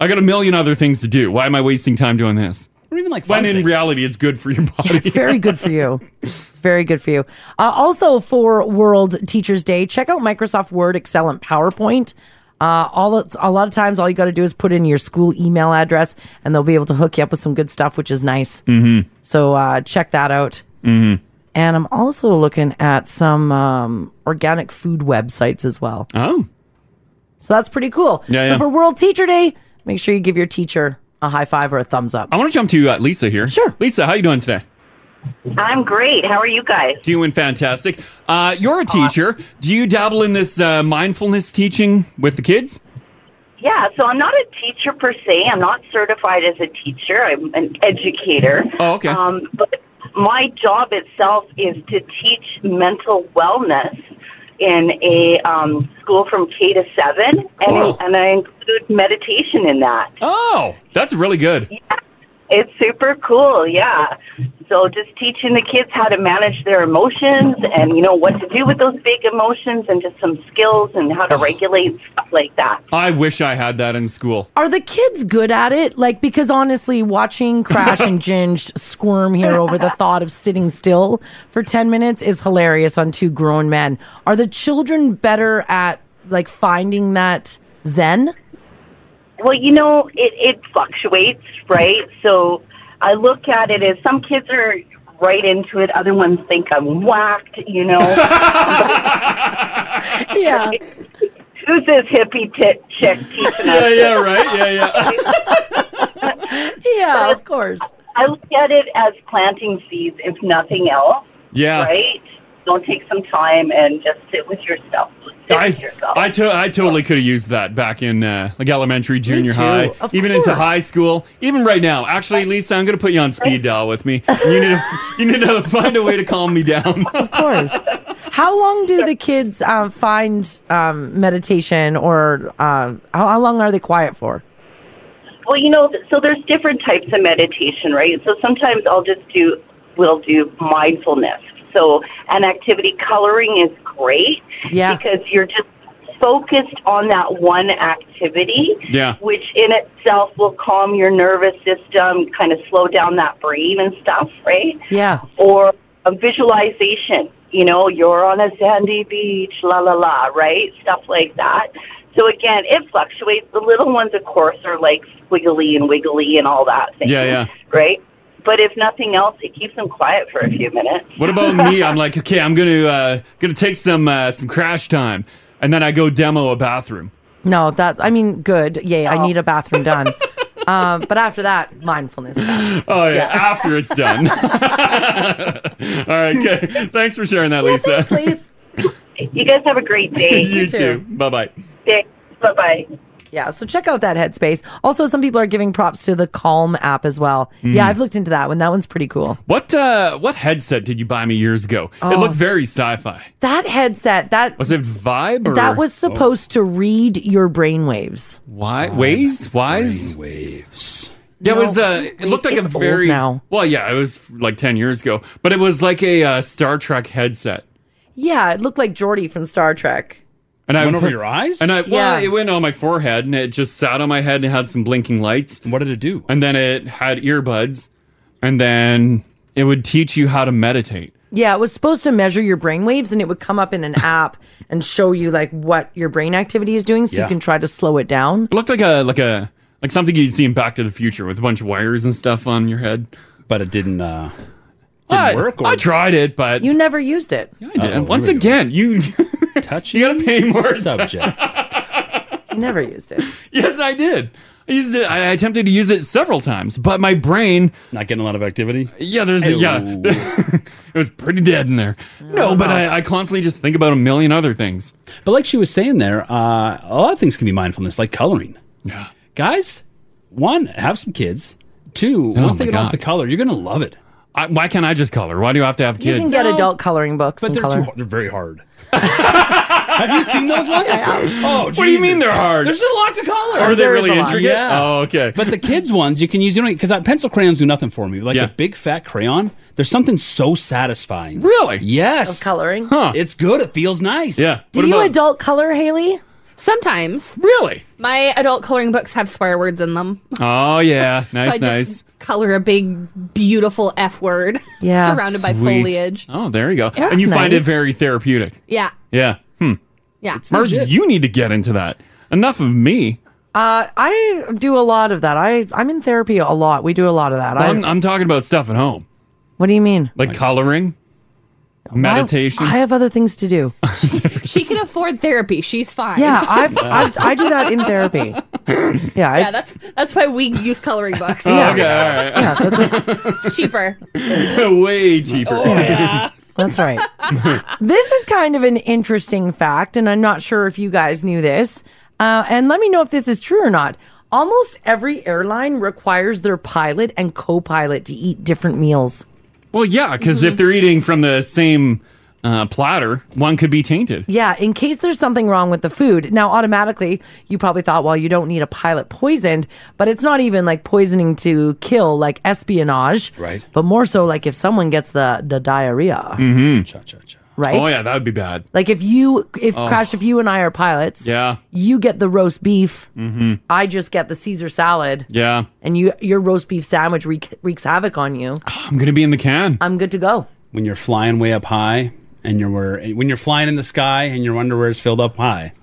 G: I got a million other things to do. Why am I wasting time doing this?
J: Or even like
G: when
J: fun
G: in
J: things.
G: reality, it's good for your body.
I: It's very good for you. It's very good for you. Uh, also, for World Teachers Day, check out Microsoft Word, Excel, and PowerPoint. Uh, all it's- a lot of times, all you got to do is put in your school email address, and they'll be able to hook you up with some good stuff, which is nice.
N: Mm-hmm.
I: So uh, check that out.
N: Mm-hmm.
I: And I'm also looking at some um, organic food websites as well.
G: Oh.
I: So that's pretty cool.
G: Yeah,
I: so
G: yeah.
I: for World Teacher Day, make sure you give your teacher a high five or a thumbs up.
G: I want to jump to uh, Lisa here. Sure, Lisa, how you doing today?
O: I'm great. How are you guys?
G: Doing fantastic. Uh, you're a teacher. Do you dabble in this uh, mindfulness teaching with the kids?
O: Yeah, so I'm not a teacher per se. I'm not certified as a teacher. I'm an educator.
G: Oh, okay.
O: Um, but my job itself is to teach mental wellness in a um, school from K to seven, and,
G: Cool.
O: and I include meditation in that.
G: Oh, that's really good.
O: It's super cool, yeah. So just teaching the kids how to manage their emotions and you know what to do with those big emotions and just some skills and how
G: Oh.
O: to regulate stuff like that.
G: I wish I had that in school.
I: Are the kids good at it? Like, because honestly, watching Crash and Ginge squirm here over the thought of sitting still for 10 minutes is hilarious on two grown men. Are the children better at like finding that zen?
O: Well, you know, it, it fluctuates, right? So I look at it as some kids are right into it, other ones think I'm whacked, you know.
I: yeah.
O: Who's this hippie tit chick teaching us?
G: Yeah, yeah,
O: this?
G: right. Yeah, yeah.
I: yeah, of course.
O: I look at it as planting seeds, if nothing else.
G: Yeah.
O: Right? Don't take some time and just sit with yourself. Sit
G: I,
O: with yourself.
G: I, to- I totally could have used that back in uh, like elementary, junior
O: too,
G: high,
O: of
G: even into
O: course.
G: high school, even right now. Actually, Lisa, I'm going to put you on speed dial with me. You need to you need to find a way to calm me down.
I: Of course. How long do the kids uh, find um, meditation or uh, how, how long are they quiet for?
O: Well, you know, so there's different types of meditation, right? So sometimes I'll just do, we'll do mindfulness. So an activity, coloring is great
I: Yeah.
O: because you're just focused on that one activity,
I: Yeah.
O: which in itself will calm your nervous system, kind of slow down that brain and stuff, right?
I: Yeah.
O: or a visualization. You know, you're on a sandy beach, la la la, right? Stuff like that. So again, it fluctuates. The little ones, of course, are like squiggly and wiggly and all that thing,
G: Yeah, yeah.
O: right? But if nothing else, it keeps them quiet for a few minutes.
G: What about me? I'm like, okay, I'm going to uh, going to take some uh, some crash time, and then I go demo a bathroom.
I: No, that's. I mean, good. Yay!
G: Oh.
I: I need a bathroom done. um, but after that, mindfulness.
G: Oh yeah, after it's done. All right, okay. Thanks for sharing that, Lisa.
O: You guys have a great day.
G: you too. Bye bye.
O: Bye bye.
I: Yeah, so check out that headspace. Also, some people are giving props to the Calm app as well. Yeah,
G: Mm.
I: I've looked into that one. That one's pretty cool.
G: What uh, what headset did you buy me years ago? It
I: Oh.
G: looked very sci-fi.
I: That headset, that
G: Was it Vibe? Or? Oh.
I: that was supposed to read your brainwaves.
G: Why ways wise waves. Yeah, it
I: No,
G: was. Uh,
I: it's-
G: it looked like
I: it's
G: a
I: old
G: very
I: now.
G: well. Yeah, it was like ten years ago, but it was like a uh, Star Trek headset.
I: Yeah, it looked like Geordi from Star Trek.
G: And I
J: Went over your eyes?
G: And I well,
I: Yeah.
G: it went on my forehead, and it just sat on my head and had some blinking lights.
J: what did it do?
G: And then it had earbuds, and then it would teach you how to meditate.
I: Yeah, it was supposed to measure your brain waves and it would come up in an app and show you like what your brain activity is doing so
G: Yeah.
I: you can try to slow it down.
G: It looked like a like a like something you'd see in Back to the Future with a bunch of wires and stuff on your head.
J: But it didn't Oh, uh
G: didn't work. I tried it, but
I: You never used it.
G: I didn't. Once again, you
J: touch.
G: You gotta pay more
J: subject.
I: You never used it.
G: yes, I did. I used it. I attempted to use it several times, but my brain
J: not getting a lot of activity.
G: Yeah, there's yeah. it was pretty dead in there.
I: Oh.
G: No, but I, I constantly just think about a million other things.
J: But like she was saying there, uh, a lot of things can be mindfulness, like coloring.
G: Yeah.
J: Guys, one, have some kids. Two,
G: Oh
J: once they
G: my
J: get off
G: God.
J: the color, you're gonna love it.
G: I, why can't I just color? Why do I have to have
I: You
G: kids?
I: can get adult coloring books
J: But
I: and
J: they're
I: color.
J: too hard. They're very hard. Have you seen those ones? Oh,
G: What do you mean
J: Jesus.
G: they're hard?
J: There's a lot to color.
G: Are they There is really a lot. intricate? Oh, okay.
J: But the kids ones you can use, you know, because pencil crayons do nothing for me. Like a big fat crayon, there's something so satisfying.
G: Really?
J: Yes.
I: Of coloring?
J: Huh. It's good. It feels nice. Yeah.
C: Do you
I: adult color, Haley?
C: Sometimes.
G: Really?
C: My adult coloring books have swear words in them.
G: Oh yeah,
C: So
G: nice,
C: I
G: nice.
C: just color a big, beautiful F word surrounded by
G: Sweet.
C: foliage.
G: Oh, there you go.
C: Yeah,
G: and you
C: that's
G: find it
C: nice.
G: very therapeutic.
C: Yeah.
G: Yeah. Hmm.
C: Yeah.
G: Mars, you need to get into that. Enough of me.
I: Uh, I do a lot of that. I I'm in therapy a lot. We do a lot of that. I,
G: I'm, I'm talking about stuff at home.
I: What do you mean?
G: Like coloring, meditation.
I: I, have other things to do.
C: She can afford therapy. She's fine.
I: Yeah, I've, I've I do that in therapy. Yeah,
C: yeah,
I: it's,
C: that's that's why we use coloring books.
G: Oh, okay, all right.
C: it's cheaper.
G: Way cheaper.
C: Oh,
I: That's right. this is kind of an interesting fact, and I'm not sure if you guys knew this. Uh, and let me know if this is true or not. Almost every airline requires their pilot and co pilot to eat different meals.
G: Well, yeah, because if they're eating from the same uh, platter, one could be tainted.
I: Yeah, in case there's something wrong with the food. Now, automatically, you probably thought, well, you don't need a pilot poisoned, but it's not even like poisoning to kill, like espionage. Right. But more so like if someone gets the, the diarrhea,
G: Mm-hmm.
I: Ah. right?
G: Oh yeah, that would be bad.
I: Like if you, if
G: Oh.
I: Crash, if you and I are pilots,
G: Yeah.
I: you get the roast beef.
G: Mm-hmm.
I: I just get the Caesar salad,
G: Yeah.
I: and you your roast beef sandwich wreak, wreaks havoc on you.
G: I'm gonna be in the can.
I: I'm good to go.
J: When you're flying way up high, and you're wear- when you're flying in the sky, and your underwear's filled up high,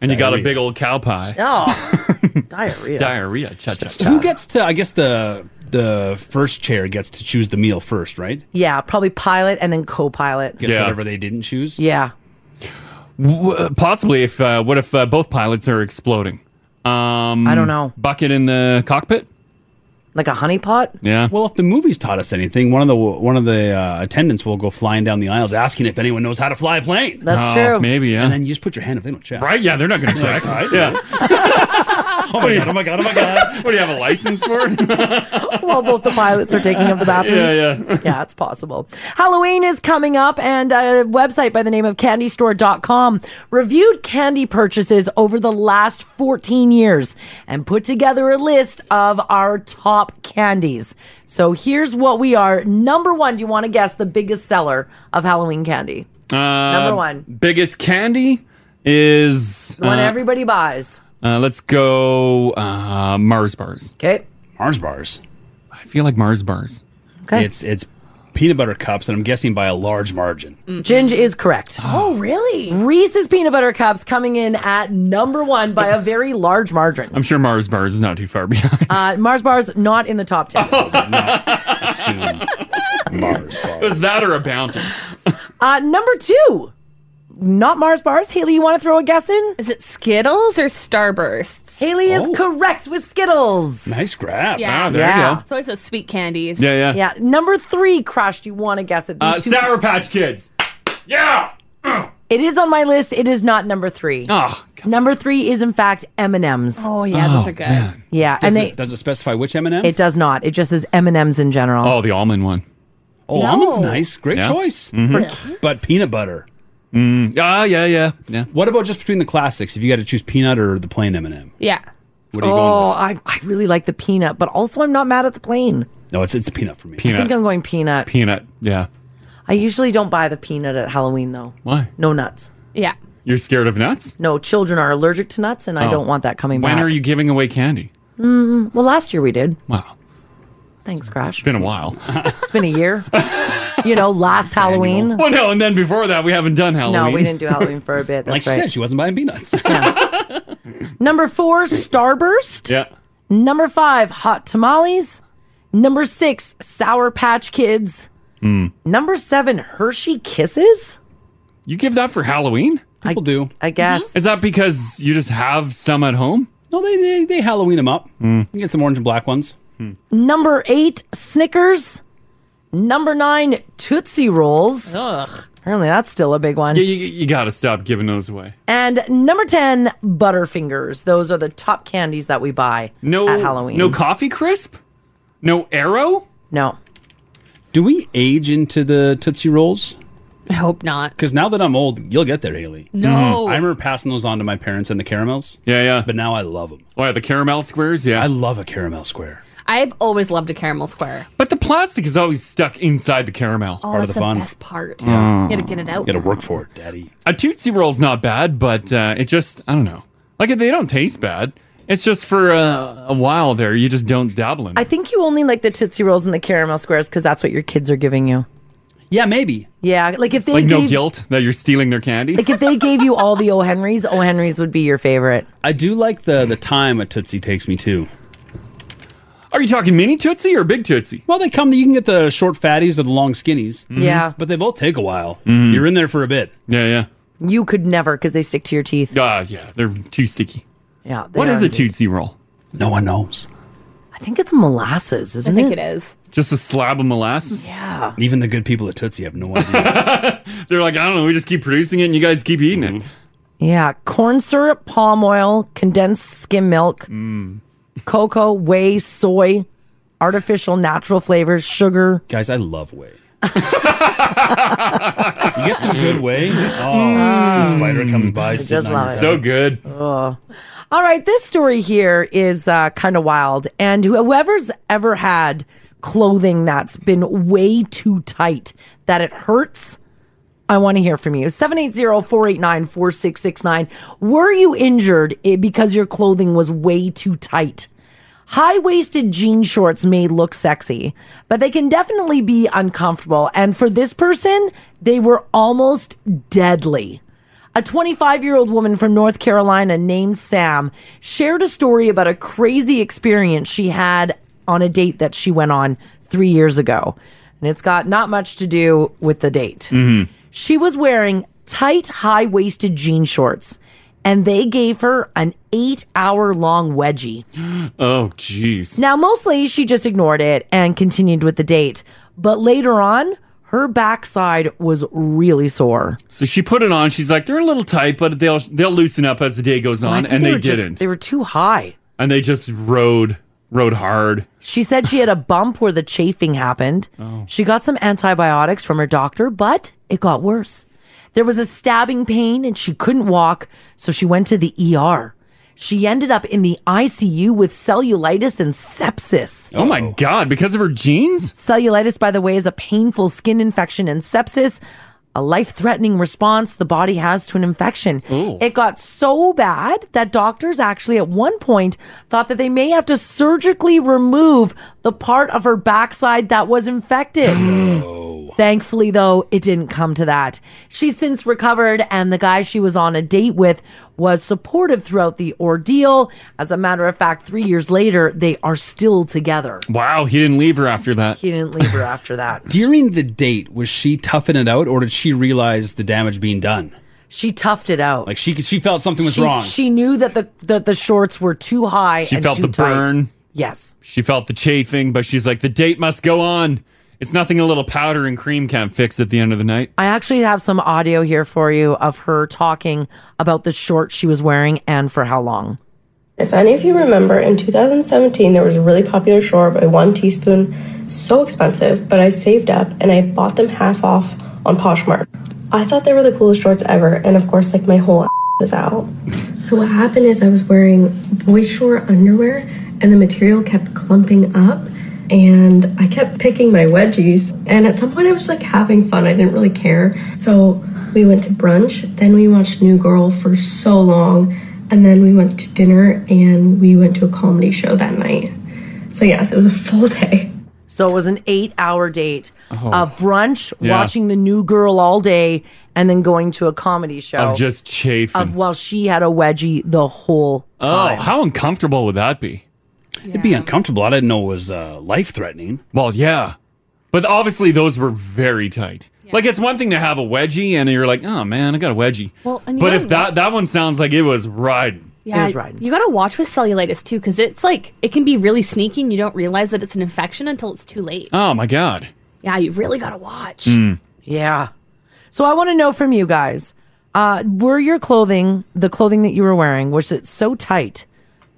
G: and you got a big old cow pie.
I: Oh, diarrhea.
G: Diarrhea. Cha cha
J: Who gets to? I guess the the first chair gets to choose the meal first, right?
I: Yeah, probably pilot and then co-pilot.
J: Gets whatever they didn't choose.
I: Yeah.
G: W- possibly if uh, what if uh, both pilots are exploding? Um,
J: I don't know.
G: Bucket in the cockpit.
I: Like a honey pot.
G: Yeah.
J: Well, if the movies taught us anything, one of the one of the uh, attendants will go flying down the aisles asking if anyone knows how to fly a plane.
G: That's Oh, true. Maybe, yeah.
J: And then you just put your hand up. They don't check.
G: Right? Yeah, they're not going to check. yeah.
J: oh my god! Oh my god! Oh my god!
G: What do you have a license for?
I: While both the pilots are taking up the bathrooms.
G: Yeah, yeah.
I: yeah, it's possible. Halloween is coming up, and a website by the name of candystore.com reviewed candy purchases over the last 14 years and put together a list of our top candies. So here's what we are. Number one, do you want to guess the biggest seller of Halloween candy?
G: Uh,
I: Number one.
G: Biggest candy is
I: The one
G: uh,
I: everybody buys.
G: Uh, let's go uh, Mars bars.
I: Okay.
J: Mars bars.
G: I feel like Mars bars.
I: Okay.
J: It's it's peanut butter cups, and I'm guessing by a large margin.
I: Ginge is correct.
C: Oh, really?
I: Reese's peanut butter cups coming in at number one by a very large margin.
G: I'm sure Mars bars is not too far behind.
I: Uh, Mars bars not in the top ten.
C: Oh.
G: It was that or a bounty?
I: Uh, number two, not Mars bars. Haley, you want to throw a guess in?
C: Is it Skittles or Starbursts?
I: Haley
J: Oh.
I: is correct with Skittles.
J: Nice grab.
I: Ah,
C: It's always those sweet candies.
G: Yeah, yeah.
I: Yeah. Number three, Crush. Do you want to guess at these
G: Uh,
I: two?
G: Sour Patch Kids.
I: It is on my list. It is not number three.
G: Oh,
I: number three is in fact M and M's.
C: Oh
J: yeah, those Oh, are good. man.
I: Yeah,
J: Does,
I: Uh, and
J: it, does it specify which M&M?
I: they it does not. It just says M and M's in general.
G: Oh, the almond one.
J: oh,
I: No.
J: almond's nice. Great
I: Yeah.
J: choice.
I: Mhm.
J: But peanut butter. Ah, yeah, yeah, yeah. What about just between the classics? If you got to choose peanut or the plain M&M,
C: Yeah.
J: what are you
I: oh,
J: going
I: I, I really like the peanut, but also I'm not mad at the plain.
J: with? No, it's it's peanut for me.
I: I think I'm going peanut.
G: Peanut. Yeah.
I: I usually don't buy the peanut at Halloween though.
G: Why?
I: No nuts.
C: Yeah.
G: You're scared of nuts?
I: No, children are allergic to nuts, and I
G: Oh.
I: don't want that coming
G: when
I: back.
G: are you giving away candy?
I: Mm, well, last year we did.
G: Wow.
I: Thanks, Crash.
G: It's been a while.
I: It's been a year. you know, last Halloween.
G: well, Oh, no, and then before that, we haven't done Halloween.
I: No, we didn't do Halloween for a bit. That's
G: like she
I: right.
G: said, she wasn't buying peanuts.
I: Number four, Starburst.
G: yeah.
I: Number five, hot tamales. Number six, Sour Patch Kids.
G: Mm.
I: Number seven, Hershey Kisses.
G: You give that for Halloween?
I: People
J: do.
C: Mm-hmm.
I: I guess.
G: Is that because you just have some at home?
J: No, they they, they Halloween them up. You can get some orange and black ones.
I: Number eight, Snickers. Number nine, Tootsie Rolls.
C: Ugh.
I: Apparently, that's still a big one.
G: Yeah, you, you got to stop giving those away.
I: And number 10, Butterfingers. Those are the top candies that we buy
G: No,
I: at Halloween.
G: No coffee crisp? No arrow?
I: No.
J: Do we age into the Tootsie Rolls?
C: I hope not.
J: Because now that I'm old, you'll get there, Haley. Mm-hmm.
C: No. Mhm.
J: I remember passing those on to my parents and the caramels.
G: Yeah, yeah.
J: But now I love them.
G: Oh, yeah, the caramel squares? Yeah.
J: I love a caramel square.
C: I've always loved a caramel square.
G: But the plastic is always stuck inside the caramel.
C: Oh, that's best part.
I: Mm.
G: Yeah.
C: You gotta get it out.
J: work for it, Daddy.
G: A Tootsie Roll's not bad, but uh, it just, I don't know. Like, they don't taste bad. It's just for uh, a while there, you just don't dabble in it.
I: I think you only like the Tootsie Rolls and the caramel squares because that's what your kids are giving you.
J: Yeah, maybe.
I: Yeah, like if they
G: Like,
I: gave,
G: no guilt that you're stealing their candy?
I: like if they gave you all the O Henrys, O Henrys would be your favorite.
J: I do like the the time a Tootsie takes me to.
G: Are you talking mini Tootsie or big Tootsie?
J: Well, they come. You can get the short fatties or the long skinnies.
I: Yeah.
J: but they both take a while.
G: Mm-hmm.
J: You're in there for a bit.
G: Yeah, yeah.
I: You could never because they stick to your teeth.
G: Ah, yeah, they're too sticky.
I: Yeah. they
G: What is a
I: are indeed.
G: Tootsie Roll?
J: No one knows.
I: I think it's molasses, isn't
C: I think
I: it?
C: it is.
G: Just a slab of molasses?
I: Yeah.
J: Even the good people at Tootsie have no idea.
G: They're like, I don't know, we just keep producing it and you guys keep eating it.
I: Yeah. Corn syrup, palm oil, condensed skim milk,
J: Mm.
I: cocoa, whey, soy, artificial natural flavors, sugar.
J: Guys, I love whey. you get some good whey. Oh,
I: Mm.
J: some spider comes by. sits
I: just
J: on
I: love
J: your
I: it.
J: side.
I: So
G: good.
I: Oh. All right, this story here is uh, kind of wild. And whoever's ever had clothing that's been way too tight that it hurts, I want to hear from you. 780 489 4669. Were you injured i- because your clothing was way too tight? High waisted jean shorts may look sexy, but they can definitely be uncomfortable. And for this person, they were almost deadly. A 25 year old woman from North Carolina named Sam shared a story about a crazy experience she had on a date that she went on three years ago. And it's got not much to do with the date.
G: Mm-hmm.
I: She was wearing tight, high waisted jean shorts, and they gave her an eight hour long wedgie.
G: Oh, jeez.
I: Now, mostly she just ignored it and continued with the date. But later on, her backside was really sore.
G: So she put it on. She's like, they're a little tight, but they'll they'll loosen up as the day goes
I: I
G: on,
I: think
G: and they,
I: were just-
G: didn't.
I: they were too high.
G: and they just rode rode hard.
I: She said she had a bump where the chafing happened. She got some antibiotics from her doctor, but it got worse. There was a stabbing pain and she couldn't walk, so she went to the ER. She ended up in the ICU with cellulitis and sepsis.
G: Oh my god! Because of her jeans?
I: Cellulitis, by the way, is a painful skin infection and sepsis, a life threatening response the body has to an infection. It got so bad that doctors actually at one point thought that they may have to surgically remove the part of her backside that was infected. Thankfully, though, it didn't come to that. She's since recovered, and the guy she was on a date with was supportive throughout the ordeal. As a matter of fact, three years later, they are still together.
G: Wow! He didn't leave her after that.
I: He didn't leave her after that.
J: During the date, was she toughing it out, or did she realize the damage being done?
I: She toughed it out.
J: Like she could- she felt something was
I: she,
J: wrong.
I: She knew that the that the shorts were too high.
G: She
I: and
G: felt
I: too
G: the
I: tight.
G: burn.
I: Yes.
G: She felt the chafing, but she's like, the date must go on. It's nothing a little powder and cream can't fix at the end of the night.
I: I actually have some audio here for you of her talking about the shorts she was wearing and for how long.
N: If any of you remember, in 2017, there was a really popular short by One Teaspoon, so expensive, but I saved up and I bought them half off on Poshmark. I thought they were the coolest shorts ever, and of course, like my whole ass is out. So what happened is I was wearing boy short underwear, and the material kept clumping up, and I kept picking my wedgies. And at some point, I was like having fun. I didn't really care. So we went to brunch, then we watched New Girl for so long, and then we went to dinner, and we went to a comedy show that night. So yes, it was a full day.
I: So it was an eight hour date
N: Oh.
I: of brunch,
G: Yeah.
I: watching the new girl all day, and then going to a comedy show
G: Of just chafing.
I: of while she had a wedgie the whole
G: oh,
I: time.
G: how uncomfortable would that be?
J: It'd be uncomfortable. I didn't know it was uh, life threatening.
G: Well, yeah. But obviously, those were very tight. Like, it's one thing to have a wedgie and you're like, oh man, I got a wedgie.
C: Well, and you
G: but
C: gotta
G: if that, that one sounds like it was riding.
C: You gotta watch with cellulitis too, because it's like it can be really sneaky, and you don't realize that it's an infection until it's too late.
G: Oh my God. Hmm.
C: Yeah, you really gotta watch.
I: Yeah. So I want to know from you guys uh, were your clothing, the clothing that you were wearing, was it so tight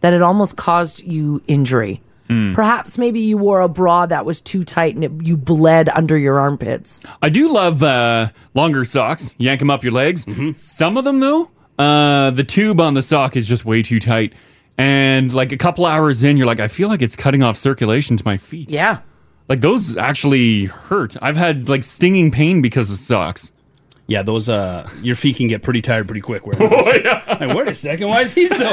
I: that it almost caused you injury?
G: Hmm.
I: Perhaps maybe you wore a bra that was too tight and it, you bled under your armpits.
G: I do love uh, longer socks. Yank them up your legs.
J: Mm-hmm.
G: Some of them, though, uh, the tube on the sock is just way too tight. And like a couple hours in, you're like, I feel like it's cutting off circulation to my feet.
I: Yeah.
G: Like those actually hurt. I've had like stinging pain because of socks.
J: Yeah, those uh, your feet can get pretty tired pretty quick. Wearing
G: Oh,
J: those. like, wait a second, why is he so?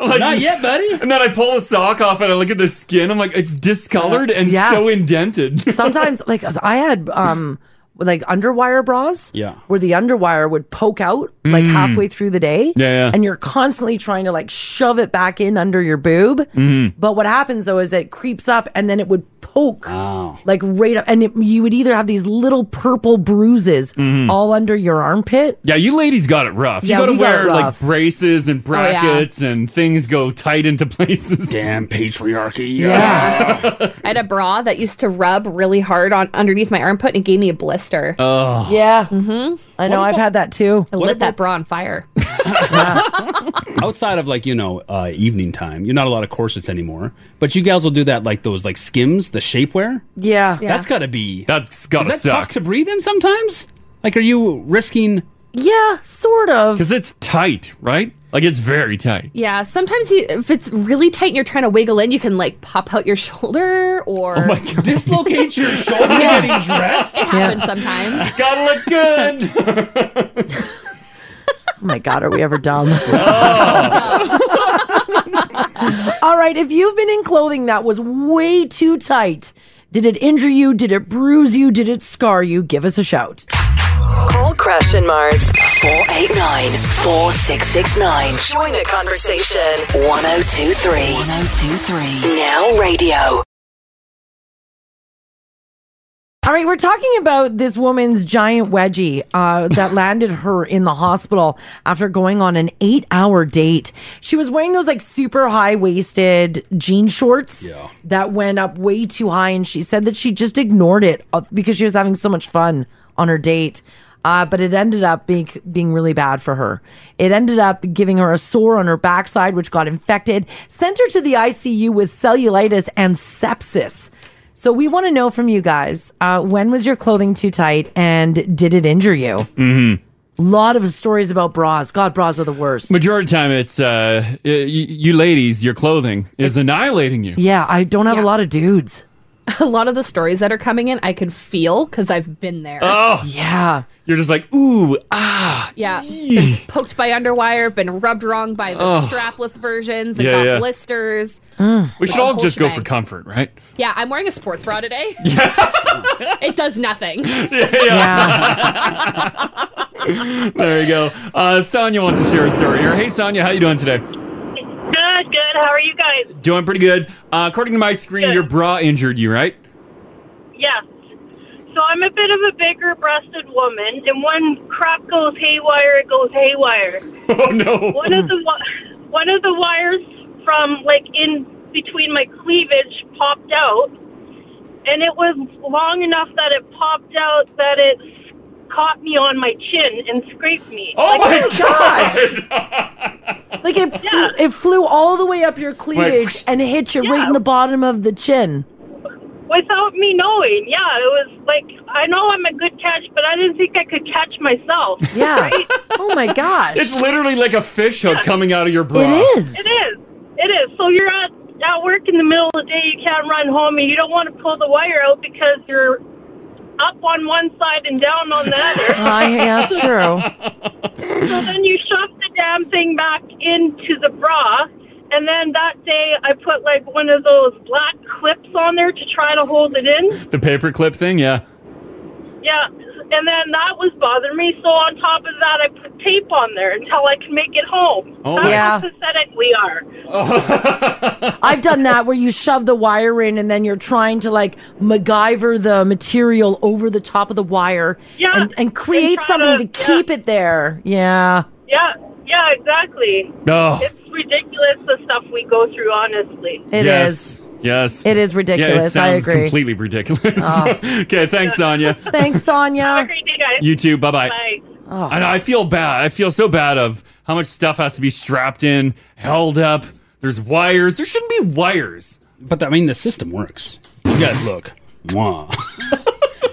J: Not yet, buddy.
G: And then I pull the sock off and I look at the skin. I'm like, it's discolored and
I: Yeah.
G: so indented.
I: Sometimes, like, 'cause I had um, like underwire bras
G: Yeah.
I: where the underwire would poke out like
G: Mm.
I: halfway through the day.
G: Yeah, yeah.
I: And you're constantly trying to like shove it back in under your boob.
G: Mm.
I: But what happens though is it creeps up and then it would poke like right up. And it, you would either have these little purple bruises
G: Mhm.
I: all under your armpit.
G: Yeah, you ladies got it rough.
I: Yeah,
G: you
I: we
G: gotta
I: got it
G: wear like
I: rough.
G: braces and
I: Oh, yeah.
G: brackets and things go tight into places. Damn
J: patriarchy.
C: I had a bra that used to rub really hard on underneath my armpit, and it gave me a blister.
G: Oh.
I: Yeah.
C: Mm-hmm.
I: I know, I've had that too.
C: I lit that bra on fire.
J: Outside of like you know uh, evening time, you're not a lot of corsets anymore. But you guys will do that like those like skims, the shapewear.
I: Yeah.
J: That's gotta be.
G: That's gotta
J: is that
G: suck.
J: tough to breathe in sometimes? Like, are you risking?
I: Yeah, sort of.
G: Because it's tight, right? Like it's very tight.
C: Yeah, sometimes you, if it's really tight and you're trying to wiggle in, you can like pop out your shoulder or
G: Oh my god.
J: Dislocate your shoulder getting dressed.
C: It happens sometimes.
G: Gotta look good.
I: Oh my God, are we ever dumb? All right, if you've been in clothing that was way too tight, did it injure you? Did it bruise you? Did it scar you? Give us a shout.
A: Call Crash and Mars 489 4669. Join the conversation 1023. 1023. Now radio.
I: All right, we're talking about this woman's giant wedgie uh, that landed her in the hospital after going on an eight hour date. She was wearing those like super high waisted jean shorts that went up way too high, and she said that she just ignored it uh, because she was having so much fun on her date. Uh, but it ended up being being really bad for her. It ended up giving her a sore on her backside, which got infected, sent her to the ICU with cellulitis and sepsis. So we want to know from you guys: uh, when was your clothing too tight, and did it injure you?
G: Mm-hmm.
I: lot of stories about bras. God, bras are the worst.
G: Majority of the time, it's uh, y- y- you ladies. Your clothing is annihilating you.
I: Yeah, I don't have a lot of dudes.
C: A lot of the stories that are coming in, I can feel because I've been there.
G: Oh
I: yeah.
G: You're just like ooh ah.
C: Yeah, been poked by underwire, been rubbed wrong by the
G: Ugh.
C: strapless versions, and
G: Yeah,
C: got
G: yeah.
C: blisters.
G: We should
C: The
G: all
C: whole
G: just go for
C: shebang.
G: comfort, right?
C: Yeah, I'm wearing a sports bra today. it does nothing.
G: there you go. Uh, Sonia wants to share a story here. Hey, Sonia, how you doing today?
L: Good, good. How are you guys?
G: Doing pretty good. Uh, according to my screen, your bra injured you, right?
L: Yeah. So I'm a bit of a bigger breasted woman, and when crap goes haywire, it goes haywire.
G: Oh no!
L: One of the wi- one of the wires from like in between my cleavage popped out, and it was long enough that it popped out that it caught me on my chin and scraped me.
I: Oh
L: Like,
I: my gosh! like it, flew, it flew all the way up your cleavage and hit you right in the bottom of the chin.
L: Without me knowing, yeah, it was like I know I'm a good catch, but I didn't think I could catch myself.
I: Yeah. oh my gosh!
G: It's literally like a fish hook coming out of your bra.
L: It is. It is. So you're at at work in the middle of the day. You can't run home, and you don't want to pull the wire out because you're up on one side and down on the other.
I: Ah, yeah, that's true.
L: So then you shove the damn thing back into the bra. And then that day, I put like one of those black clips on there to try to hold it in.
G: The paperclip thing, yeah.
L: Yeah, and then that was bothering me. So on top of that, I put tape on there until I can make it home.
G: Oh,
L: That's
I: Yeah.
L: how pathetic we are.
I: I've done that where you shove the wire in and then you're trying to like MacGyver the material over the top of the wire
L: Yeah,
I: and, and create
L: try
I: something to,
L: to- yeah.
I: keep it there. Yeah.
L: Yeah, yeah, exactly.
G: Oh.
L: It's ridiculous the stuff we go through, honestly.
I: It
G: yes. Yes.
I: It is
G: Yeah, it
I: ridiculous. I
G: sounds
I: agree. Oh.
G: completely ridiculous. okay, thanks, Sonia.
I: Thanks, Sonia.
G: You too. Bye-bye.
I: Oh.
G: And I feel bad. I feel so bad of how much stuff has to be strapped in, held up. There's wires. There shouldn't be wires.
J: But I mean, the system works. You guys look. Mwah.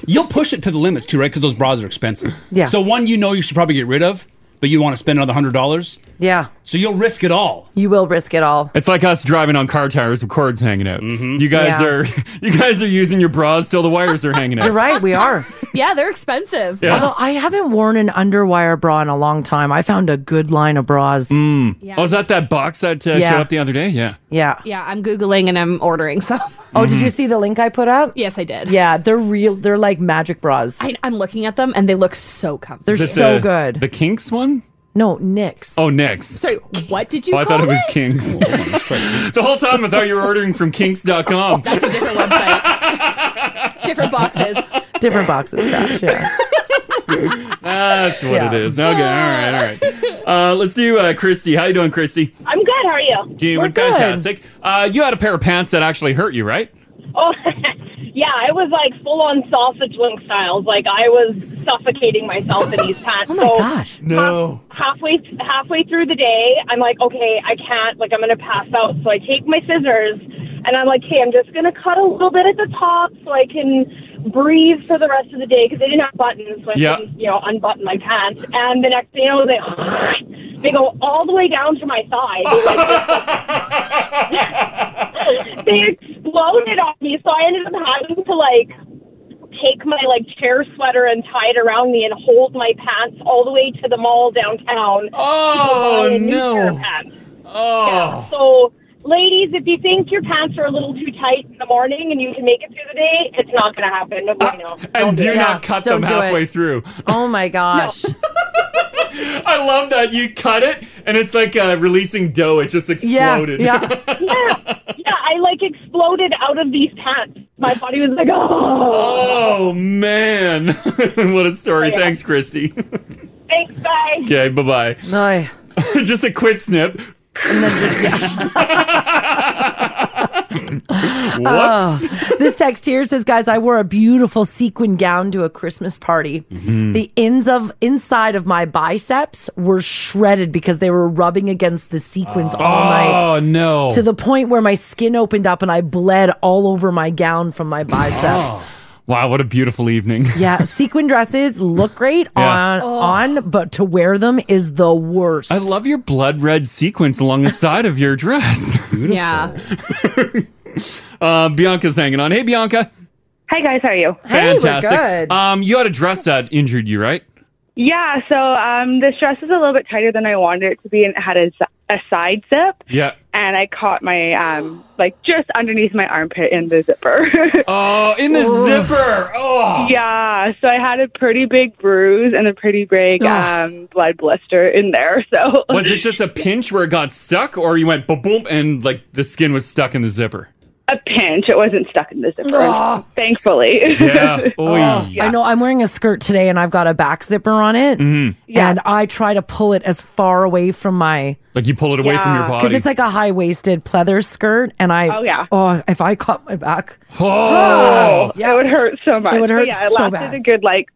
J: You'll push it to the limits too, right? Because those bras are expensive.
I: Yeah.
J: So one you know you should probably get rid of, but you want to spend another hundred dollars.
I: Yeah.
J: So you'll risk it all.
I: You will risk it all.
G: It's like us driving on car tires with cords hanging out.
J: Mm-hmm.
G: You guys
I: Yeah.
G: are you guys are using your bras till the wires are hanging out.
I: You're right, we are.
C: yeah, they're expensive.
G: Yeah.
I: Although I haven't worn an underwire bra in a long time. I found a good line of bras.
G: Mm. Oh, is that that box that uh,
I: Yeah.
G: showed up the other day? Yeah.
I: Yeah.
C: Yeah, I'm Googling and I'm ordering some.
I: Oh,
G: Mm-hmm.
I: did you see the link I put up?
C: Yes, I did.
I: Yeah, they're real. They're like magic bras.
C: I, I'm looking at them and they look so comfy.
I: They're
G: Is it
I: so
G: the-
I: good.
G: The Kinks one?
I: No, Nyx.
G: Oh, Nyx.
C: Sorry, what did you
G: oh, I
C: call
G: thought it was
C: it?
G: Kinks. the whole time I thought you were ordering from Kinks.com.
C: That's a different website. different boxes.
I: Different boxes, crash. Yeah.
G: That's what
I: Yeah.
G: it is. Okay, all right, all right. Uh, let's do uh, Christy. How you doing, Christy?
L: I'm good. How are you?
G: Doing
L: We're good.
G: fantastic. Uh, you had a pair of pants that actually hurt you, right?
L: Oh, yeah, it was like full on sausage link styles. Like I was suffocating myself in these pants. oh my gosh!
G: No.
L: halfway halfway through the day, I'm like, okay, I can't. Like, I'm gonna pass out. So I take my scissors and I'm like, hey, I'm just gonna cut a little bit at the top so I can breathe for the rest of the day because they didn't have buttons, so I
P: Yeah.
L: couldn't, you know, unbutton my pants. And the next thing I was like, they go all the way down to my thigh. They, like, they exploded on me, so I ended up having to like take my like chair sweater and tie it around me and hold my pants all the way to the mall downtown.
G: Oh,
L: to go buy a new
G: no.
L: pair of pants.
G: Oh.
L: Yeah, So ladies, if you think your pants are a little too tight in the morning and you can make it through the day, it's not going to happen. Nobody knows.
G: And do
L: do it.
G: not
L: Yeah,
G: cut
L: don't
G: them
L: do it.
G: halfway through.
I: Oh my gosh.
G: I love that you cut it and it's like uh, releasing dough. It just exploded.
L: Yeah, I like exploded out of these pants. My body was like, oh.
G: oh man, what a story!
L: Oh, yeah.
G: Thanks, Christy.
L: Thanks, bye.
G: okay, bye bye.
I: No.
G: just a quick snip. Whoops.
I: Oh. this text here says, guys, I wore a beautiful sequin gown to a Christmas party.
G: Mm-hmm.
P: Mhm.
I: The ends of inside of my biceps were shredded because they were rubbing against the sequins all night.
G: Oh no!
I: To the point where my skin opened up and I bled all over my gown from my biceps.
G: Oh. Wow, what a beautiful evening.
I: Yeah, sequin dresses look great
G: Yeah.
I: on on, but to wear them is the worst.
G: I love your blood red sequence along the side of your dress. Beautiful.
I: Yeah.
G: Uh, Bianca's hanging on. Hey, Bianca.
P: Hi guys, how are you?
G: Fantastic. Um, you had a dress that injured you, right?
P: Yeah, so um, this dress is a little bit tighter than I wanted it to be, and it had a, z- a side zip,
G: Yeah.
P: and I caught my um, like just underneath my armpit in the zipper.
G: oh, in the zipper. Oh.
P: Yeah, so I had a pretty big bruise and a pretty big um, blood blister in there. So
G: Was it just a pinch where it got stuck, or you went boom boom and like the skin was stuck in the zipper?
P: a pinch. inch. It wasn't stuck in the zipper,
I: Aw.
P: thankfully.
I: Oh, I know. I'm wearing a skirt today, and I've got a back zipper on it,
G: Mm-hmm.
I: and I try to pull it as far away from my
G: Like you pull it away from your body.
I: because it's like a high waisted pleather skirt, and I oh yeah oh if I caught my back
P: Oh,
I: yeah
P: it would hurt so much.
I: it would
P: But
I: hurt
P: yeah, it
I: so
P: lasted
I: bad. Mm.
P: a good like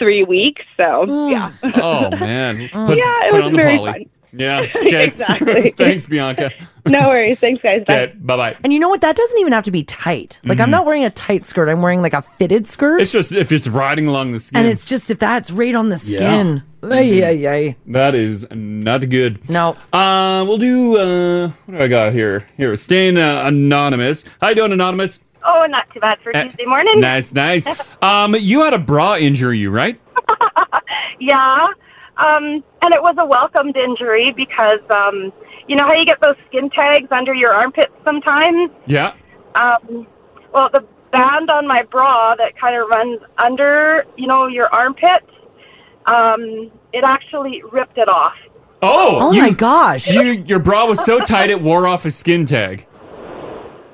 P: three weeks. So yeah,
G: oh man. Put,
P: Yeah, it
G: put
P: was
G: on the
P: very
G: poly.
P: fun.
G: Yeah. Okay.
P: Exactly.
G: Thanks, Bianca.
P: no worries. Thanks, guys.
G: Okay. Bye bye.
I: And you know what? That doesn't even have to be tight. Like
G: Mhm.
I: I'm not wearing a tight skirt. I'm wearing like a fitted skirt,
G: It's just if it's riding along the skin.
I: and it's just if that's right on the
G: Yeah. Mm-hmm.
I: skin. Ay, ay, ay.
G: That is not good.
I: No.
G: Uh, we'll do. Uh, what do I got here? Here, staying uh, anonymous. How you doing, anonymous?
Q: Oh, not too bad for
G: Eh,
Q: Tuesday morning.
G: Nice, nice. Um, you had a bra injury, right?
Q: Yeah. Um, and it was a welcomed injury because, um, you know how you get those skin tags under your armpits sometimes?
G: Yeah.
Q: Um, well, the band on my bra that kind of runs under, you know, your armpit, um, it actually ripped it off.
G: Oh.
Q: Oh
I: my gosh.
G: You, your bra was so tight it wore off a skin tag.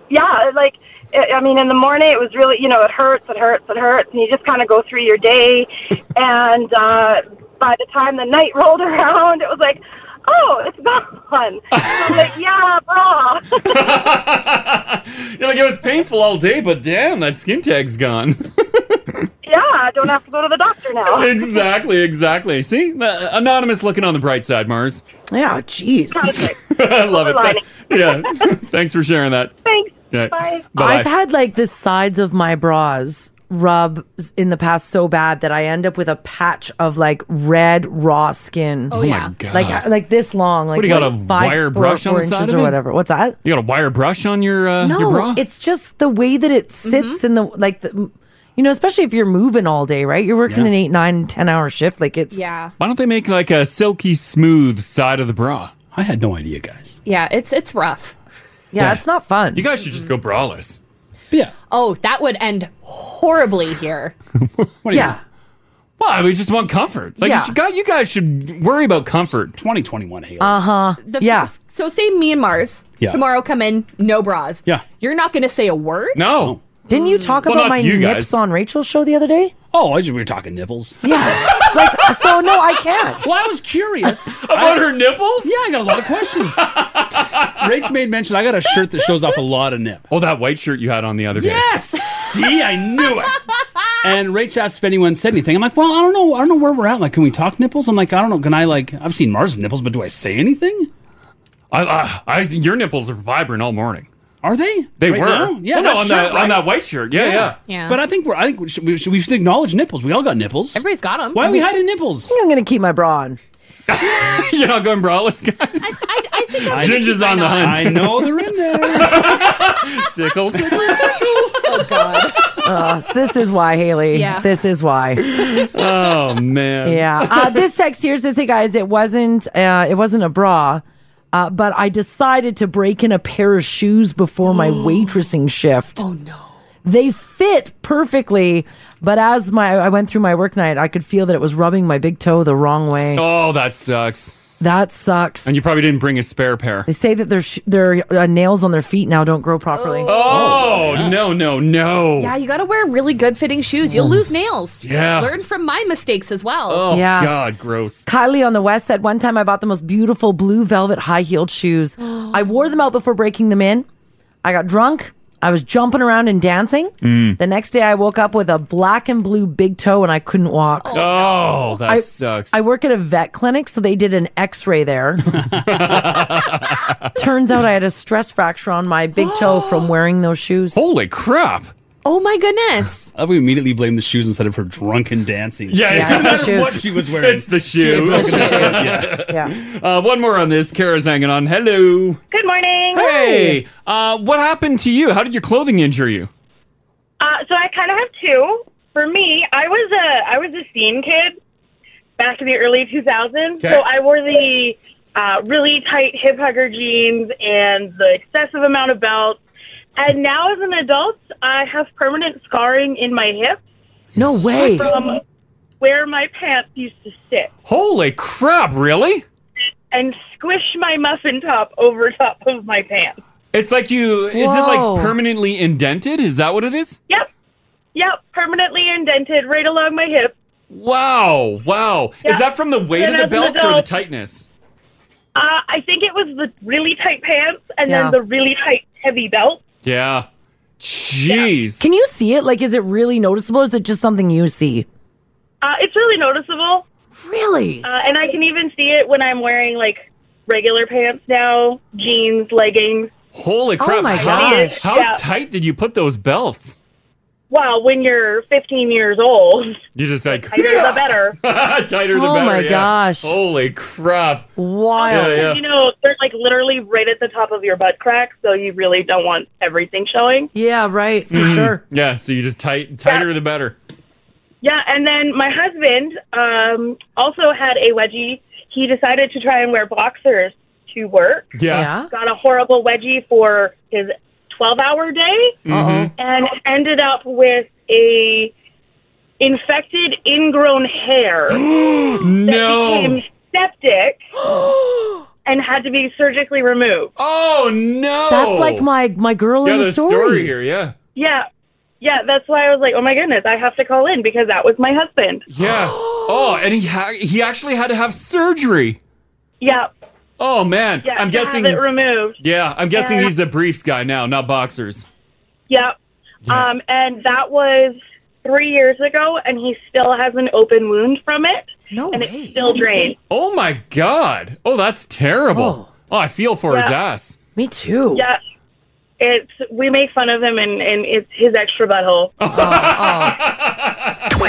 Q: Yeah, like it, I mean, in the morning it was really you know it hurts, it hurts, it hurts, and you just kind of go through your day, and uh, by the time the night rolled around, it was like, oh, it's gone. so I'm like, yeah, bra.
G: You're like it was painful all day, but damn, that skin tag's gone.
Q: yeah, I don't have to go to the doctor now.
G: exactly, exactly. See, The- anonymous looking on the bright side, Mars.
I: Yeah, jeez.
G: I love it.
I: lining.
G: yeah, thanks for sharing that.
Q: Thanks.
G: Yeah. Bye-bye.
I: I've had like the sides of my bras rub s- in the past so bad that I end up with a patch of like red raw skin.
G: Oh, Oh, my yeah. God.
I: like like this long. Like
G: What, you got
I: like
G: a
I: five,
G: wire
I: four-
G: brush on
I: four
G: the side
I: inches
G: of
I: or
G: it?
I: whatever. What's that?
G: You got a wire brush on your uh, your
I: no,
G: bra? Mm-hmm.
I: it's just the way that it sits in the like the. You know, especially if you're moving all day, right? You're working
G: Yeah.
I: an eight, nine, ten hour shift. Like it's
C: Yeah.
G: Why don't they make like a silky smooth side of the bra? I had no idea, guys.
C: Yeah, it's it's rough.
I: Yeah, it's not fun.
G: You guys should just go braless.
C: Oh, that would end horribly here.
G: yeah. Why? We just want comfort. Like
C: Yeah.
G: you, should, guys- you guys should worry about comfort. 2021 Halo.
I: Uh huh.
C: The- So say me and Mars
G: Yeah.
C: tomorrow come in no bras.
G: Yeah.
C: You're not going to say a word.
G: No.
I: Didn't you talk
J: Well,
I: about
J: not
I: my
J: to you
I: nips
J: guys.
I: on Rachel's show the other day?
J: Oh, I just, we were talking nipples.
I: Yeah. like, so no, I can't.
J: Well, I was curious
G: about her nipples.
J: Yeah, I got a lot of questions. Rach made mention I got a shirt that shows off a lot of nip.
G: Oh, that white shirt you had on the other day.
J: Yes. See, I knew it. And Rach asked if anyone said anything. I'm like, well, I don't know. I don't know where we're at. Like, can we talk nipples? I'm like, I don't know. Can I like? I've seen Mars nipples, but do I say anything?
G: I, I, I your nipples are vibrant all morning.
J: Are they?
G: They
J: Right
G: were.
J: now? Yeah,
G: Well,
J: that shirt,
G: no, on that on
J: right?
G: that white shirt. Yeah, yeah.
C: Yeah.
J: But I think we're. I think we should, we should, we should acknowledge nipples. We all got nipples.
C: Everybody's got them.
J: Why are we hiding nipples?
I: I'm gonna keep my bra on.
G: You're not going braless, guys.
C: I, I, I think
J: I-
G: Ginger's on the hunt.
J: I know they're in there.
G: Tickle, tickle.
I: Uh, this is why, Haley.
G: Yeah.
I: This is why.
G: Oh man.
I: yeah. Uh, this text here says, "Hey guys, it wasn't uh, it wasn't a bra, uh, but I decided to break in a pair of shoes before my waitressing shift. Oh no, they fit perfectly, but as my I went through my work night, I could feel that it was rubbing my big toe the wrong way.
G: Oh, that sucks.
I: That sucks.
G: And you probably didn't bring a spare pair.
I: They say that their sh- their uh, nails on their feet now don't grow properly.
G: Oh, no, no, no.
C: Yeah, you got to wear really good fitting shoes. You'll
I: Oh.
C: lose nails.
G: Yeah.
C: Learn from my mistakes as well.
G: Oh
I: Yeah.
G: God, gross.
I: Kylie on the West said, One time I bought the most beautiful blue velvet high heeled shoes. I wore them out before breaking them in. I got drunk. I was jumping around and dancing.
G: Mm.
I: The next day I woke up with a black and blue big toe and I couldn't walk.
G: Oh, that
I: I,
G: sucks.
I: I work at a vet clinic, so they did an x ray there. Turns out I had a stress fracture on my big toe from wearing those shoes.
G: Holy crap.
C: Oh my goodness.
J: I love we immediately blame the shoes instead of her drunken dancing.
G: Yeah, it Yeah,
J: no
G: couldn't it's the
J: matter
G: matter
J: what
G: what shoes.
J: she was wearing.
G: It's the shoe. It's the shoe. Uh, one more on this. Kara's hanging on. Hello.
Q: Good morning.
G: Hey. Uh, what happened to you? How did your clothing injure you?
L: Uh, so I kind of have two. For me, I was a I was a scene kid back in the early 2000s.
G: Okay.
L: So I wore the uh, really tight hip hugger jeans and the excessive amount of belts. And now, as an adult, I have permanent scarring in my hip
I: No way.
L: from where my pants used to sit
G: Holy crap, really?
L: and squish my muffin top over top of my pants.
G: It's like you. Is it
L: Whoa.
G: like permanently indented? Is that what it is?
L: Yep. Yep. Permanently indented right along my hip.
G: Wow! Wow!
L: Yeah.
G: Is that from the weight
L: And
G: of
L: as
G: the
L: an
G: belts or the
L: adult-
G: tightness?
L: Uh, I think it was the really tight pants and
I: Yeah.
L: then the really tight heavy belt.
G: Yeah. Jeez.
I: Can you see it? Like, is it really noticeable? Or is it just something you see?
L: Uh, it's really noticeable.
I: Really?
L: Uh, and I can even see it when I'm wearing like regular pants now, jeans, leggings.
G: Holy
L: Oh
G: crap!
L: my
G: how,
L: gosh.
G: How
L: Yeah.
G: tight did you put those belts?
L: Wow, when you're 15 years old,
G: You just like
L: tighter the better.
G: tighter the
L: Oh
G: better.
L: my
G: yeah.
L: gosh.
G: Holy crap!
I: Wild.
G: Yeah, yeah.
L: You know, they're like literally right at the top of your butt crack, so you really don't want everything showing.
I: Yeah, right.
G: Mhm.
I: sure.
G: Yeah. So you just tight, tighter the better.
L: Yeah, and then my husband um, also had a wedgie. He decided to try and wear boxers to work.
G: Yeah. Yeah.
L: Got a horrible wedgie for his 12 hour day
G: Mhm.
L: and ended up with a infected ingrown hair
G: No.
L: that became septic and had to be surgically removed.
G: Oh no.
I: That's like my my girl
G: yeah,
I: in the
G: there's
I: story.
G: here. Yeah.
L: Yeah. Yeah, that's why I was like, "Oh my goodness, I have to call in because that was my husband."
G: Yeah. oh, and he ha- he actually had to have surgery.
L: Yeah.
G: Oh man.
L: Yeah,
G: I'm
L: to
G: guessing.
L: have it removed.
G: yeah, I'm guessing
L: Yeah.
G: he's a briefs guy now, not boxers.
L: Yeah. Um, and that was three years ago, and he still has an open wound from it. No And it's still drained.
G: Oh my god. Oh, that's terrible. Oh, I feel for his
L: Yeah.
G: ass.
I: Me too.
L: Yeah. It's we make fun of him, and, and it's his extra butthole.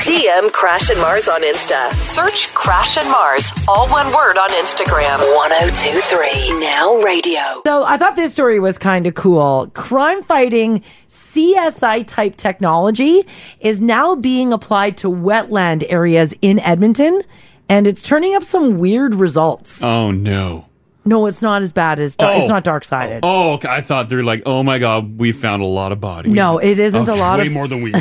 A: DM Crash and Mars on Insta. Search Crash and Mars, all one word on Instagram. 1023 Now Radio.
I: So I thought this story was kind of cool. Crime fighting CSI type technology is now being applied to wetland areas in Edmonton, and it's turning up some weird results.
G: Oh no.
I: No, it's not as bad as dar-
G: Oh.
I: it's not dark sided.
G: Oh, okay, I thought they're like, oh my god, we found a lot of bodies.
I: No, it isn't a lot
J: Way
I: of-
J: more than we.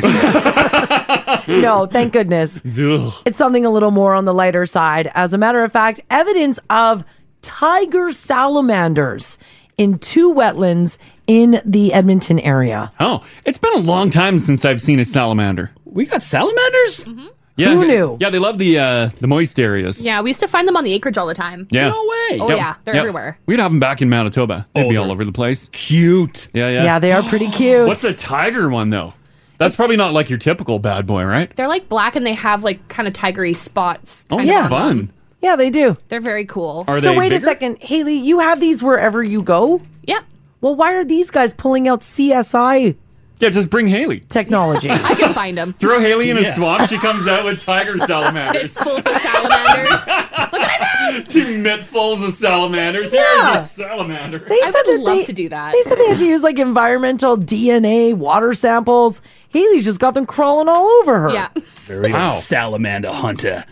I: no, thank goodness.
G: Oh. Ugh.
I: It's something a little more on the lighter side. As a matter of fact, evidence of tiger salamanders in two wetlands in the Edmonton area.
G: Oh, it's been a long time since I've seen a salamander. Mm-hmm.
J: We got salamanders?
G: Yeah,
C: Who
G: they-
C: knew?
G: Yeah, they love the uh, the moist areas.
C: Yeah, we used to find them on the acreage all the time.
G: Yeah.
C: Oh
G: Yep.
C: yeah, they're
G: Yep.
C: everywhere.
G: We'd have them back in Manitoba. They'd be all over the place.
J: Oh, Cute.
G: Yeah, yeah.
I: Yeah, they are pretty cute.
G: What's the tiger one though? That's probably not like your typical bad boy, right?
C: They're like black and they have like kind of tigery spots.
G: Oh,
C: kind of on them.
G: fun.
I: Yeah, they do.
C: They're very cool.
G: Are
I: so
G: they
I: wait
G: bigger?
I: a second, Haley, you have these wherever you go?
C: Yep.
I: Well, why are these guys pulling out CSI
G: Yeah, just bring Haley.
I: technology?
C: I can find them.
G: Throw Haley in a
C: Yeah.
G: swamp. She comes out with tiger salamanders.
C: It's full of salamanders.
G: Two mittfuls of salamanders.
I: Yeah.
G: Here's a salamander.
I: They said that
C: love
I: they,
C: to do that.
I: They said they had to use like environmental DNA, water samples. Haley's just got them crawling all over her.
C: Yeah.
J: Very
G: Wow.
J: salamander hunter.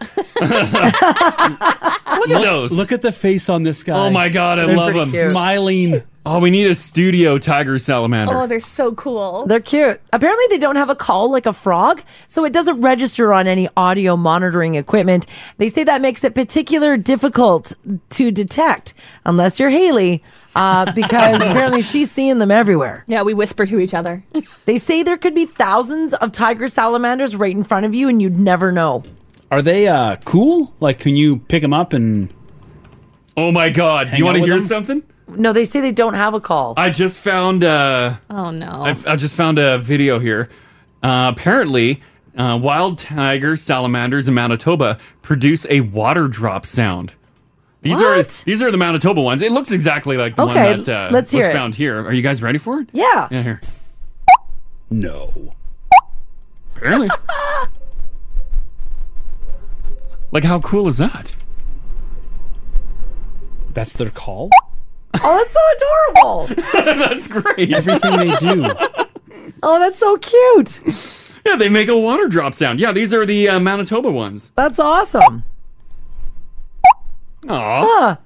G: Look at those.
J: Look at the face on this guy.
G: Oh my god, I
J: They're
G: love them.
J: Smiling.
G: Oh, we need a studio tiger salamander.
C: Oh, they're so cool.
I: They're cute. Apparently, they don't have a call like a frog, so it doesn't register on any audio monitoring equipment. They say that makes it particular difficult to detect, unless you're Haley, uh, because apparently she's seeing them everywhere.
C: Yeah, we whisper to each other.
I: They say there could be thousands of tiger salamanders right in front of you, and you'd never know.
J: Are they uh, cool? Like, can you pick them up and?
G: Oh my god! Do you want to hear something?
I: No, they say they don't have a call.
G: I just found. Uh,
C: Oh no.
G: I, I just found a video here. Uh, apparently, uh, wild tiger salamanders in Manitoba produce a water drop sound. These
I: What?
G: are these are the Manitoba ones. It looks exactly like the
I: Okay,
G: one that uh,
I: let's hear
G: was
I: it.
G: found here. Are you guys ready for it?
I: Yeah.
G: Yeah, here. No. Apparently. like, how cool is that?
J: That's their call.
I: Oh, that's so adorable.
G: that's great.
J: Everything they do.
I: Oh, that's so cute.
G: Yeah, they make a water drop sound. Yeah, these are the uh, Manitoba ones.
I: That's awesome.
G: Aw.
I: Huh.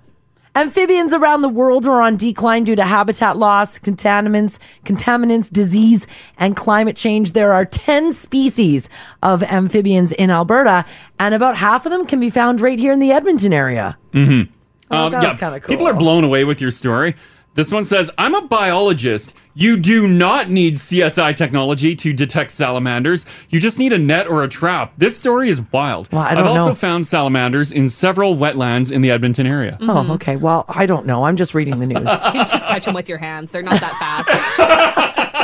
I: Amphibians around the world are on decline due to habitat loss, contaminants, contaminants, disease, and climate change. There are 10 species of amphibians in Alberta, and about half of them can be found right here in the Edmonton area.
G: Mm-hmm.
I: Oh, that was kinda
G: People are blown away with your story. This one says, I'm a biologist. You do not need CSI technology to detect salamanders. You just need a net or a trap. This story is wild.
I: I
G: have
I: don't
G: also
I: know.
G: found salamanders in several wetlands in the Edmonton area.
J: Mm-hmm.
I: Oh, okay. Well, I don't know. I'm just reading the news.
C: You can just catch them with your hands. They're not that fast.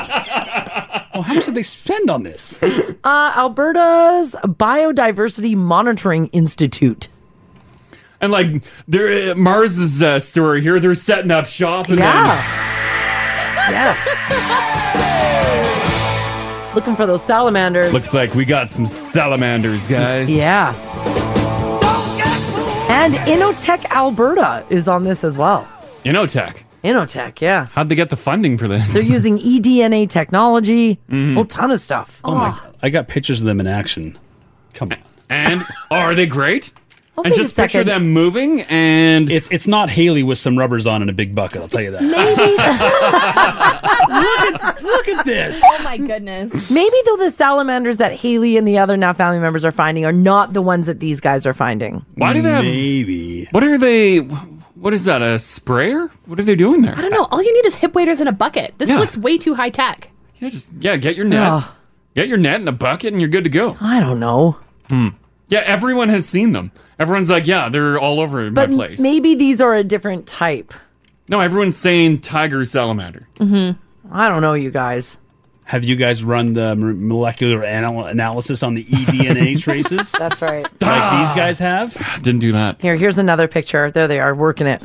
J: Well, how much did they spend on this?
I: Uh, Alberta's Biodiversity Monitoring Institute.
G: And like there, uh, Mars's uh, story here, they're setting up shop. And
I: Yeah. Yeah. Looking for those salamanders.
G: Then, looks like we got some salamanders, guys.
I: Yeah. And Inotech Alberta is on this as well.
G: Inotech.
I: Inotech, yeah.
G: How'd they get the funding for this?
I: They're using eDNA technology,
G: Mhm.
I: whole ton of stuff.
G: Oh my God.
J: I got pictures of them in action. Come on.
G: And are they great?
I: I'll
G: and
I: take a
G: just picture
I: second.
G: them moving, and
J: it's it's not Haley with some rubbers on and a big bucket. I'll tell you that.
I: look
J: at look at this.
C: Oh my goodness.
I: Maybe though the salamanders that Haley and the other now family members are finding are not the ones that these guys are finding.
G: Why do they have
J: maybe?
G: What are they? What is that? A sprayer? What are they doing
C: I
G: there?
C: don't know. All you need is hip waders and a bucket. This looks way too high tech.
G: Yeah, just yeah. Get your net.
C: Ugh.
G: Get your net and a bucket, and you're good to go.
I: I don't know.
G: Hmm. Yeah, everyone has seen them. Everyone's like, yeah, they're all over
I: But
G: my place.
I: maybe these are a different type.
G: no, everyone's saying tiger salamander.
I: Mm-hmm. I don't know, you guys.
J: Have you guys run the m- molecular anal- analysis on the E eDNA traces?
I: That's right.
J: Like these guys have?
G: Didn't do that.
I: Here, here's another picture. There they are, working it,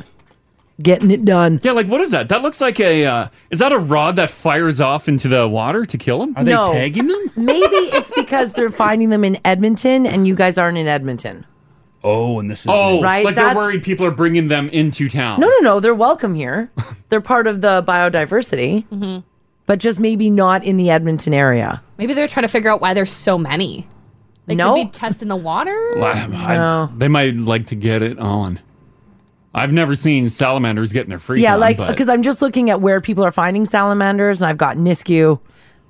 I: getting it done.
G: Yeah, like what is that? That looks like a. Uh, is that a rod that fires off into the water to kill him?
I: No. Maybe it's because they're finding them in Edmonton and you guys aren't in Edmonton.
J: Oh, and this is
G: oh,
I: Right,
G: like they're
I: that's-
G: worried people are bringing them into town.
I: No, no, no. They're welcome here. they're part of the biodiversity,
C: Mm-hmm.
I: but just maybe not in the Edmonton area.
C: Maybe they're trying to figure out why there's so many. They
I: No.
C: could be testing the water.
G: Well, I- I- They might like to get it on. I've never seen salamanders getting their freak
I: yeah,
G: on,
I: like
G: but-
I: because I'm just looking at where people are finding salamanders, and I've got Nisku.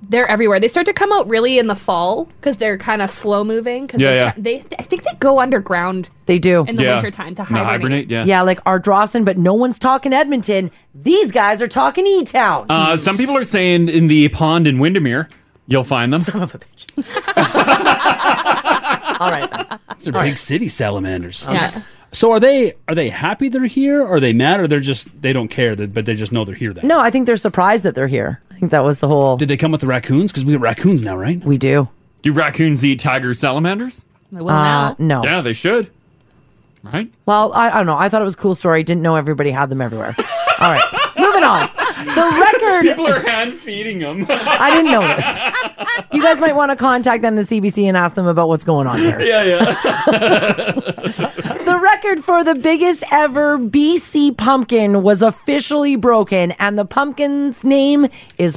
C: They're everywhere. They start to come out really in the fall because they're kind of slow moving. 'cause
I: Yeah,
C: they're
I: yeah.
C: try- they, I think they go underground.
I: They do
C: In the Yeah. wintertime to No, hibernate. hibernate, yeah.
I: yeah, like Ardrossan, but no one's talking Edmonton. These guys are talking E Town.
G: Uh, some people are saying in the pond in Windermere, you'll find them. Son
I: of a bitch.
J: These are big city salamanders.
I: Yeah.
J: So are they are they happy they're here? Or are they mad or they're just they don't care that but they just know they're here then?
I: No, I think they're surprised that they're here. I think that was the whole.
J: Did they come with the raccoons? Because we have raccoons now, right?
I: We do.
G: Do raccoons eat tiger salamanders?
C: They
I: will Uh, now. no.
G: Yeah, they should.
I: Well, I, I don't know. I thought it was a cool story. Didn't know everybody had them everywhere. All right, moving on. The record.
G: People are hand feeding them.
I: I didn't know this. You guys might want to contact them, the CBC, and ask them about what's going on here.
G: yeah, yeah.
I: The record for the biggest ever BC pumpkin was officially broken, and the pumpkin's name is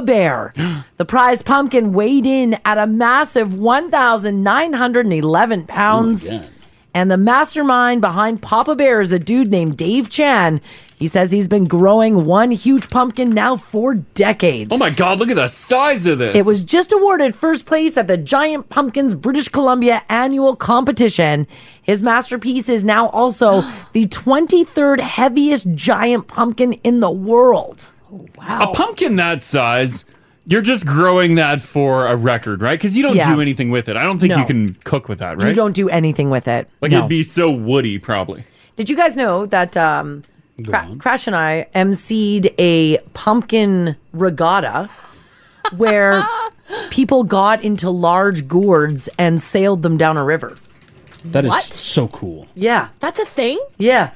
I: Bear. The prize pumpkin weighed in at a massive 1,911 pounds. And the mastermind behind Papa Bear is a dude named Dave Chan. He says he's been growing one huge pumpkin now for decades.
G: Oh my God, look at the size of this.
I: It was just awarded first place at the Giant Pumpkins British Columbia annual competition. His masterpiece is now also the 23rd heaviest giant pumpkin in the world.
G: a pumpkin that size. You're just growing that for a record, right? Because you don't
I: Yeah.
G: do anything with it. I don't think
I: No.
G: you can cook with that, right?
I: You don't do anything with it.
G: Like
I: No.
G: it'd be so woody, probably.
I: Did you guys know that um, Cra- Crash and I emceed a pumpkin regatta where people got into large gourds and sailed them down a river?
J: That is
I: What?
J: so cool.
I: Yeah.
C: That's a thing?
I: Yeah.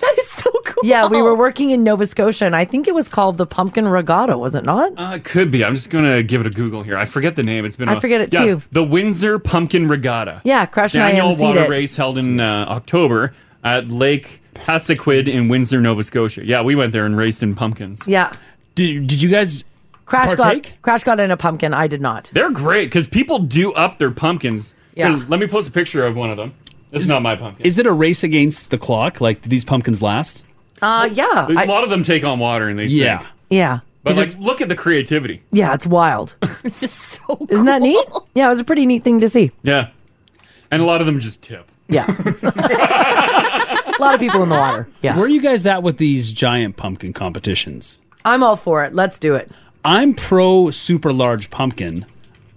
C: That is so cool.
I: Yeah, we were working in Nova Scotia, and I think it was called the Pumpkin Regatta, was it not?
G: Uh, it could be. I'm just gonna give it a Google here. I forget the name. It's been.
I: I
G: a-
I: forget it,
G: Yeah,
I: too.
G: The Windsor Pumpkin Regatta.
I: Yeah, Crash and I
G: Daniel
I: emceed
G: Water
I: it.
G: Race held in uh, October at Lake Passaquid in Windsor, Nova Scotia. Yeah, we went there and raced in pumpkins.
I: Yeah.
J: Did Did you guys?
I: Crash
G: partake?
I: got Crash got in a pumpkin. I did not.
G: They're great because people do up their pumpkins.
I: Yeah.
G: Here, let me post a picture of one of them. It's not my pumpkin.
J: Is it a race against the clock? Like do these pumpkins last?
I: Uh, yeah,
G: A lot of them take on water and they sink.
J: Yeah.
I: yeah,
G: But like, look at the creativity.
I: yeah. It's wild.
C: It's just so.
I: Isn't that neat? Yeah, it was a pretty neat thing to see.
G: Yeah. And a lot of them just tip.
I: Yeah. a lot of people in the water. Yeah.
J: Where are you guys at with these giant pumpkin competitions?
I: I'm all for it. Let's do it.
J: I'm pro super large pumpkin.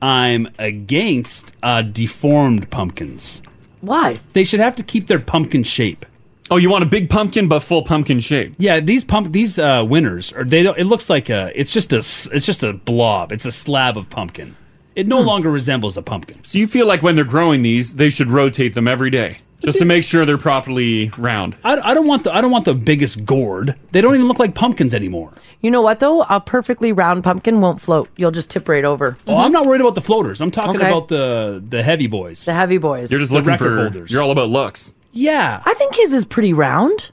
J: I'm against uh, deformed pumpkins.
I: Why?
J: They should have to keep their pumpkin shape.
G: Oh, you want a big pumpkin but full pumpkin shape?
J: Yeah, these pump these uh, winners are they? don't- It looks like a. It's just a. s- It's just a blob. It's a slab of pumpkin. It
I: Hmm.
J: no longer resembles a pumpkin.
G: So you feel like when they're growing these, they should rotate them every day just to make sure they're properly round.
J: I, I don't want the I don't want the biggest gourd. They don't even look like pumpkins anymore.
I: You know what though? A perfectly round pumpkin won't float. You'll just tip right over.
J: Oh, I'm not worried about the floaters. I'm talking
I: Okay.
J: about the the heavy boys.
I: The heavy boys.
J: You're just The looking for- record holders. you're all
G: about looks.
J: Yeah.
I: I think his is pretty round.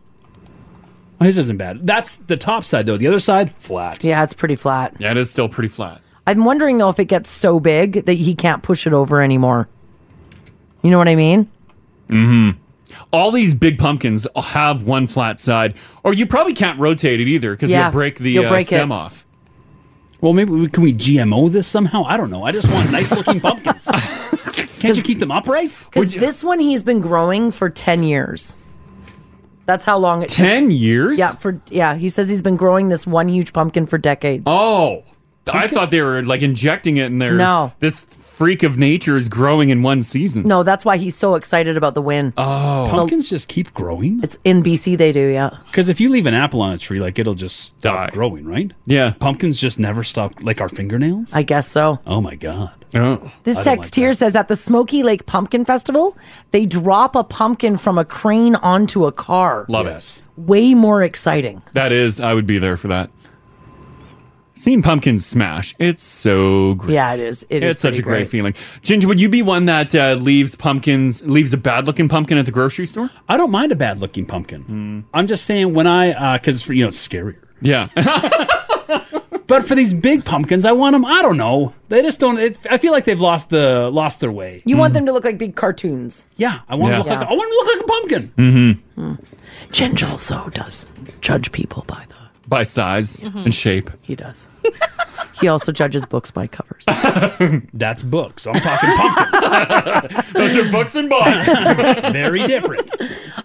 J: Oh, his isn't bad. That's the top side though. The other side flat.
I: Yeah, it's pretty flat.
G: Yeah, it is still pretty flat.
I: I'm wondering though if it gets so big that he can't push it over anymore. You know what I mean?
G: hmm All these big pumpkins have one flat side, or you probably can't rotate it either because
J: Yeah,
G: you'll break the
J: you'll
G: uh,
J: break
G: stem
J: it.
G: off.
J: Well, maybe we, can we GMO this somehow? I don't know. I just want nice looking pumpkins. Can't you keep them upright?
I: Because this one he's been growing for ten years. That's how long it took.
G: 10 years?
I: Yeah, for yeah. He says he's been growing this one huge pumpkin for decades.
G: Oh, I thought they were like injecting it in there.
I: No.
G: This freak of nature is growing in one season.
I: No, that's why he's so excited about the win.
G: Oh,
J: Pumpkins just keep growing.
I: It's in BC they do, yeah.
J: Because if you leave an apple on a tree, like it'll just stop growing, right?
G: Yeah.
J: Pumpkins just never stop, like our fingernails.
I: I guess so.
J: Oh my god.
G: Oh.
I: This text here says at the Smoky Lake Pumpkin Festival, they drop a pumpkin from a crane onto a car.
G: Love it.
I: Way more exciting.
G: That is, I would be there for that. Seeing pumpkins smash, it's so great.
I: Yeah, it is. It is
G: it's such a
I: pretty
G: great,
I: great.
G: feeling. Ginger, would you be one that uh, leaves pumpkins, leaves a bad looking pumpkin at the grocery store? Hmm.
J: I don't mind a bad looking pumpkin. I'm just saying when I, because for you know it's scarier.
G: Yeah.
J: but for these big pumpkins, I want them. I don't know. They just don't. It, I feel like they've lost the lost their way.
I: You
G: Mm.
I: want them to look like big cartoons.
J: Yeah, I want
I: Yeah.
J: to look like
I: Yeah.
J: I want to look like a pumpkin.
G: Mm-hmm.
I: Ginger also does judge people by the.
G: By size
I: Mhm.
G: and shape.
I: He does. He also judges books by covers.
J: That's books. I'm talking pumpkins.
G: Those are books and bars.
J: Very different.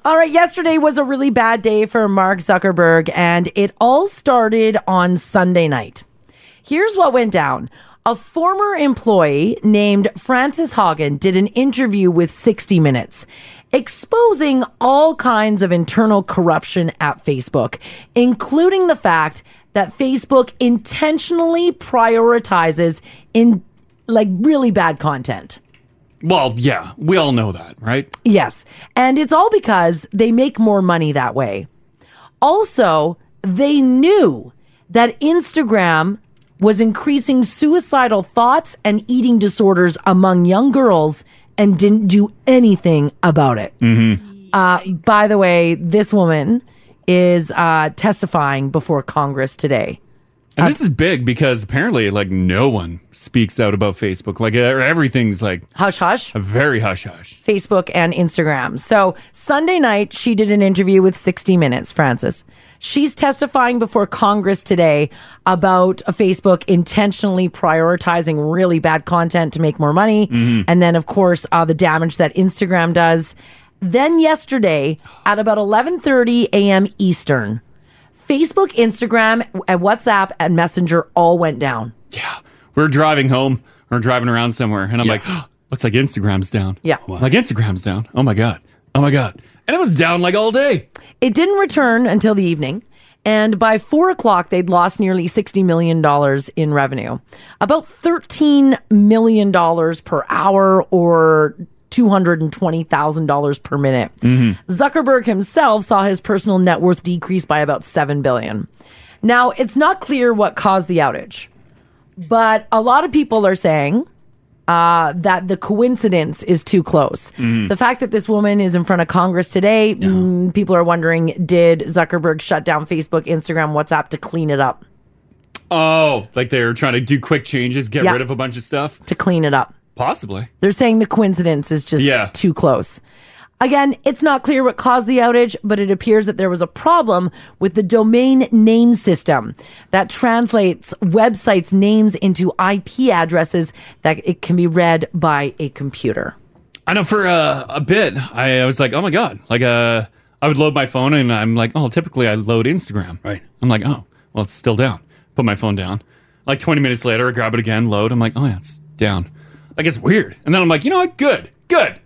I: All right, yesterday was a really bad day for Mark Zuckerberg, and it all started on Sunday night. Here's what went down. A former employee named Francis Hagen did an interview with 60 Minutes, exposing all kinds of internal corruption at Facebook, including the fact that Facebook intentionally prioritizes in like really bad content.
G: Well, yeah, we all know that, right?
I: Yes. And it's all because they make more money that way. Also, they knew that Instagram was increasing suicidal thoughts and eating disorders among young girls and didn't do anything about it.
R: Mm-hmm.
I: Uh, by the way, this woman is uh, testifying before Congress today.
G: And this is big because apparently, like, no one speaks out about Facebook. Like, e- everything's like
I: hush hush,
G: very hush hush.
I: Facebook and Instagram. So Sunday night, she did an interview with 60 Minutes, Francis. She's testifying before Congress today about Facebook intentionally prioritizing really bad content to make more money.
R: Mhm.
I: And then, of course, uh, the damage that Instagram does. Then yesterday at about 11:30 a.m. Eastern, Facebook, Instagram, and WhatsApp and Messenger all went down.
G: We're driving home or driving around somewhere, and I'm like, "Oh, looks like Instagram's down.
I: Yeah.
G: Like, Instagram's down. Oh my God. Oh my God. And it was down like all day.
I: It didn't return until the evening. And by four o'clock, they'd lost nearly $60 million in revenue, about $13 million per hour or $220,000 per minute.
R: Mm-hmm.
I: Zuckerberg himself saw his personal net worth decrease by about 7 billion. Now, it's not clear what caused the outage, but a lot of people are saying uh, that the coincidence is too close.
R: Mhm.
I: The fact that this woman is in front of Congress today, mm, people are wondering did Zuckerberg shut down Facebook, Instagram, WhatsApp to clean it up?
G: Oh, like they were trying to do quick changes, get
I: Yeah.
G: rid of a bunch of stuff?
I: To clean it up.
G: Possibly.
I: They're saying the coincidence is just
G: Yeah.
I: too close. Again, it's not clear what caused the outage, but it appears that there was a problem with the domain name system that translates websites' names into IP addresses that it can be read by a computer.
G: I know for uh, a bit, I, I was like, oh my God, like uh, I would load my phone and I'm like, oh, typically I load Instagram. Right. I'm like, oh, well, it's still down. Put my phone down. Like 20 minutes later, I grab it again, load. I'm like, oh, yeah, it's down. Like, it's weird. And then I'm like, you know what? Good, good.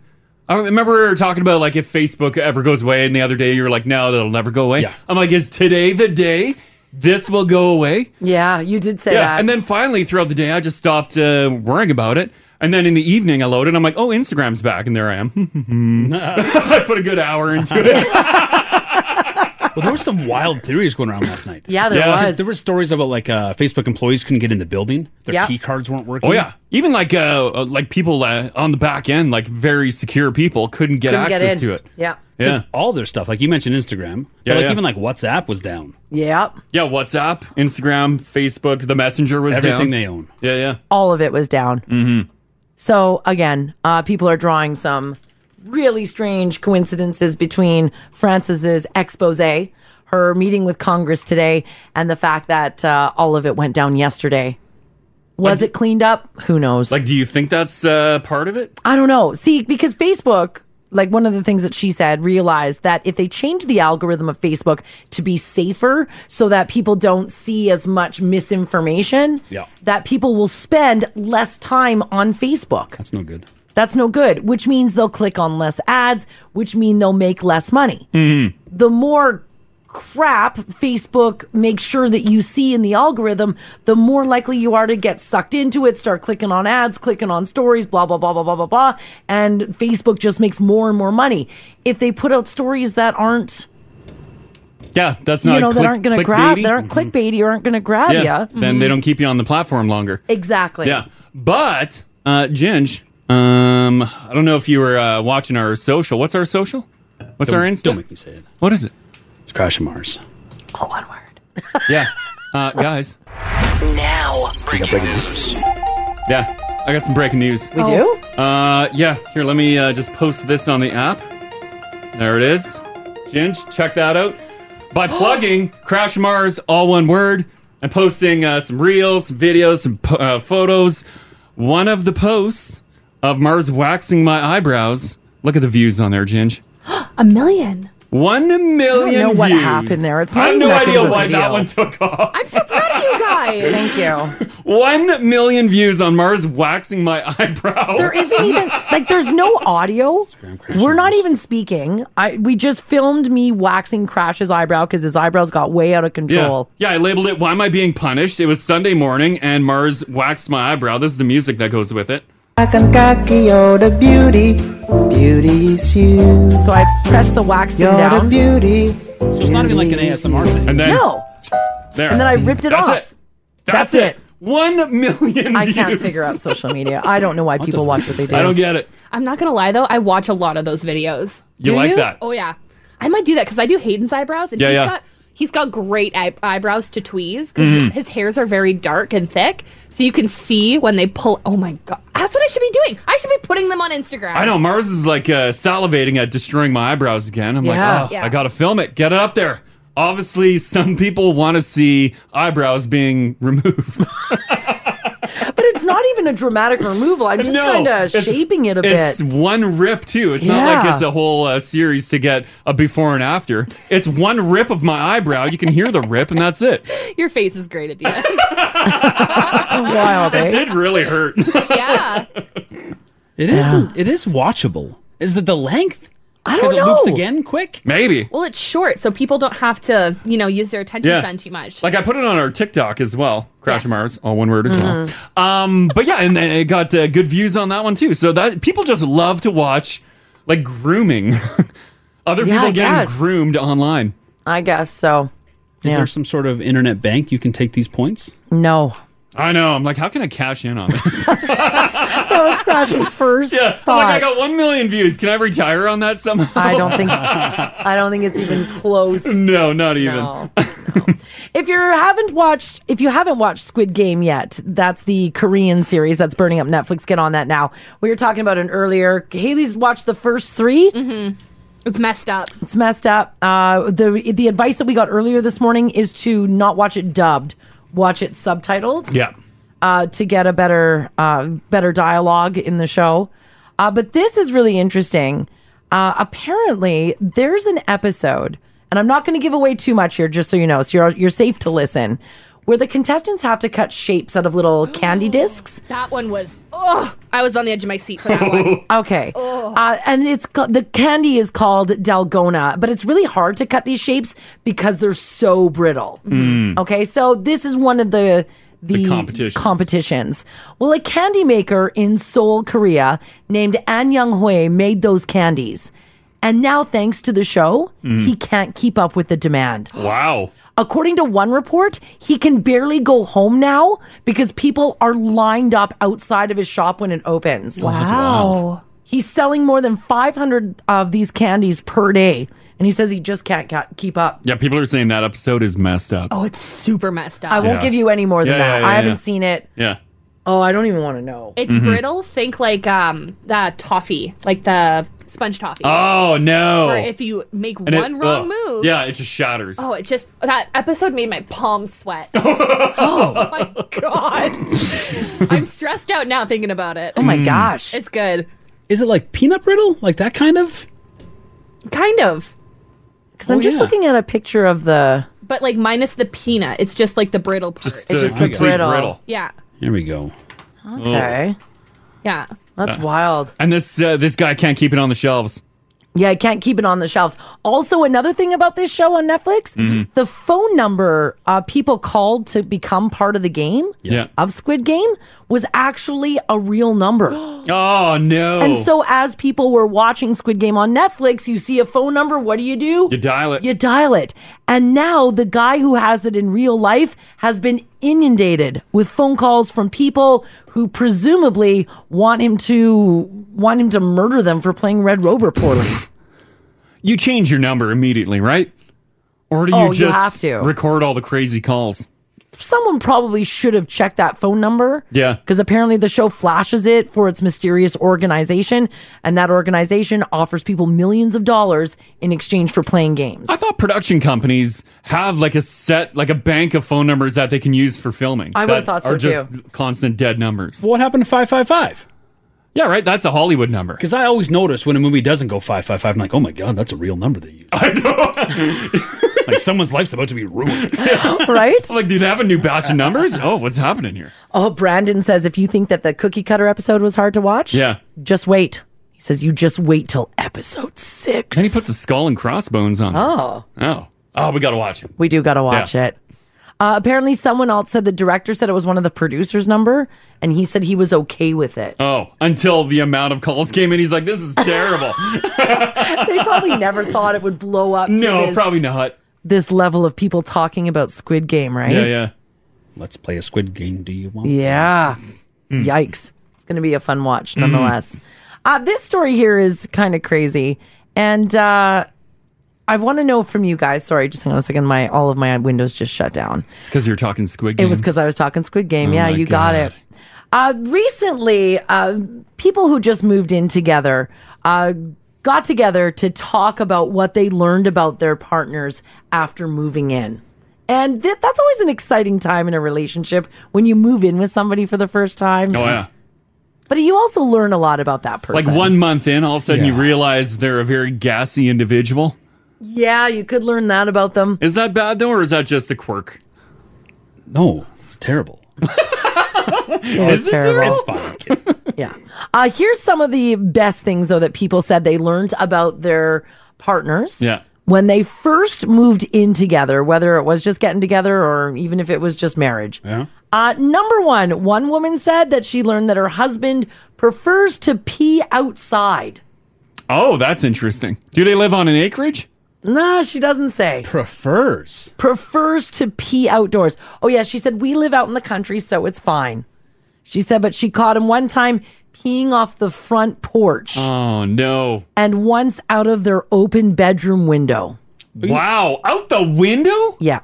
G: I remember we were talking about like if Facebook ever goes away, and the other day you were like, no, that'll never go away. I'm like, is today the day this will go away?
I: Yeah, you did say
G: yeah,
I: that.
G: and then finally throughout the day, I just stopped uh, worrying about it. And then in the evening, I loaded. I'm like, oh, Instagram's back, and there I am. I put a good hour into it.
J: Well, there were some wild theories going around last night.
I: Yeah, there Yeah. was.
J: There were stories about like uh, Facebook employees couldn't get in the building; their
I: Yeah.
J: key cards weren't working.
G: Oh yeah, even like uh, uh, like people uh, on the back end, like very secure people, couldn't get
I: Couldn't
G: access
I: in.
G: to it.
I: Yeah.
G: Yeah,
J: all their stuff, like you mentioned, Instagram. Yeah,
G: Yeah,
J: like
G: yeah.
J: even like WhatsApp was down.
I: Yeah.
G: yeah. WhatsApp, Instagram, Facebook, the Messenger was
J: Everything
G: down.
J: they own.
G: Yeah, yeah.
I: All of it was down. Mm-hmm. So again, uh, people are drawing some really strange coincidences between Francis's expose, her meeting with Congress today, and the fact that uh, all of it went down yesterday. Was it cleaned up? Who knows?
G: Like, do you think that's uh, part of it?
I: I don't know. See, because Facebook, like one of the things that she said, realized that if they change the algorithm of Facebook to be safer so that people don't see as much misinformation,
J: Yeah.
I: that people will spend less time on Facebook.
J: That's no good.
I: That's no good, which means they'll click on less ads, which mean they'll make less money.
G: Mm-hmm.
I: The more crap Facebook makes sure that you see in the algorithm, the more likely you are to get sucked into it, start clicking on ads, clicking on stories, blah, blah, blah, blah, blah, blah, blah. And Facebook just makes more and more money. If they put out stories that aren't,
G: Yeah, that's not
I: you know,
G: click,
I: that aren't going to grab,
G: clickbaity. Mm-hmm.
I: that aren't clickbaity or aren't going to grab Mm-hmm.
G: yeah.
I: you.
G: Then they don't keep you on the platform longer.
I: Exactly.
G: Yeah, but uh, Ginge, um, I don't know if you were uh, watching our social. What's our social? What's
J: Don't-
G: our Insta?
J: Don't make me say it.
G: What is it?
J: It's Crash Mars.
G: Yeah, uh, guys.
A: Now.
G: Breaking news. Yeah, I got some breaking news.
A: We do?
G: Uh, yeah. Here, let me uh, just post this on the app. There it is. Ginge, check that out. By plugging Crash Mars, all one word, and posting uh, some reels, some videos, some po- uh, photos. One of the posts of Mars waxing my eyebrows. Look at the views on there, Ginge.
C: A million.
G: One million.
I: know what
G: views.
I: happened there. It's
G: I
I: not
G: have no
I: even that good
G: idea
I: of a
G: why that
I: video.
G: one took off.
C: Proud of you guys.
I: Thank you.
G: One million views on Mars waxing my eyebrows.
I: There isn't even like there's no audio. We're not even speaking. I we just filmed me waxing Crash's eyebrow because his eyebrows got way out of
G: Yeah.
I: control.
G: yeah, I labeled it Why Am I Being Punished? It was Sunday morning and Mars waxed my eyebrow. This is the music that goes with it.
R: the beauty, beauty is you.
I: So I pressed the wax thing
R: You're
I: down.
R: the beauty. So
J: it's not even like an ASMR thing.
G: And then
I: no,
G: there.
I: and then I ripped it
G: That's
I: off.
G: It. That's, it. One million.
I: I can't
G: views.
I: figure out social media. I don't know why people watch what they do.
G: I don't get it.
C: I'm not gonna lie though, I watch a lot of those videos.
G: You
C: Do
G: like that?
C: Oh yeah, I might do that because I do Hayden's eyebrows, and
G: Yeah,
C: he's
G: yeah.
C: got he's got great eye- eyebrows to tweeze because
G: Mhm.
C: his hairs are very dark and thick, so you can see when they pull. Oh my god, that's what I should be doing. I should be putting them on Instagram.
G: I know Mars is like uh, salivating at destroying my eyebrows again. I'm
C: Yeah.
G: like, oh,
C: Yeah.
G: I gotta film it. Get it up there. Obviously, some people want to see eyebrows being removed.
I: But it's not even a dramatic removal. I'm just
G: No,
I: kind of
G: it's-
I: shaping it a
G: It's
I: bit.
G: one rip too. It's not
I: Yeah.
G: like it's a whole uh, series to get a before and after. It's one rip of my eyebrow. You can hear the rip, and that's it.
C: Your face is great at the end.
I: Wild, eh?
G: It did really hurt.
J: It isn't. It is watchable. Is it the length?
C: I
J: Because
C: don't
J: it loops
C: know.
J: again quick.
G: Maybe.
C: Well, it's short, so people don't have to you know use their attention
G: Yeah.
C: span too much.
G: Like I put it on our TikTok as well. Crash Mars, all one word as
I: Mm-hmm.
G: well. Um, but yeah, and then it got uh, good views on that one too. So that people just love to watch like grooming. Other
I: Yeah, I
G: people getting
I: guess.
G: groomed online.
I: I guess so.
J: Is
I: Yeah.
J: there some sort of internet bank you can take these points?
I: No.
G: I know. I'm like, how can I cash in on this?
I: that was Crash's first
G: yeah. I'm Like I
I: thought.
G: got one million views. Can I retire on that somehow?
I: I don't think I don't think it's even close.
G: No, not even.
I: No, If you haven't watched, if you haven't watched Squid Game yet, that's the Korean series that's burning up Netflix. Get on that now. We were talking about it earlier. Haley's watched the first three. Mm-hmm.
C: It's messed up.
I: It's messed up. Uh, the the advice that we got earlier this morning is to not watch it dubbed, watch it subtitled.
G: Yeah.
I: Uh, to get a better uh, better dialogue in the show. Uh, but this is really interesting. Uh, apparently, there's an episode, and I'm not going to give away too much here, just so you know, so you're you're safe to listen, where the contestants have to cut shapes out of little candy discs.
C: That one was. Oh, I was on the edge of my seat for that one. Oh.
I: okay. Uh, and it's ca- the candy is called Dalgona, but it's really hard to cut these shapes because they're so brittle.
S: Mm.
I: Okay, so this is one of the the,
S: competitions.
I: competitions. Well, a candy maker in Seoul, Korea, named An Young Hui, made those candies, and now thanks to the show,
S: Mm.
I: he can't keep up with the demand.
G: Mm-hmm. Wow.
I: According to one report, he can barely go home now because people are lined up outside of his shop when it opens.
C: Wow. That's wild.
I: He's selling more than 500 of these candies per day, and he says he just can't ca- keep up.
G: Yeah, people are saying that episode is messed up.
C: Oh, it's super messed up.
I: I
G: Yeah.
I: won't give you any more than
G: Yeah,
I: that.
G: yeah, yeah,
I: I haven't
G: yeah.
I: seen it.
G: Yeah.
I: Oh, I don't even want to know.
C: It's
G: Mhm.
C: brittle. Think like um the toffee, like the sponge toffee.
G: Oh no.
C: Or if you make
G: And it-
C: one wrong
G: ugh.
C: move.
G: Yeah, it just shatters.
C: Oh, it just that episode made my palms sweat. oh my god. I'm stressed out now thinking about it.
J: Oh my Mm. gosh.
C: It's good.
J: Is it like peanut brittle? Like that kind of? Oh,
C: Kind of.
I: Because
G: Oh,
I: I'm just looking at a picture of the.
C: But like minus the peanut. It's just like the brittle part.
J: Just It's the just the complete brittle. brittle.
C: Yeah.
J: Here we go.
I: Okay.
C: Yeah.
I: That's wild.
G: And this uh, this guy can't keep it on the shelves.
I: Yeah, I can't keep it on the shelves. Also, another thing about this show on Netflix,
J: Mm-hmm.
G: Mhm.
I: the phone number uh, people called to become part of the game
G: Yeah.
I: of Squid Game was actually a real number.
G: Oh no.
I: And so, as people were watching Squid Game on Netflix, you see a phone number. What do you do?
G: You dial it.
I: You dial it. And now the guy who has it in real life has been inundated with phone calls from people who presumably want him to want him to murder them for playing Red Rover poorly.
G: You change your number immediately, right? Or do you
I: Oh, you
G: just
I: have to.
G: record all the crazy calls?
I: Someone probably should have checked that phone number.
G: Yeah.
I: Because apparently the show flashes it for its mysterious organization, and that organization offers people millions of dollars in exchange for playing games.
G: I thought production companies have like a set, like a bank of phone numbers that they can use for filming.
I: I would've
G: that
I: thought so,
G: are just
I: too.
G: Constant dead numbers.
J: What happened to 555?
G: Yeah, right. That's a Hollywood number.
J: Because I always notice when a movie doesn't go 555, I'm like, oh my God, that's a real number they use. I know. like someone's life's about to be ruined.
I: right?
G: I'm like, do they have a new batch of numbers? Oh, what's happening here?
I: Oh, Brandon says if you think that the cookie cutter episode was hard to watch,
G: Yeah.
I: just wait. He says you just wait till episode six.
G: And he puts a skull and crossbones on.
I: Oh.
G: there. Oh. Oh, we got to watch it.
I: We do got to watch it. Uh, apparently, someone else said the director said it was one of the producers' number, and he said he was okay with it.
G: Oh, until the amount of calls came in, he's like, this is terrible.
I: they probably never thought it would blow up. to
G: no,
I: this-
G: probably not.
I: This level of people talking about Squid Game, right?
G: Yeah, yeah.
J: Let's play a squid game. Do you want?
I: Yeah.
G: Mm.
I: Yikes. It's going to be a fun watch
G: Mm-hmm.
I: nonetheless. Uh, this story here is kind of crazy. And uh, I want to know from you guys. Sorry, just hang on a second. My All of my windows just shut down.
G: It's because you're talking squid
I: It was
G: games.
I: because I was talking Squid Game.
G: Oh
I: yeah,
G: my
I: you got it. Uh, recently, uh, people who just moved in together uh, got together to talk about what they learned about their partners after moving in. And th- that's always an exciting time in a relationship when you move in with somebody for the first time.
G: Oh, yeah.
I: But you also learn a lot about that person.
G: Like one month in, all of a sudden you realize they're a very gassy individual.
I: Yeah, you could learn that about them.
G: Is that bad though, or is that just a quirk?
J: No, it's terrible.
I: It's terrible.
J: It's fine.
I: yeah. Uh, here's some of the best things, though, that people said they learned about their partners.
G: Yeah.
I: When they first moved in together, whether it was just getting together or even if it was just marriage. Yeah. Uh, number one, one woman said that she learned that her husband prefers to pee outside.
G: Oh, that's interesting. Do they live on an acreage?
I: No, she doesn't say.
J: Prefers.
I: Prefers to pee outdoors. Oh, yeah. She said, We live out in the country, so it's fine. She said, but she caught him one time peeing off the front porch
G: Oh no!
I: and once out of their open bedroom window.
G: Wow, out the window?
I: Yeah.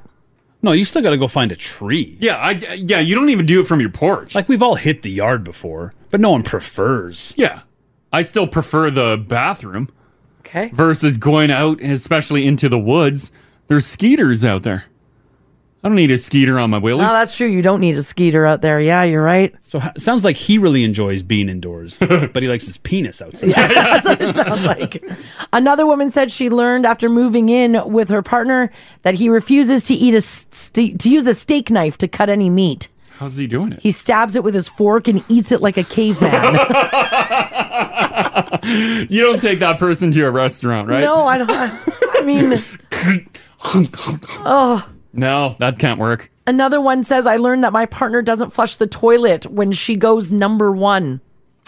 J: No, you still got to go find a tree.
G: Yeah, I, yeah, you don't even do it from your porch.
J: Like we've all hit the yard before, but no one prefers.
G: Yeah, I still prefer the bathroom.
I: Okay.
G: Versus going out, especially into the woods. There's skeeters out there. I don't need a skeeter on my wheelie.
I: No, that's true. You don't need a skeeter out there. Yeah, you're right.
J: So h- sounds like he really enjoys being indoors, but he likes his penis outside.
I: That's what it sounds like. Another woman said she learned after moving in with her partner that he refuses to eat a st- to use a steak knife to cut any meat.
G: How's he doing it?
I: He stabs it with his fork and eats it like a caveman.
G: You don't take that person to a restaurant, right?
I: No, I don't. I mean, oh.
G: No, that can't work.
I: Another one says I learned that my partner doesn't flush the toilet when she goes number one.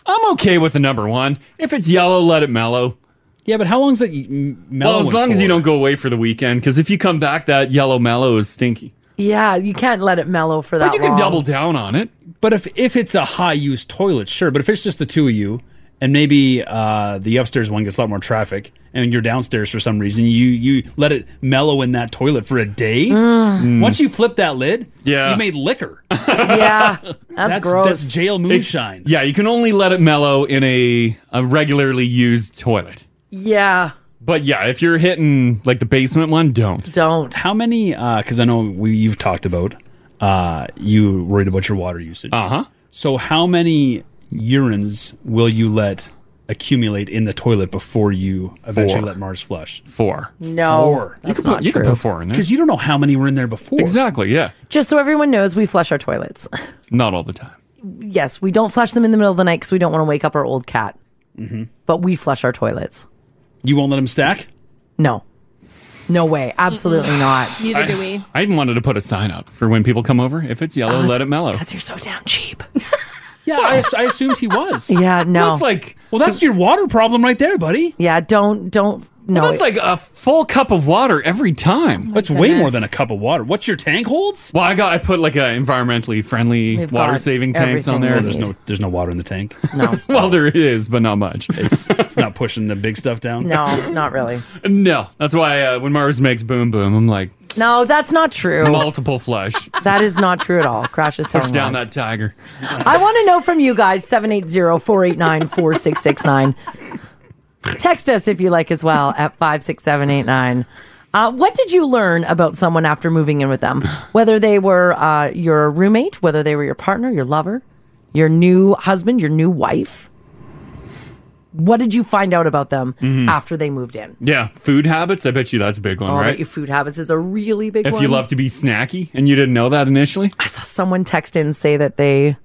G: I'm okay with the number one. If it's yellow, let it mellow.
J: Yeah, but how long is that m-
G: Well,
J: mellowing
G: as long as you
J: for?
G: don't go away for the weekend, because if you come back, that yellow mellow is stinky.
I: Yeah, you can't let it mellow for that
J: But you can
I: long.
J: double
G: down on it.
J: But if if it's a high use toilet, sure. But if it's just the two of you, and maybe uh, the upstairs one gets a lot more traffic, and you're downstairs for some reason, you you let it mellow in that toilet for a day.
I: Mm.
J: Once you flip that lid,
G: Yeah.
J: you made liquor.
I: yeah, that's, gross.
J: That's jail moonshine.
G: Yeah, you can only let it mellow in a, a regularly used toilet.
I: yeah.
G: But yeah, if you're hitting like the basement one, don't.
I: Don't.
J: How many? Because I know we, you've talked about uh, you worried about your water usage. Uh
G: huh.
J: So how many urines will you let accumulate in the toilet before you eventually
G: Four.
J: let Mars flush?
G: Four.
I: No, that's not
J: you could
I: true.
J: put
G: four in there
J: because you don't know how many were in there before.
G: Exactly. Yeah.
I: Just so everyone knows, we flush our toilets.
G: Not all the time.
I: yes, we don't flush them in the middle of the night because we don't want to wake up our old cat.
J: Mm-hmm.
I: But we flush our toilets.
J: You won't let them stack?
I: No. No way. Absolutely not.
C: Neither do we.
G: I even wanted to put a sign up for when people come over. If it's yellow,
I: Oh,
G: let
I: that's-
G: it mellow.
I: Because you're so damn cheap.
J: Yeah, I, I assumed he was.
I: Yeah, no.
G: That's like
J: well, that's your water problem right there, buddy.
I: Yeah, don't don't no.
G: that's like a full cup of water every time.
J: Oh That's way more than a cup of water. What's your tank holds?
G: Well, I got I put like a environmentally friendly
J: We've
G: water
J: got
G: saving tanks on
J: everything
G: there.
J: we Well, there's need. no there's no water in the tank.
I: No.
G: well, there is, but not much.
J: It's it's not pushing the big stuff down.
I: No, not really.
G: No, that's why uh, when Mars makes boom boom, I'm like
I: No, that's not true.
G: multiple flush.
I: that is not true at all. Crash is
G: Push
I: telling
G: down
I: lies.
G: that tiger.
I: I want to know from you guys 780-489-4669. Text us if you like as well at 56789. Uh, what did you learn about someone after moving in with them? Whether they were uh, your roommate, whether they were your partner, your lover, your new husband, your new wife. What did you find out about them
G: Mm-hmm.
I: after they moved in?
G: Yeah, food habits. I bet you that's a big one,
I: All
G: right?
I: right, your food habits is a really big
G: if
I: one.
G: you love to be snacky and you didn't know that initially,
I: I saw someone text in say that they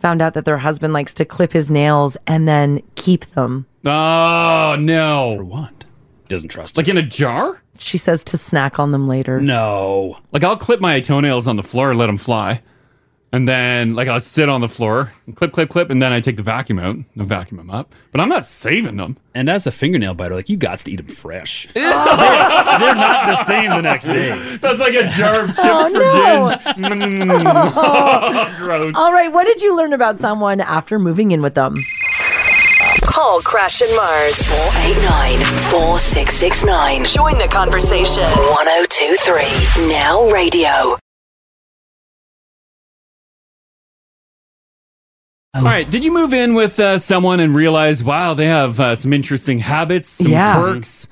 I: found out that their husband likes to clip his nails and then keep them.
G: oh no, for
J: what? Doesn't trust.
G: Like in a jar?
I: She says to snack on them later.
J: No.
G: Like I'll clip my toenails on the floor, let them fly, and then like I'll sit on the floor, and clip, clip, clip, and then I take the vacuum out, and vacuum them up. But I'm not saving them.
J: And as a fingernail biter, like you got to eat them fresh. They're not the same the next day.
G: That's like a jar of chips
I: Oh,
G: for Ginge.
I: Oh.
G: Mm. Gross.
I: All right, what did you learn about someone after moving in with them?
A: Call Crash and Mars 489 4669. Join the conversation 1023 Now Radio.
J: Oh.
G: All right. Did you move in with uh, someone and realize, wow, they have uh, some interesting habits, some
I: Yeah.
G: quirks,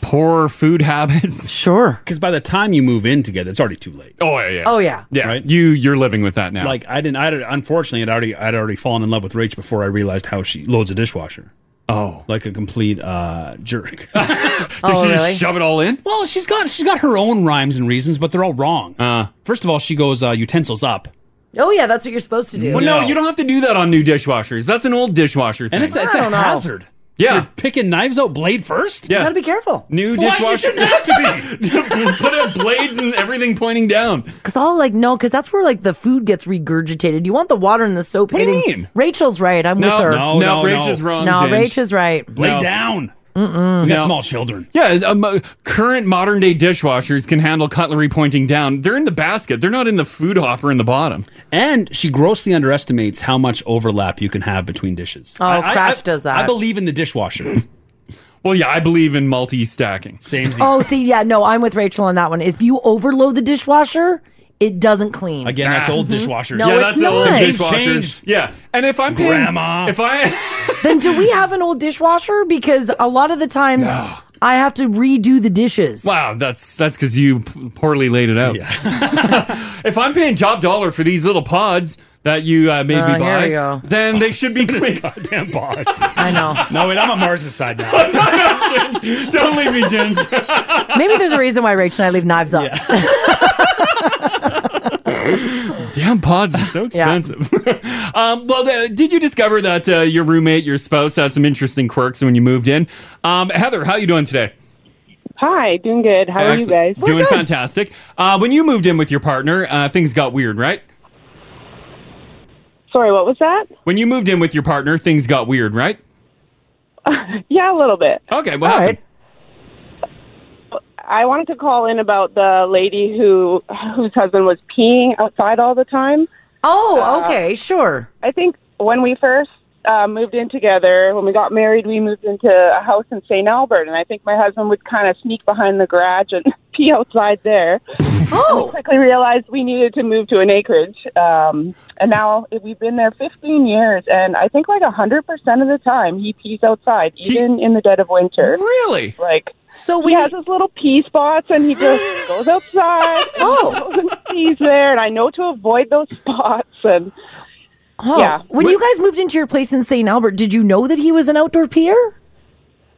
G: poor food habits?
I: Sure.
J: Because by the time you move in together, it's already too late.
G: Oh yeah. yeah.
I: Oh, yeah.
G: Yeah. You you're living with that now.
J: Like I didn't. I did- unfortunately, I'd already I'd already fallen in love with Rach before I realized how she loads a dishwasher.
G: Oh,
J: like a complete uh, jerk.
I: Oh,
G: Does she just shove it all in?
J: Well, she's got she's got her own rhymes and reasons, but they're all wrong.
G: Uh.
J: First of all, she goes uh, utensils up,
I: Oh yeah, that's what you're supposed to do.
G: Well, no. you don't have to do that on new dishwashers. That's an old dishwasher thing.
J: and it's it's a hazard.
G: Yeah.
J: You're picking knives out blade first.
G: Yeah.
I: You gotta be careful.
G: New
J: Why? You
G: dishwasher.
J: shouldn't have
G: to be. Put out blades and everything pointing down.
I: Cause all like no, cause that's where like the food gets regurgitated. You want the water and the soap
G: What do you
I: hitting.
G: mean?
I: Rachel's right. I'm
G: No,
I: with her.
G: no, No, no, Rach no. is wrong,
I: No,
G: Ginge.
I: Rach is right.
G: Blade No. down.
I: Mm-mm.
J: We got
G: No.
J: small children.
G: Yeah, um, uh, current modern day dishwashers can handle cutlery pointing down. They're in the basket. They're not in the food hopper in the bottom.
J: And she grossly underestimates how much overlap you can have between dishes.
I: Oh,
J: I- I-
I: Crash
J: I-
I: does that.
J: I believe in the dishwasher.
G: well, yeah, I believe in multi-stacking.
J: Same.
I: Oh, see, yeah, no, I'm with Rachel on that one. If you overload the dishwasher, it doesn't clean.
J: Again, that's old dishwashers.
I: Mm-hmm. No,
G: yeah,
I: it's
G: that's the old
I: not.
G: dishwashers. Yeah, and if I'm paying,
J: Grandma.
G: if I
I: then do we have an old dishwasher? Because a lot of the times I have to redo the dishes.
G: Wow, that's that's because you p- poorly laid it out. if I'm paying top dollar for these little pods that you uh, made
I: Uh,
G: me
I: here
G: buy,
I: we go.
G: then they should be clean. goddamn pods. I
I: know.
G: No, wait, I'm on Mars's side now. Don't leave me, Jen.
I: Maybe there's a reason why Rachel and I leave knives up.
G: Damn pods are so expensive. um, well, th- did you discover that uh, your roommate, your spouse, has some interesting quirks when you moved in? Um, Heather, how you doing today?
P: Hi, doing good. How are you
G: Excellent.
P: guys?
G: Doing fantastic. Uh, when you moved in with your partner, uh, things got weird, right?
P: Sorry, what was that?
G: When you moved in with your partner, things got weird, right?
P: yeah, a little bit.
G: Okay, what happened?
P: I wanted to call in about the lady who whose husband was peeing outside all the time. Uh,
I: Oh, okay, sure.
P: I think when we first uh, moved in together, when we got married, we moved into a house in St. Albert, and I think my husband would kind of sneak behind the garage and pee outside there.
I: Oh,
P: we quickly realized we needed to move to an acreage, um, and now we've been there 15 years, and I think like 100 percent of the time he pees outside, even in the dead of winter.
G: Really?
P: Like.
I: So
P: we he has his little pee spots, and he just goes outside. Oh, and he's there, and I know to avoid those spots. And
I: Oh,
P: yeah,
I: When you guys moved into your place in St. Albert, did you know that he was an outdoor peer?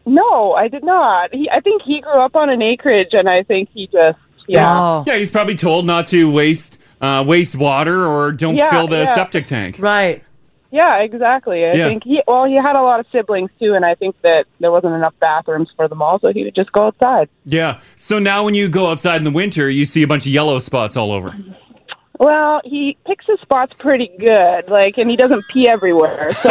P: No, I did not. He, I think he grew up on an acreage, and I think he just yeah.
I: Oh.
G: Yeah, he's probably told not to waste uh, waste water or don't
P: Yeah,
G: fill the
P: yeah.
G: septic tank.
I: Right.
P: Yeah, exactly. I
G: Yeah.
P: think he well, he had a lot of siblings too, and I think that there wasn't enough bathrooms for them all, so he would just go outside.
G: Yeah. So now when you go outside in the winter, you see a bunch of yellow spots all over.
P: Well, he picks his spots pretty good, like, and he doesn't pee everywhere. So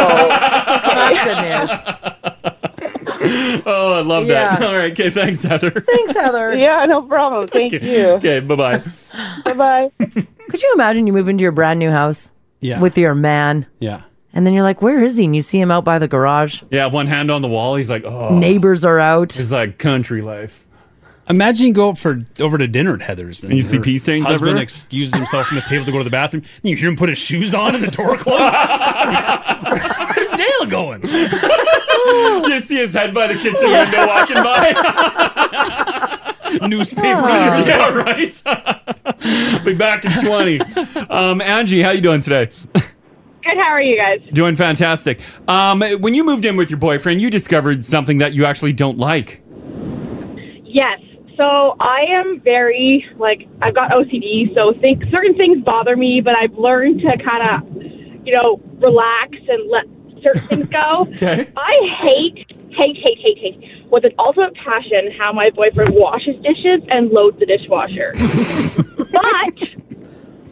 G: Oh, I love that.
P: Yeah.
G: All right. Okay. Thanks, Heather.
I: Thanks, Heather.
P: yeah, no problem. Thank you.
G: Okay. Bye bye.
P: Bye bye.
I: Could you imagine you move into your brand new house?
G: Yeah.
I: With your man.
J: Yeah.
I: And then you're like, where is he? And you see him out by the garage.
G: Yeah. One hand on the wall. He's like, oh.
I: Neighbors are out.
G: It's like country life.
J: Imagine you go up for over to dinner at Heather's
G: And you see
J: her
G: pee stains
J: Husband
G: everywhere?
J: excuses himself from the table to go to the bathroom. And you hear him put his shoes on and the door closed. Where's Dale going?
G: you see his head by the kitchen window walking by.
J: Newspaper.
G: Yeah, right. Be back in twenty. Um, Angie, how you doing today?
L: Good. How are you guys?
G: Doing fantastic. Um, when you moved in with your boyfriend, you discovered something that you actually don't like.
L: Yes. So I am very like I've got OCD, so think certain things bother me, but I've learned to kind of, you know, relax and let certain things go.
G: Okay.
L: I hate, hate, hate, hate, hate with an ultimate passion how my boyfriend washes dishes and loads the dishwasher. but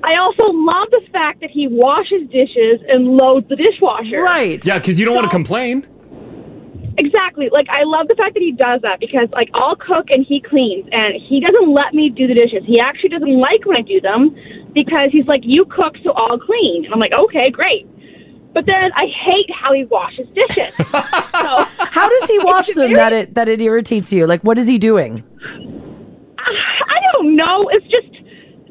L: I also love the fact that he washes dishes and loads the dishwasher.
I: Right.
G: Yeah, because you don't want to complain.
L: Exactly. Like I love the fact that he does that because like I'll cook and he cleans and he doesn't let me do the dishes. He actually doesn't like when I do them because he's like, You cook so I'll clean and I'm like, Okay, great. But then I hate how he washes dishes.
I: How does he wash them that it that it irritates you? Like what is he doing?
L: I don't know. It's just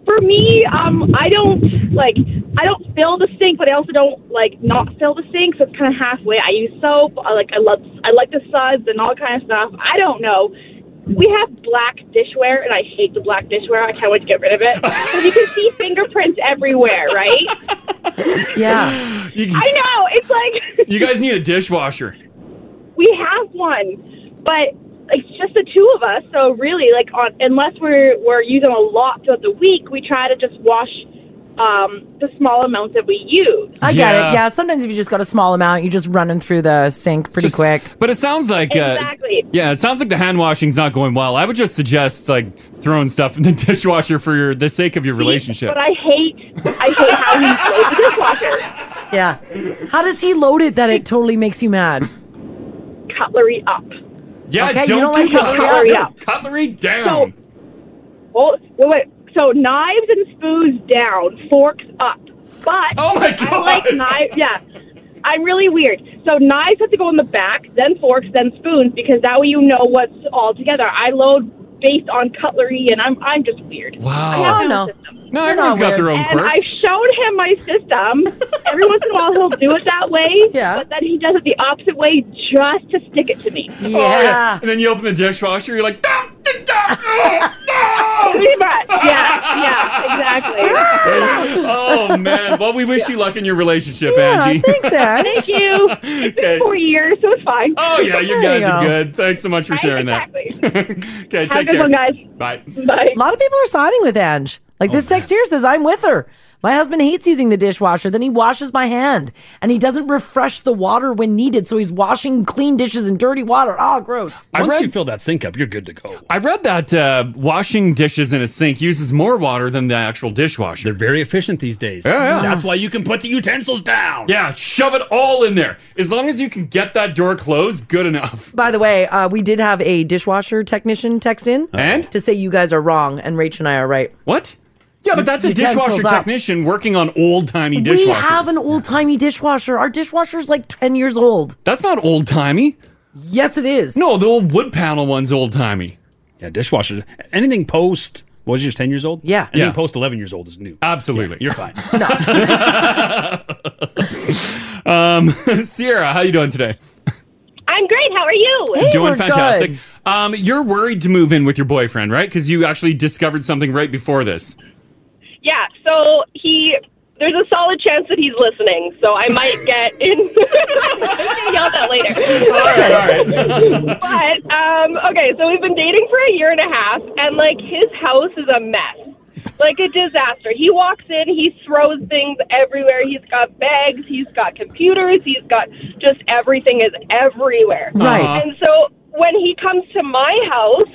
L: for me. Um, I don't like. I don't fill the sink, but I also don't like not fill the sink. So it's kind of halfway. I use soap. I like. I love. I like the suds and all kind of stuff. I don't know. We have black dishware, and I hate the black dishware. I can't wait to get rid of it. But you can see fingerprints everywhere, right?
I: Yeah.
L: I know. It's like
G: You guys need a dishwasher.
L: we have one, but it's just the two of us. So really, like on, unless we're we're using a lot throughout the week, we try to just wash um, the small amounts that we use.
I: I get
G: Yeah.
I: it. Yeah. Sometimes if you just got a small amount, you just run them through the sink pretty
G: Just-
I: quick.
G: But it sounds like
L: Exactly.
G: Uh, yeah, it sounds like the hand washing's not going well. I would just suggest like throwing stuff in the dishwasher for your the sake of your relationship.
L: But I hate I hate how he loads the dishwasher.
I: Yeah. How does he load it that it totally makes you mad?
L: Cutlery up.
G: yeah,
L: Okay, you
G: don't,
L: don't like
G: do
L: cutlery
G: that.
L: up.
G: Cutlery down.
L: Well, oh, wait, wait. So knives and spoons down, forks up. But
G: oh my
L: God. I like knives. Yeah, I'm really weird. So knives have to go in the back, then forks, then spoons, because that way you know what's all together. I load based on cutlery, and I'm I'm just weird.
G: Wow.
L: I have
G: Oh,
L: no
G: no.
L: system.
G: No, everyone's got their own
S: And I've
G: quirks.
S: shown him my system. Every once in a while, he'll do it that way. Yeah. But then he does it the opposite way just to stick it to me.
G: Oh, And then you open the dishwasher, you're like, "Ah!"
S: Pretty much. Yeah. Yeah. Exactly.
G: oh man. Well, we wish you luck in your relationship, Angie.
S: Thank you. It's been
G: Okay.
S: four years, so it's fine.
G: Oh yeah, you guys are good. Thanks so much for
I: Right,
G: sharing that. okay,
I: Have a
G: take
I: good
G: care,
I: one, guys.
G: Bye.
I: A lot of people are siding with Ange. Like this text here says, I'm with her. My husband hates using the dishwasher. Then he washes by hand and he doesn't refresh the water when needed. So he's washing clean dishes in dirty water. Oh, gross.
G: I
J: Once
G: read-
J: you fill that sink up, you're good to go.
G: I read that uh, washing dishes in a sink uses more water than the actual dishwasher. They're very efficient these days. Yeah, yeah.
J: That's why you can put the utensils down.
G: Yeah, shove it all in there. As long as you can get that door closed, good enough.
I: By the way, uh, we did have a dishwasher technician text in
G: And?
I: to say you guys are wrong and Rach and I are right.
G: What? Yeah, but that's a dishwasher technician working on old timey dishwashers.
I: We have an old timey dishwasher. Our dishwasher's like 10 years old.
G: That's not old timey.
I: Yes, it is.
G: No, the old wood panel one's old timey.
J: Yeah, dishwasher. Anything post what was yours ten years old?
I: Yeah.
J: Anything
G: Yeah.
J: post eleven years old is new.
G: Absolutely.
J: you're fine.
G: Um, Sierra, how you doing today?
L: I'm great. How are you?
G: doing fantastic. Um, you're worried to move in with your boyfriend, right? Because you actually discovered something right before this.
L: Yeah, so he there's a solid chance that he's listening, so I might get in I'm gonna yell at that later. but um okay, so we've been dating for a year and a half and like his house is a mess. Like a disaster. He walks in, he throws things everywhere. He's got bags, he's got computers, he's got just everything is everywhere.
I: Right.
L: And so when he comes to my house,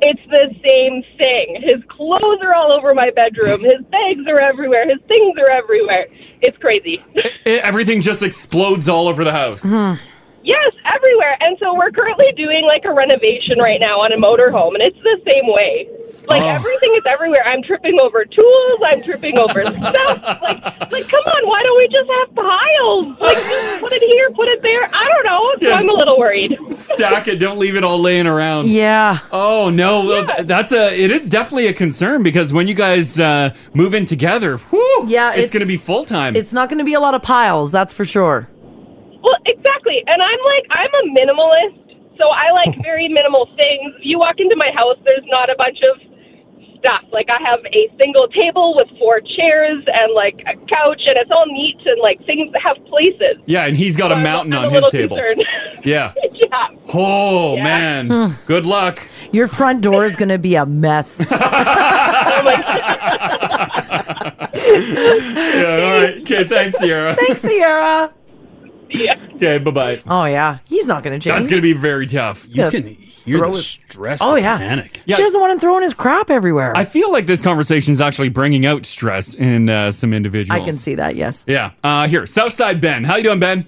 L: it's the same thing. His clothes are all over my bedroom. His bags are everywhere. His things are everywhere. It's crazy.
G: I- E-, everything just explodes all over the house.
I: Mm-hmm.
L: yes, everywhere. And so we're currently doing like a renovation right now on a motorhome, and it's the same way. Like
G: Oh.
L: everything is everywhere. I'm tripping over tools. I'm tripping over stuff. Like, like, come on, why don't we just have piles? Like, just put it here, put it there. I don't know. So I'm a little worried.
G: Stack it. Don't leave it all laying around.
I: Yeah.
G: Oh no, well, th- that's a. It is definitely a concern because when you guys uh, move in together, whew,
I: Yeah,
G: it's,
I: it's-
G: going to be full time.
I: It's not going to be a lot of piles, that's for sure.
L: Well, exactly. And I'm like, I'm a minimalist, so I like very minimal things. If you walk into my house, there's not a bunch of stuff. Like, I have a single table with four chairs and like a couch, and it's all neat and like things that have places.
G: Yeah, and he's got a mountain
L: I'm
G: on
L: a
G: his
L: little
G: table.
L: concerned.
G: Yeah.
L: yeah.
G: Oh man. Good luck.
I: Hmm. Your front door is going to be a mess.
G: Yeah. All right. Okay. Thanks, Sierra.
I: Thanks, Sierra.
G: Okay. Bye bye.
I: Oh, yeah. He's not going to change.
G: That's going to be very tough.
I: You Yeah. can
G: hear
I: Throw
G: the
I: his-
G: stress.
I: Oh, yeah. She doesn't want him throwing his crap everywhere.
G: I feel like this conversation is actually bringing out stress in uh, some individuals.
I: I can see that, yes.
G: Yeah. Uh, here, Southside Ben. How you doing, Ben?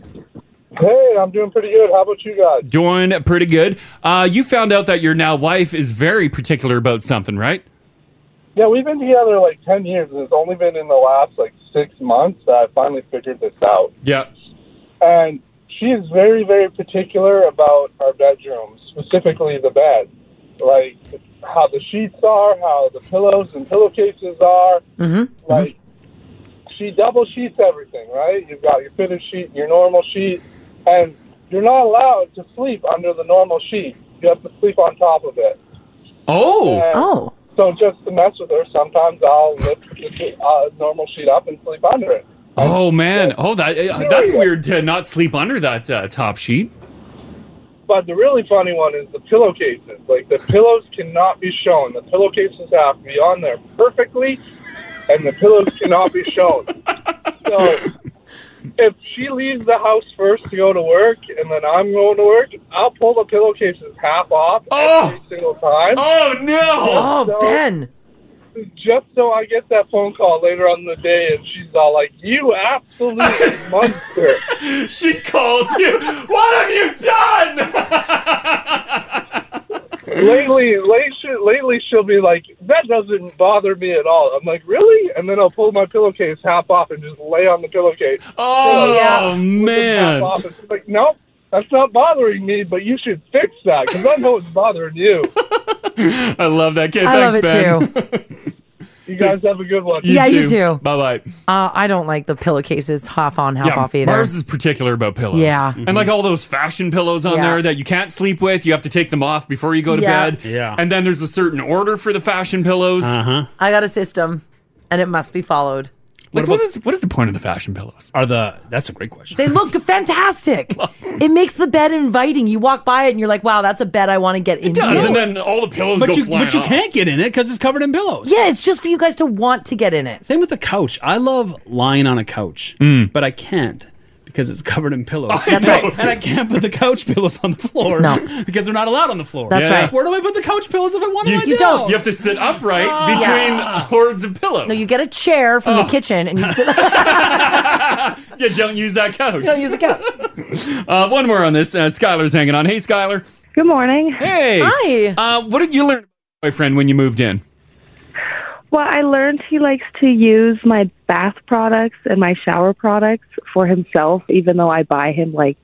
T: Hey, I'm doing pretty good. How about you guys?
G: Doing pretty good. Uh, you found out that your now wife is very particular about something, right?
T: Yeah, we've been together like 10 years, and it's only been in the last like six months that I finally figured this out.
G: Yeah.
T: And she is very, very particular about our bedroom, specifically the bed. Like how the sheets are, how the pillows and pillowcases are.
I: Mm-hmm.
T: Like, she double sheets everything, right? You've got your fitted sheet, your normal sheet, and you're not allowed to sleep under the normal sheet. You have to sleep on top of it.
G: Oh.
T: And
I: Oh.
T: So just to mess with her, sometimes I'll lift the uh, normal sheet up and sleep under it.
G: Oh man. Oh, that uh, that's weird to not sleep under that uh, top sheet.
T: But the really funny one is the pillowcases. Like the pillows cannot be shown. The pillowcases have to be on there perfectly, and the pillows cannot be shown. So if she leaves the house first to go to work, and then I'm going to work, I'll pull the pillowcases half off every single time.
G: Oh no!
I: Oh, Ben.
T: Just so I get that phone call later on in the day, and she's all like, "You absolute monster."
G: she calls you. What have you done?
T: lately, lately, lately, she'll be like, "That doesn't bother me at all." I'm like, "Really?" And then I'll pull my pillowcase half off and just lay on the pillowcase.
G: Oh,
T: Pull it
G: man.
T: half off. It's like, nope, that's not bothering me, but you should fix that because I know it's bothering you.
G: I love that kid.
T: I
G: Thanks,
T: love it
G: Ben.
U: You guys have a good one.
I: yeah, you too.
G: Bye bye.
I: Uh, I don't like the pillowcases half on, half
G: yeah,
I: off either.
G: Mars is particular about pillows.
I: Yeah. Mm-hmm.
G: And like all those fashion pillows on
I: Yeah.
G: there that you can't sleep with, you have to take them off before you go to
I: Yeah.
G: bed.
J: Yeah.
G: And then there's a certain order for the fashion pillows. Uh-huh.
I: I got a system, and it must be followed.
G: Like what is what is the point of the fashion pillows?
J: Are the that's a great question.
I: They look fantastic. it makes the bed inviting. You walk by it and you're like, wow, that's a bed I want to get into.
G: all the
I: pillows
J: but
I: go
J: you,
I: flying
J: But you
I: off.
J: can't get in it because it's covered in pillows.
I: yeah, it's just for you guys to want to get in it.
J: Same with the couch. I love lying on a couch,
G: Mm.
J: but I can't because it's covered in pillows.
I: That's
J: No,
I: right.
J: And I can't put the couch pillows on the floor.
I: No.
J: Because they're not allowed on the floor.
I: That's Yeah. right.
J: Where do I put the couch pillows if I want to lie
G: you
J: down?
G: don't. You have to sit upright
J: Ah.
G: between
J: Yeah.
G: hordes of pillows. Oh.
I: No, you get a chair from the kitchen and you sit
G: Yeah, don't use that couch.
I: Don't use a couch.
G: Uh, one more on this. Uh, Skylar's hanging on. Hey, Skylar.
L: Good morning.
G: Hey.
L: Hi.
G: Uh, what did you learn, about your boyfriend, when you moved in?
L: Well, I learned he likes to use my bath products and my shower products for himself, even though I buy him like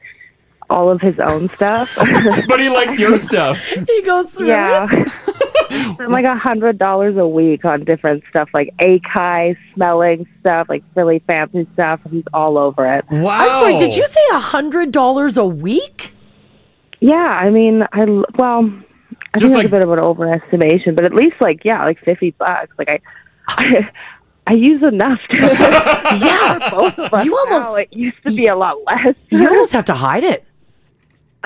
L: all of his own stuff.
G: but he likes your stuff.
I: he goes through
L: yeah.
I: it.
L: Spend like a hundred dollars a week on different stuff, like acai smelling stuff, like really fancy stuff. He's all over it.
G: Wow!
I: I'm sorry, did you say a hundred dollars a week?
L: Yeah, I mean, I l- well, I think it's a bit of an overestimation, but at least like yeah, like fifty bucks. Like I, I, I use enough. To, yeah, both of us. You almost it used to be a lot less.
I: You almost have to hide it.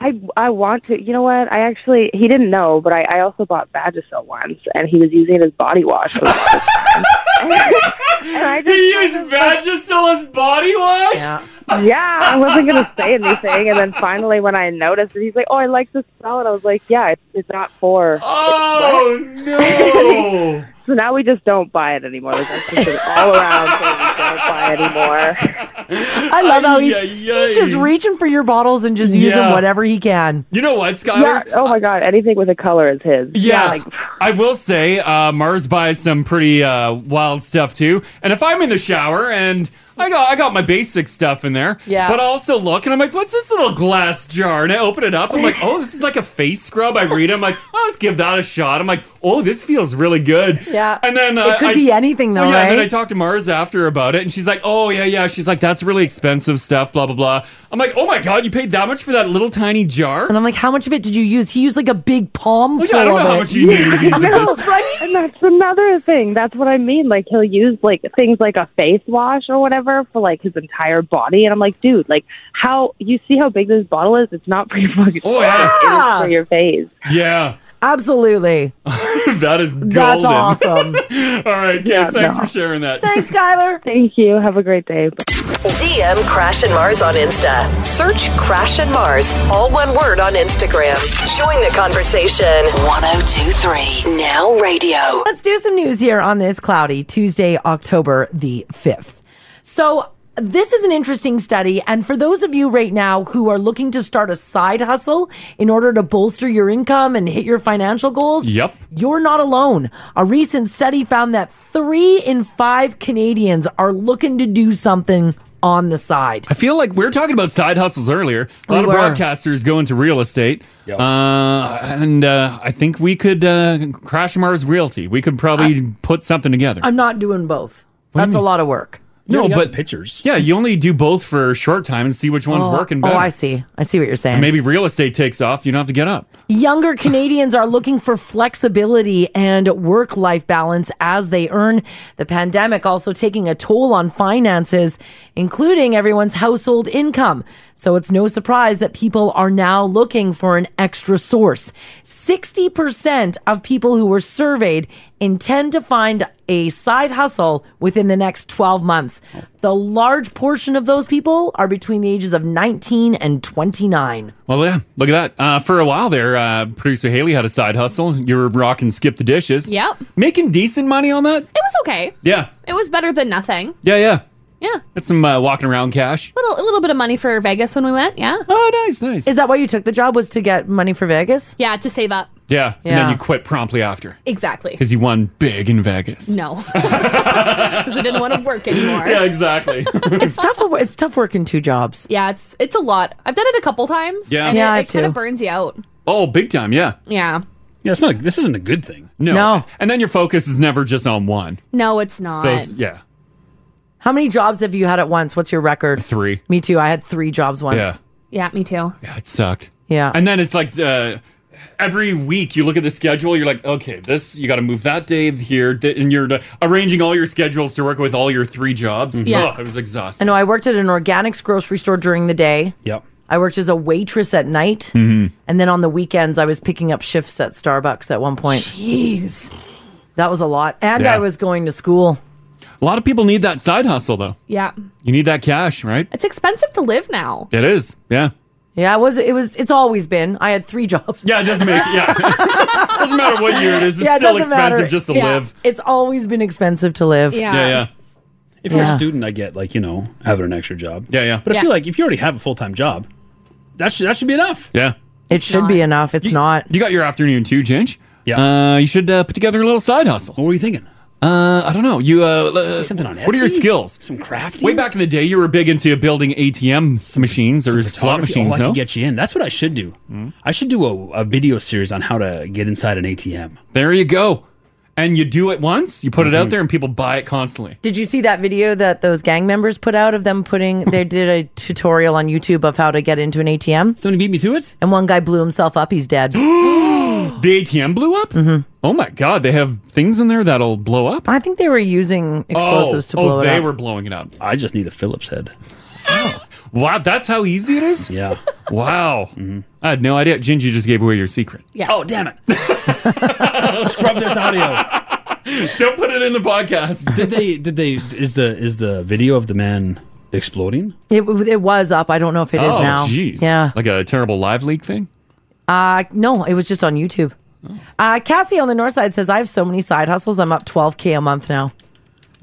L: I I want to. You know what? I actually he didn't know, but I I also bought Vagisil once, and he was using it as body wash. For a long time.
G: he used Vagisil as body wash?
I: Yeah.
L: yeah, I wasn't gonna say anything, and then finally, when I noticed it, he's like, "Oh, I like this smell," and I was like, "Yeah, it's, it's not for."
G: Oh no!
L: so now we just don't buy it anymore. Like, that's just an all-around thing we don't buy anymore.
I: I love how he's,
L: Ay, ay,
I: he's
L: ay.
I: just reaching for your bottles and just using
L: Yeah.
I: whatever he can.
G: You know what,
L: Yeah. Oh my God, anything with a color is his.
G: Yeah, I will say uh, Mars buys some pretty uh, wild stuff too. And if I'm in the shower and I got I got my basic stuff in there,
I: Yeah.
G: But I also look and I'm like, what's this little glass jar? And I open it up. I'm like, oh, this is like a face scrub. I read. it. I'm like, oh, let's give that a shot. I'm like, oh, this feels really good.
I: Yeah.
G: And then
I: It
G: uh,
I: could
G: I-
I: be anything, though,
G: Well, yeah. And then
I: right?
G: I talked to Mars after about it, and she's like, oh yeah, yeah. She's like, that's really expensive stuff. Blah blah blah. I'm like, oh my god, you paid that much for that little tiny jar?
I: And I'm like, how much of it did you use? He used like a big palm
G: Well,
I: full
G: yeah, I don't
I: of
G: know how
I: it.
G: much you needed to use of
L: No,
G: this.
L: And that's another thing. That's what I mean. Like he'll use like things like a face wash or whatever for like his entire body, and I'm like, dude, like how you see how big this bottle is? It's not for your fucking. Oh
I: yeah.
L: it is for your face.
G: Yeah.
I: Absolutely.
G: that is golden.
I: That's awesome.
G: All right, Kate,
L: Yeah,
G: thanks
L: no.
G: for sharing that.
I: Thanks, Skylar.
L: Thank you. Have a great day.
A: DM Crash and Mars on Insta. Search Crash and Mars, all one word on Instagram. Join the conversation. 1023 Now Radio.
I: Let's do some news here on this cloudy Tuesday, October the 5th. So, this is an interesting study. And for those of you right now who are looking to start a side hustle in order to bolster your income and hit your financial goals,
G: Yep.
I: you're not alone. A recent study found that three in five Canadians are looking to do something on the side.
G: I feel like we were talking about side hustles earlier. A lot
I: We
G: of
I: were.
G: broadcasters go into real estate, uh, and uh, I think we could uh, crash Mars Realty. We could probably put something together.
I: I'm not doing both.
G: What do you
I: That's a
G: mean?
I: lot of work.
G: no, but pictures. Yeah, you only do both for a short time and see which one's
I: Oh,
G: working
I: oh,
G: better.
I: I see. I see what you're saying.
G: And maybe real estate takes off. You don't have to get up.
I: Younger Canadians are looking for flexibility and work life balance as they earn. The pandemic also taking a toll on finances, including everyone's household income. So it's no surprise that people are now looking for an extra source. 60% of people who were surveyed intend to find a side hustle within the next 12 months. The large portion of those people are between the ages of 19 and 29.
G: Well, yeah, look at that. Uh, for a while there, uh, producer Haley had a side hustle. You were rocking skip the dishes.
C: Yep.
G: Making decent money on that?
C: It was okay.
G: Yeah.
C: It was better than nothing.
G: Yeah, yeah.
C: Yeah.
G: That's some uh, walking around cash.
C: Little, a little bit of money for Vegas when we went. Yeah.
G: Oh, nice, nice.
I: Is that why you took the job? Was to get money for Vegas?
C: Yeah, to save up.
G: Yeah. And then
C: Yeah.
G: you quit promptly after
C: Exactly.
G: because you won big in Vegas.
C: No. Because I didn't want to work anymore.
G: Yeah, exactly.
I: it's tough. It's tough working two jobs.
C: Yeah, it's it's a lot. I've done it a couple times.
G: Yeah.
C: and it,
G: Yeah, I
C: it
G: have
C: kind
G: too.
C: of burns you out.
G: oh, big time. Yeah.
C: Yeah.
J: Yeah, it's not. This isn't a good thing.
G: No. no. And then your focus is never just on one.
C: No, it's not.
G: So it's- yeah.
I: How many jobs have you had at once? What's your record?
G: Three.
I: Me too. I had three jobs once.
G: Yeah.
C: Yeah, me too.
G: Yeah, it sucked.
I: Yeah.
G: And then it's like uh, every week you look at the schedule, you're like, okay, this, you got to move that day here. th- And you're uh, arranging all your schedules to work with all your three jobs.
I: Mm-hmm. Yeah.
G: Ugh, it was
I: I
G: exhausting.
I: know I worked at an organics grocery store during the day.
J: Yep.
I: I worked as a waitress at night.
G: Mm-hmm.
I: And then on the weekends, I was picking up shifts at Starbucks at one point. Jeez. That was a lot. And
G: Yeah.
I: I was going to school.
G: A lot of people need that side hustle, though.
C: Yeah.
G: You need that cash, right?
C: It's expensive to live now.
G: It is. Yeah.
I: Yeah, it was. It was. It's always been. I had three jobs.
G: Yeah, it doesn't make. Yeah, doesn't matter what year it is, it's still
I: doesn't
G: expensive just to live.
I: It's always been expensive to live.
J: If you're
I: Yeah.
J: a student, I get like you know having an extra job. Yeah,
G: yeah.
J: But I
I: Yeah.
J: feel like if you already have a full time job, that should that should be enough.
G: Yeah.
I: It should be enough. It's not.
G: You got your afternoon too, Ginge. Yeah. Uh, you should uh, put together a little side hustle. What
J: were you thinking?
G: Uh, I don't know. You uh, l-
J: something on
G: What are your
J: Etsy?
G: skills?
J: Some crafting.
G: Way back in the day, you were big into building ATM machines or slot
J: Photography? Oh,
G: machines.
J: I
G: no, Hmm?
J: could get you in. That's what I should do. I should do a, a video series on how to get inside an ATM.
G: There you go. And you do it once, you put it
J: Mm-hmm.
G: out there, and people buy it constantly.
I: Did you see that video that those gang members put out of them putting? They did a tutorial on YouTube of how to get into an ATM.
J: Somebody beat me to it,
I: and one guy blew himself up. He's dead.
G: the ATM blew up. Mm-hmm. Oh my God! They have things in there that'll blow up.
I: I think they were using
G: oh,
I: explosives to blow
G: oh,
I: it
G: they
I: up.
G: were blowing it up.
J: I just need a Phillips head.
G: Wow, that's how easy it is.
J: Yeah. Mm-hmm.
G: Wow. I had no idea. Gingy just gave away your secret.
C: Yeah.
J: Oh damn it! Scrub this audio.
G: Don't put it in the podcast.
J: Did they? Did they? Is the is the video of the man exploding?
I: It, w- it was up. I don't know if it is
G: oh,
I: now.
G: jeez.
I: Yeah.
G: Like a terrible live leak thing.
I: Uh, no, it was just on YouTube. Uh, Cassie on the north side says, I have so many side hustles. I'm up 12K a month now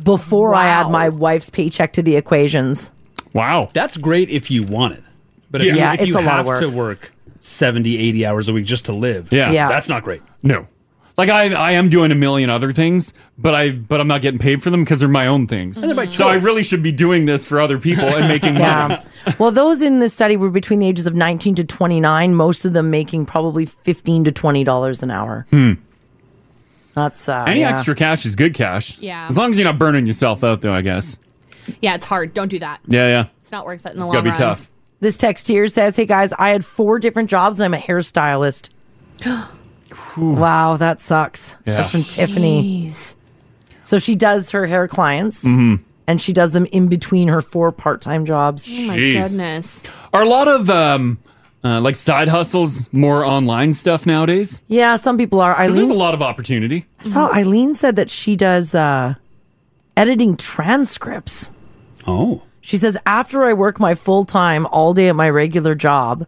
I: before I add my wife's paycheck to the equations.
G: Wow.
J: That's great if you want it. But if
I: Yeah.
J: you,
I: Yeah,
J: if
I: it's
J: you
I: a lot
J: have
I: of work.
J: to work 70, 80 hours a week just to live,
G: Yeah. Yeah.
J: that's not great.
G: No. Like I, I am doing a million other things, but I, but I'm not getting paid for them because they're my own things.
J: And they're by
G: so I
J: choice.
G: really should be doing this for other people and making money.
I: well, those in this study were between the ages of 19 to 29, most of them making probably 15 to $20 an hour.
G: Hmm.
I: That's uh,
G: Any
I: yeah.
G: extra cash is good cash.
C: Yeah.
G: As long as you're not burning yourself out, though, I guess.
C: Yeah, it's hard. Don't do that.
G: Yeah, yeah.
C: It's not worth it in the
G: It's
C: long
G: gotta
C: run.
G: be tough.
I: This text here says, Hey guys, I had four different jobs and I'm a hairstylist. wow, that sucks.
G: Yeah.
I: That's from Tiffany. So she does her hair clients
G: Mhm.
I: and she does them in between her four part time jobs.
G: Oh my Jeez. goodness. Are a lot of um, uh, like side hustles more online stuff nowadays?
I: Yeah, some people are.
G: 'Cause there's a
I: Eileen,
G: lot of opportunity.
I: I saw Eileen said that she does uh, editing transcripts.
J: Oh.
I: She says, after I work my full time all day at my regular job,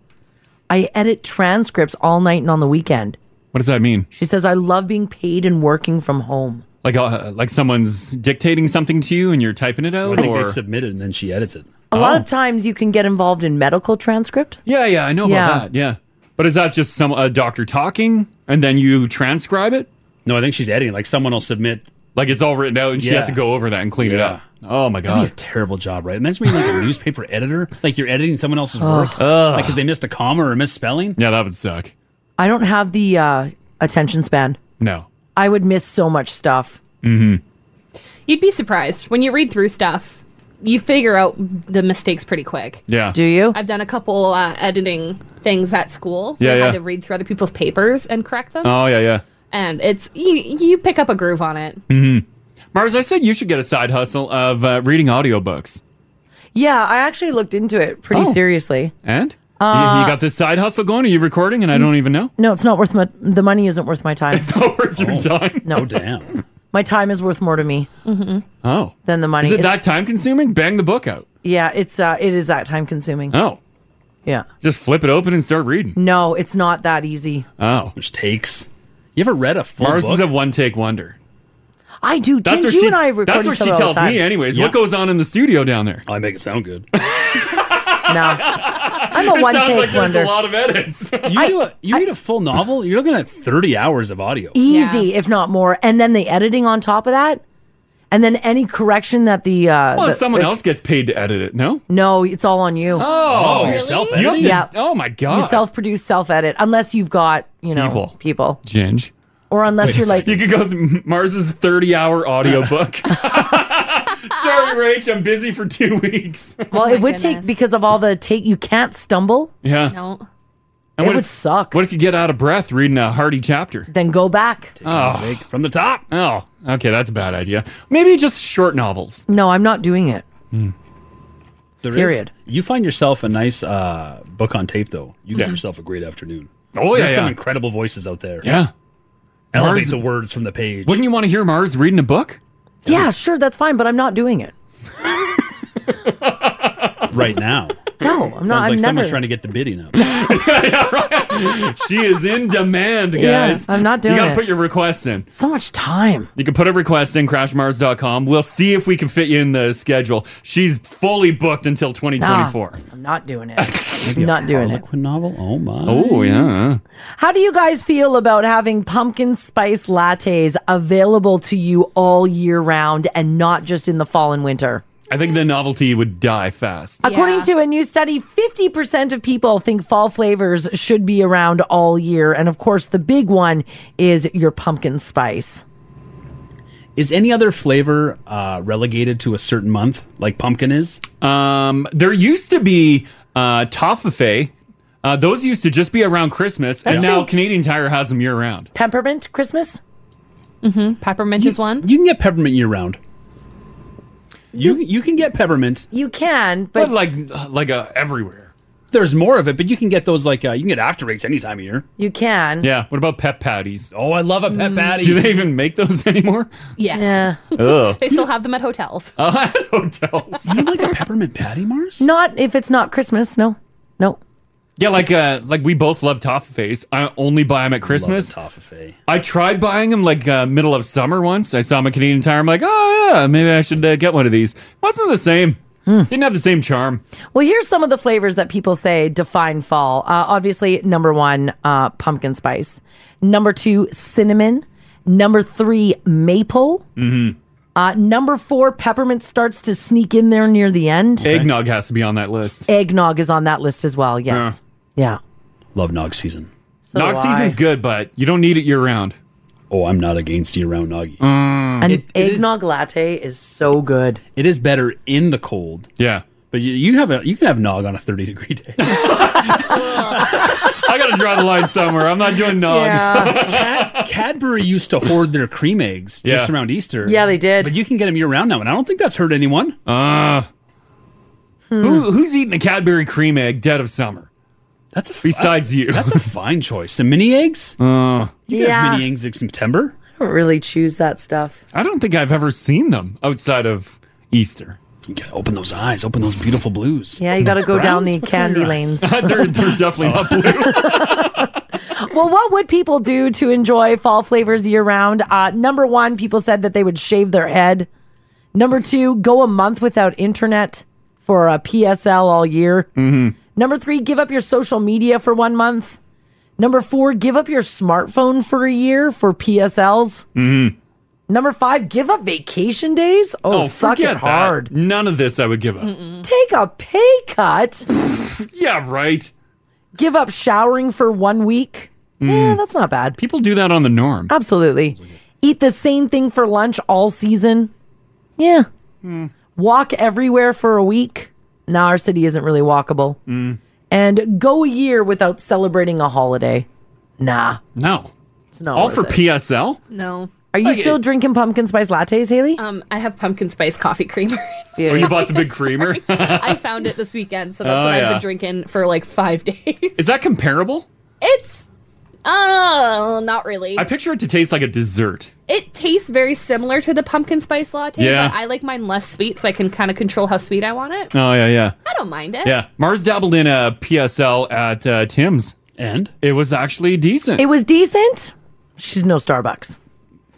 I: I edit transcripts all night and on the weekend.
G: What does that mean?
I: She says, I love being paid and working from home.
G: Like uh, like someone's dictating something to you and you're typing it out?
J: I think
G: or...
J: they submit it and then she edits it.
I: A
G: Oh.
I: lot of times you can get involved in medical transcript.
G: Yeah, yeah, I know
I: Yeah.
G: about that. Yeah. But is that just some a doctor talking and then you transcribe it?
J: No, I think she's editing. Like someone will submit.
G: Like it's all written out and she has to
J: Yeah.
G: go over that and clean it up. Oh my
J: That'd
G: god.
J: be a terrible job, right? Imagine being like a newspaper editor. Like you're editing someone else's work
I: Ugh.
J: because they missed a comma or a misspelling.
G: Yeah, that would suck.
I: I don't have the uh, attention span.
G: No.
I: I would miss so much stuff.
G: Mm-hmm.
C: You'd be surprised when you read through stuff. You figure out the mistakes pretty quick.
G: Yeah.
I: Do you?
C: I've done a couple uh, editing things at school.
G: Yeah,
C: I
G: yeah.
C: had to read through other people's papers and correct them.
G: Oh yeah, yeah.
C: And it's you you pick up a groove on it.
G: Mm-hmm. Mars, I said you should get a side hustle of uh, reading audiobooks.
I: Yeah, I actually looked into it pretty
G: Oh.
I: seriously.
G: And You- you,
I: Uh,
G: got this side hustle going? Are you recording? And I don't even know.
I: No, it's not worth my, the money isn't worth my time. It's
G: not worth your time.
I: No,
J: Oh. damn.
I: my time is worth more to me
G: Oh,
I: than the money.
G: is it
I: It's-
G: that time consuming? Bang the book out.
I: Yeah, it's uh, it is that time consuming.
G: Oh,
I: yeah.
G: Just flip it open and start reading.
I: No, it's not that easy.
G: Oh,
J: which takes. You ever read a full
G: Mars is
J: book?
G: a one take wonder.
I: I do. Jim, you
G: she,
I: and I record
G: that's what
I: each
G: she
I: other all
G: tells
I: the time.
G: me, anyways.
J: Yeah.
G: What goes on in the studio down there?
J: I make it sound good.
I: I'm a
G: It
I: one
G: sounds
I: take
G: like there's
I: wonder.
G: a lot of edits.
J: You, do a, you read a full novel, you're looking at 30 hours of audio.
I: Easy, if not more. And then the editing on top of that. And then any correction that the uh,
G: Well,
I: the-
G: someone
I: the-
G: else gets paid to edit it. No.
I: No, it's all on you.
G: Oh, Oh, you're self-editing? you have to- oh my God.
I: You self-produce, self-edit, unless you've got you know
G: People.
I: people,
G: Ginge.
I: or unless
G: Wait a
I: you're like
G: You could go with Mars's 30 hour audiobook. Sorry, Rach, I'm busy for two weeks.
I: Well, it would take because of all the take. You can't stumble.
G: Yeah.
C: No.
I: It would suck.
G: What if you get out of breath reading a hardy chapter?
I: Then go back.
G: oh.
J: from the top.
G: Oh, okay, that's a bad idea. Maybe just short novels.
I: No, I'm not doing it.
J: There is-
I: Period.
J: you find yourself a nice uh, book on tape, though. You got
I: Mhm.
J: yourself a great afternoon.
G: Oh, yeah,
J: There's some
G: yeah.
J: incredible voices out there.
G: Yeah.
J: Elevate
G: Mars-
J: the words from the page.
G: Wouldn't you want to hear Mars reading a book?
I: Yeah, sure, that's fine, but I'm not doing it.
J: right now.
I: No, I'm not.
J: Sounds
I: I'm
J: like someone's
I: never.
J: trying to get the bidding up.
G: she is in demand,
I: Yeah,
G: guys.
I: I'm not doing
G: You gotta
I: it.
G: put your requests in.
I: So much time.
G: You can put a request in crashmars.com. We'll see if we can fit you in the schedule. She's fully booked until 2024.
I: Nah, I'm not doing it. I'm not doing it.
J: novel? Oh my.
G: Oh yeah.
I: How do you guys feel about having pumpkin spice lattes available to you all year round and not just in the fall and winter?
G: I think the novelty would die fast.
I: According to a new study, 50% of people think fall flavors should be around all year. And of course, the big one is your pumpkin spice.
J: Is any other flavor uh, relegated to a certain month, like pumpkin is?
G: Um, there used to be uh, toffee. Uh, those used to just be around Christmas, and
I: That's
G: now
I: true.
G: Canadian Tire has them year round.
I: Peppermint Christmas?
C: Mm-hmm. Peppermint is one.
J: You can get peppermint year round. You you can get peppermint.
I: You can,
J: but,
I: but,
G: like like uh, everywhere.
J: There's more of it, but you can get those like uh, you can get after rates any time of year.
I: you can.
G: Yeah. What about pep patties?
J: Oh, I love a
C: Mm.
J: pep patty.
G: Do they even make those anymore?
C: Yes.
G: Ugh.
C: they still have them at hotels.
G: Uh, hotels.
J: You like a peppermint patty, Mars?
I: Not if it's not Christmas, no. No.
G: Yeah, like uh, like we both love toffees. I only buy them at Christmas.
J: toffee.
G: I tried buying them like uh, middle of summer once. I saw them at Canadian Tire. I'm like, oh yeah, maybe I should uh, get one of these. Wasn't the same.
I: Hmm.
G: Didn't have the same charm.
I: Well, here's some of the flavors that people say define fall. Uh, obviously, number one, uh, pumpkin spice. Number two, cinnamon. Number three, maple.
G: Mm-hmm.
I: Uh, number four, peppermint starts to sneak in there near the end.
G: Eggnog has to be on that list.
I: Eggnog is on that list as well. Yes. Yeah.
J: Love nog season.
I: So
G: nog
I: do
G: season's
I: I.
G: good, but you don't need it year round.
J: Oh, I'm not against year round noggy.
G: Mm.
I: An eggnog latte is so good.
J: It is better in the cold.
G: Yeah.
J: But you, you have a you can have nog on a 30 degree day.
G: I gotta draw the line somewhere. I'm not doing nog.
J: Cad- Cadbury used to hoard their cream eggs just
G: Yeah.
J: around Easter.
I: Yeah, they did.
J: But you can get them year round now, and I don't think that's hurt anyone.
G: Uh,
I: Hmm.
G: Who, who's eating a Cadbury cream egg dead of summer?
J: That's a
G: besides you. Uh.
J: That's a fine choice. Some mini eggs. you can
I: Yeah.
J: have mini eggs in September.
I: I don't really choose that stuff.
G: I don't think I've ever seen them outside of Easter.
J: You gotta open those eyes. Open those beautiful blues.
I: Yeah, you got to go down the
J: Browns?
I: candy lanes.
G: they're, they're definitely not blue.
I: well, what would people do to enjoy fall flavors year round? Uh, number one, people said that they would shave their head. Number two, go a month without internet for a PSL all year.
G: Mm-hmm.
I: Number three, give up your social media for one month. Number four, give up your smartphone for a year for PSLs.
G: Mm-hmm.
I: Number five, give up vacation days. Oh, suck it hard.
G: None of this I would give up.
I: Take a pay cut.
G: Yeah, right.
I: give up showering for one week. Yeah, that's not bad.
G: Mm-hmm. People do that on the norm.
I: Absolutely. Eat the same thing for lunch all season. Yeah.
G: Hmm.
I: Walk everywhere for a week. Now our city isn't really walkable.
G: Hmm.
I: And go a year without celebrating a holiday. Nah.
G: No.
I: It's not
G: All
I: worth
G: for
I: it.
G: PSL?
C: No.
I: Are you
C: Like,
I: still
C: it-
I: drinking pumpkin spice lattes, Haley?
C: Um, I have pumpkin spice coffee creamer.
G: Or you bought the big creamer?
C: I found it this weekend, so that's
G: Oh,
C: what I've
G: yeah.
C: been drinking for like five days.
G: Is that comparable?
C: It's uh not really.
G: I picture it to taste like a dessert.
C: it tastes very similar to the pumpkin spice latte,
G: Yeah.
C: but I like mine less sweet, so I can kind of control how sweet I want it.
G: Oh, yeah, yeah.
C: I don't mind it.
G: Yeah. Mars dabbled in a PSL at uh, Tim's.
J: And?
G: It was actually decent.
I: It was decent. She's no Starbucks.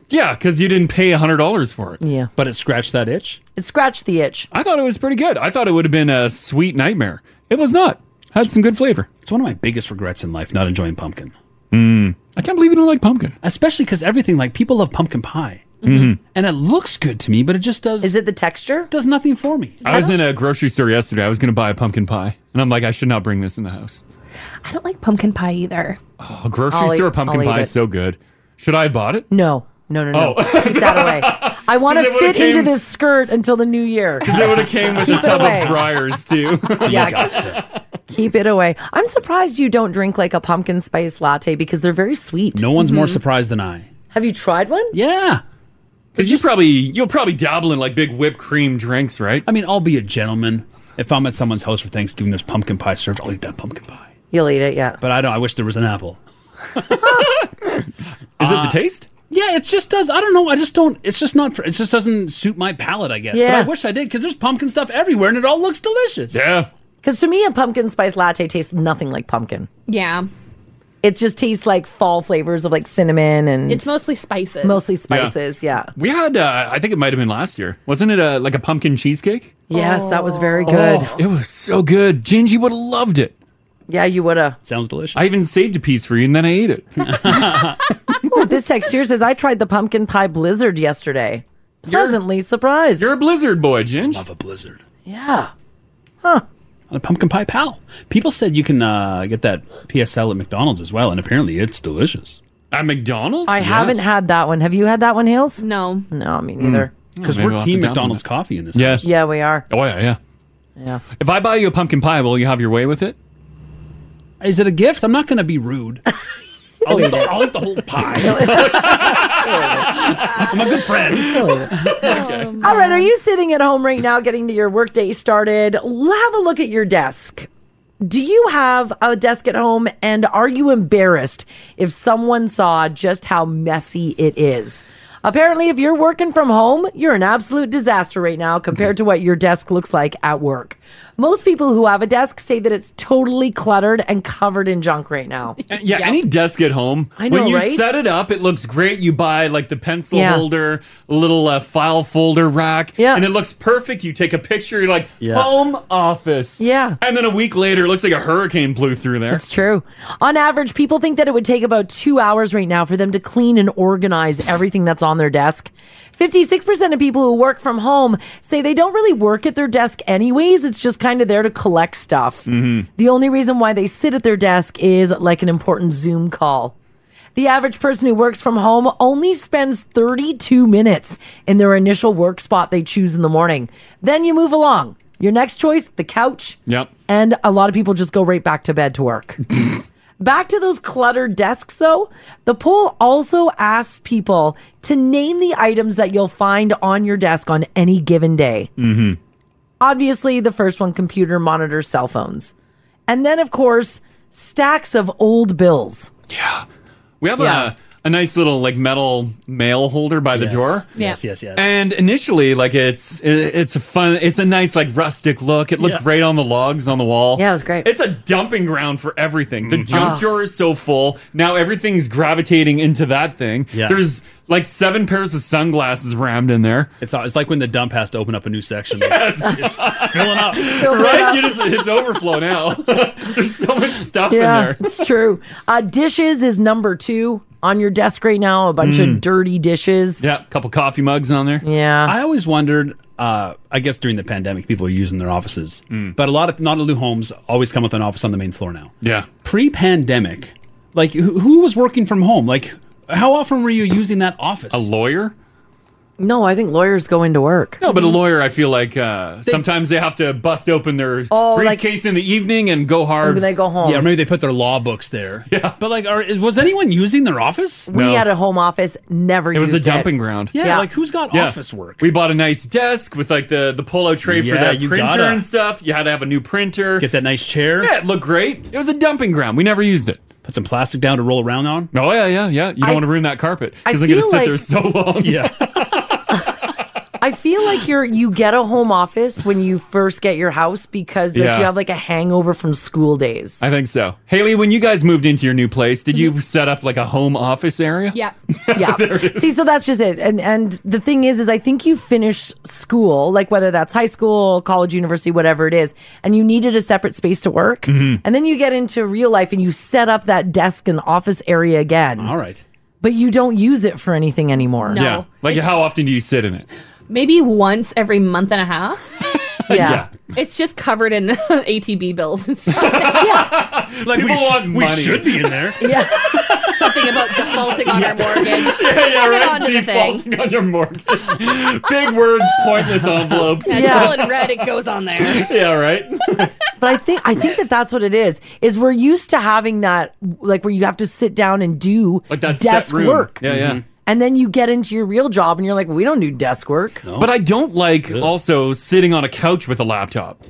G: yeah, because you didn't pay $100 for it.
I: Yeah.
J: But it scratched that itch?
I: It scratched the itch.
G: I thought it was pretty good. I thought it would have been a sweet nightmare. It was not. Had some good flavor.
J: It's one of my biggest regrets in life, not enjoying pumpkin.
G: Mm-hmm. Mm. I can't believe you don't like pumpkin.
J: Especially because everything, like people love pumpkin pie.
I: Mm-hmm.
G: Mm-hmm.
J: And it looks good to me, but it just does. Is
I: it the texture?
J: Does nothing for me.
G: I was in a grocery store yesterday. I was going to buy a pumpkin pie, and I'm like, I should not bring this in the house.
C: I don't like pumpkin pie either.
G: Oh, grocery
C: I'll eat-
G: store
C: I'll
G: pumpkin
C: eat
G: pie
C: it.
G: is so good. Should I have bought it? Oh,
I: No, no, no, no. Keep that away. I want to
G: Because it
I: fit
G: would've came-
I: into this skirt until the new year.
G: because it would have came with a
I: Keep it
G: tub
I: away.
G: of briars too.
J: Oh
I: Yeah. Keep it away. I'm surprised you don't drink like a pumpkin spice latte because they're very sweet.
J: No one's more
I: Mhm.
J: surprised than I.
I: Have you tried one?
J: Yeah.
G: Because you probably you'll probably dabble in like big whipped cream drinks, right?
J: I mean, I'll be a gentleman. If I'm at someone's house for Thanksgiving, there's pumpkin pie served. I'll eat that pumpkin pie.
I: You'll eat it, yeah.
J: But I don't. I wish there was an apple. Uh,
G: Is it the taste?
J: Yeah, it just does. I don't know. I just don't. It's just not. for- It just doesn't suit my palate. I guess. But I
I: Yeah.
J: wish I did because there's pumpkin stuff everywhere and it all looks delicious.
G: Yeah.
I: Because to me, a pumpkin spice latte tastes nothing like pumpkin.
C: Yeah.
I: It just tastes like fall flavors of like cinnamon and
C: It's mostly spices.
I: mostly
G: Yeah.
I: spices. Yeah.
G: We had, uh, I think it might have been last year, wasn't it? Uh, like a pumpkin cheesecake.
I: Yes, that was very good.
G: Oh, it was so good. Gingy would have loved it.
I: Yeah, you would have.
J: Sounds delicious.
G: I even saved a piece for you, and then I ate it.
I: Ooh, this text here says I tried the pumpkin pie blizzard yesterday. Pleasantly surprised. You're
G: a blizzard boy, Ginge.
J: Love a blizzard.
I: Yeah. Huh.
J: On a pumpkin pie pal. People said you can uh, get that PSL at McDonald's as well, and apparently it's delicious.
G: At McDonald's?
I: I haven't had that one. Have you had that one, Hills?
C: No.
I: No,
G: Mm.
I: me neither.
J: Because we're team McDonald's coffee in this.
G: Yes.
I: Yeah, we are.
G: Oh yeah, yeah.
I: Yeah.
G: If I buy you a pumpkin pie, will you have your way with it?
J: Is it a gift? I'm not going to be rude. I'll, eat the, I'll eat the whole pie. I'm a good friend.
I: All right, are you sitting at home right now getting to your workday started? L- Have a look at your desk. Do you have a desk at home and are you embarrassed if someone saw just how messy it is? Apparently, if you're working from home, you're an absolute disaster right now compared to what your desk looks like at work. Most people who have a desk say that it's totally cluttered and covered in junk right now.
G: Uh, Yeah, any desk at home.
I: I know,
G: when you
I: right?
G: set it up, it looks great. You buy like the pencil
I: Yeah.
G: holder, little uh, file folder rack, yeah. and it looks perfect. You take a picture, you're like,
I: Yeah.
G: home office.
I: Yeah.
G: And then a week later, it looks like a hurricane blew through there.
I: That's true. On average, people think that it would take about two hours right now for them to clean and organize everything that's on their desk. 56% of people who work from home say they don't really work at their desk anyways. It's just kind of there to collect stuff.
O: Mm.
G: Mm-hmm.
I: The only reason why they sit at their desk is like an important Zoom call. The average person who works from home only spends 32 minutes in their initial work spot they choose in the morning. Then you move along. Your next choice, the couch.
G: Yep.
I: And a lot of people just go right back to bed to work. back to those cluttered desks, though, the poll also asks people to name the items that you'll find on your desk on any given day.
B: Mm hmm.
I: Obviously, the first one computer monitors, cell phones. And then, of course, stacks of old bills.
G: We have
I: Yeah.
G: a, a nice little like metal mail holder by the door.
J: Yes, yes, yes.
G: And initially, like it's it- it's a fun, it's a nice like rustic look. It looked great on the logs on the wall. Yeah, it was great. Oh. It's a dumping ground for everything. The junk
J: Ugh.
G: drawer is so full now. Everything's gravitating into that thing.
J: Yeah.
G: There's like seven pairs of sunglasses rammed in there.
J: It's it's like when the dump has to open up a new section.
G: Yes,
J: it's, it's filling up.
G: fills it Right? up. You just- it's overflow now. There's so much stuff in
I: Yeah,
G: there.
I: it's true. Uh, dishes is number two on your desk right now. A bunch
G: Hmm.
J: Mm.
I: of dirty dishes.
G: Yeah, couple coffee mugs on there.
I: Yeah.
J: I always wondered. Uh, I guess during the pandemic, people are using their offices,
G: Mm.
J: but a lot of not new homes always come with an office on the main floor now.
G: Yeah.
J: Pre-pandemic, like who, who was working from home? Like how often were you using that office? A
G: lawyer?
I: No, I think lawyers go into work.
G: No, but a lawyer, I feel like uh, sometimes they have to bust open their
I: Oh, like-
G: briefcase in the evening and go hard.
I: And they go home.
J: Yeah, or maybe they put their law books there. Yeah, but like, are, is, was anyone using their office?
I: We had a home office, never
G: It was
I: used
G: a dumping ground.
J: Yeah, like who's got
G: Yeah.
J: office work?
G: We bought a nice desk with like the the polo tray for
J: Yeah,
G: that
J: you
G: printer
J: gotta.
G: and stuff. You had to have a new printer. Get
J: that nice chair.
G: Yeah, it looked great. It was a dumping ground. We never used it.
J: Put some plastic down to roll around on.
G: Oh yeah, yeah, yeah. You don't
I: I-
G: want to ruin that carpet
I: I
G: because they're gonna
I: feel
G: sit there
I: like-
G: so long.
J: Yeah.
I: I feel like you're you get a home office when you first get your house because like
G: Yeah.
I: you have like a hangover from school days.
G: I think so. Haley, when you guys moved into your new place, did you set up like a home office area?
I: Yeah. yeah. See, so that's just it. And and the thing is is I think you finish school, like whether that's high school, college, university, whatever it is, and you needed a separate space to work.
G: Mm-hmm.
B: Mhm.
I: And then you get into real life and you set up that desk and office area again. All
J: right.
I: But you don't use it for anything anymore.
G: Yeah. Like, how often do you sit in it?
C: Maybe once every month and a half.
G: Yeah.
C: It's just covered in ATB bills and stuff.
J: Like we, sh- we should be in there.
C: Yeah. Something about defaulting on our mortgage.
G: yeah, yeah,
C: Bring it
G: right.
C: onto the thing.
G: Defaulting on your mortgage. Big words, pointless envelopes.
C: That's
I: Yeah.
C: all in red. It goes on there.
G: yeah, right.
I: But I think I think that that's what it is. Is we're used to having that like where you have to sit down and do
G: Like that set
I: desk
G: room.
I: work.
G: Yeah, yeah. Mhm.
I: And then you get into your real job and you're like, we don't do desk work.
G: But I don't like also sitting on a couch with a laptop.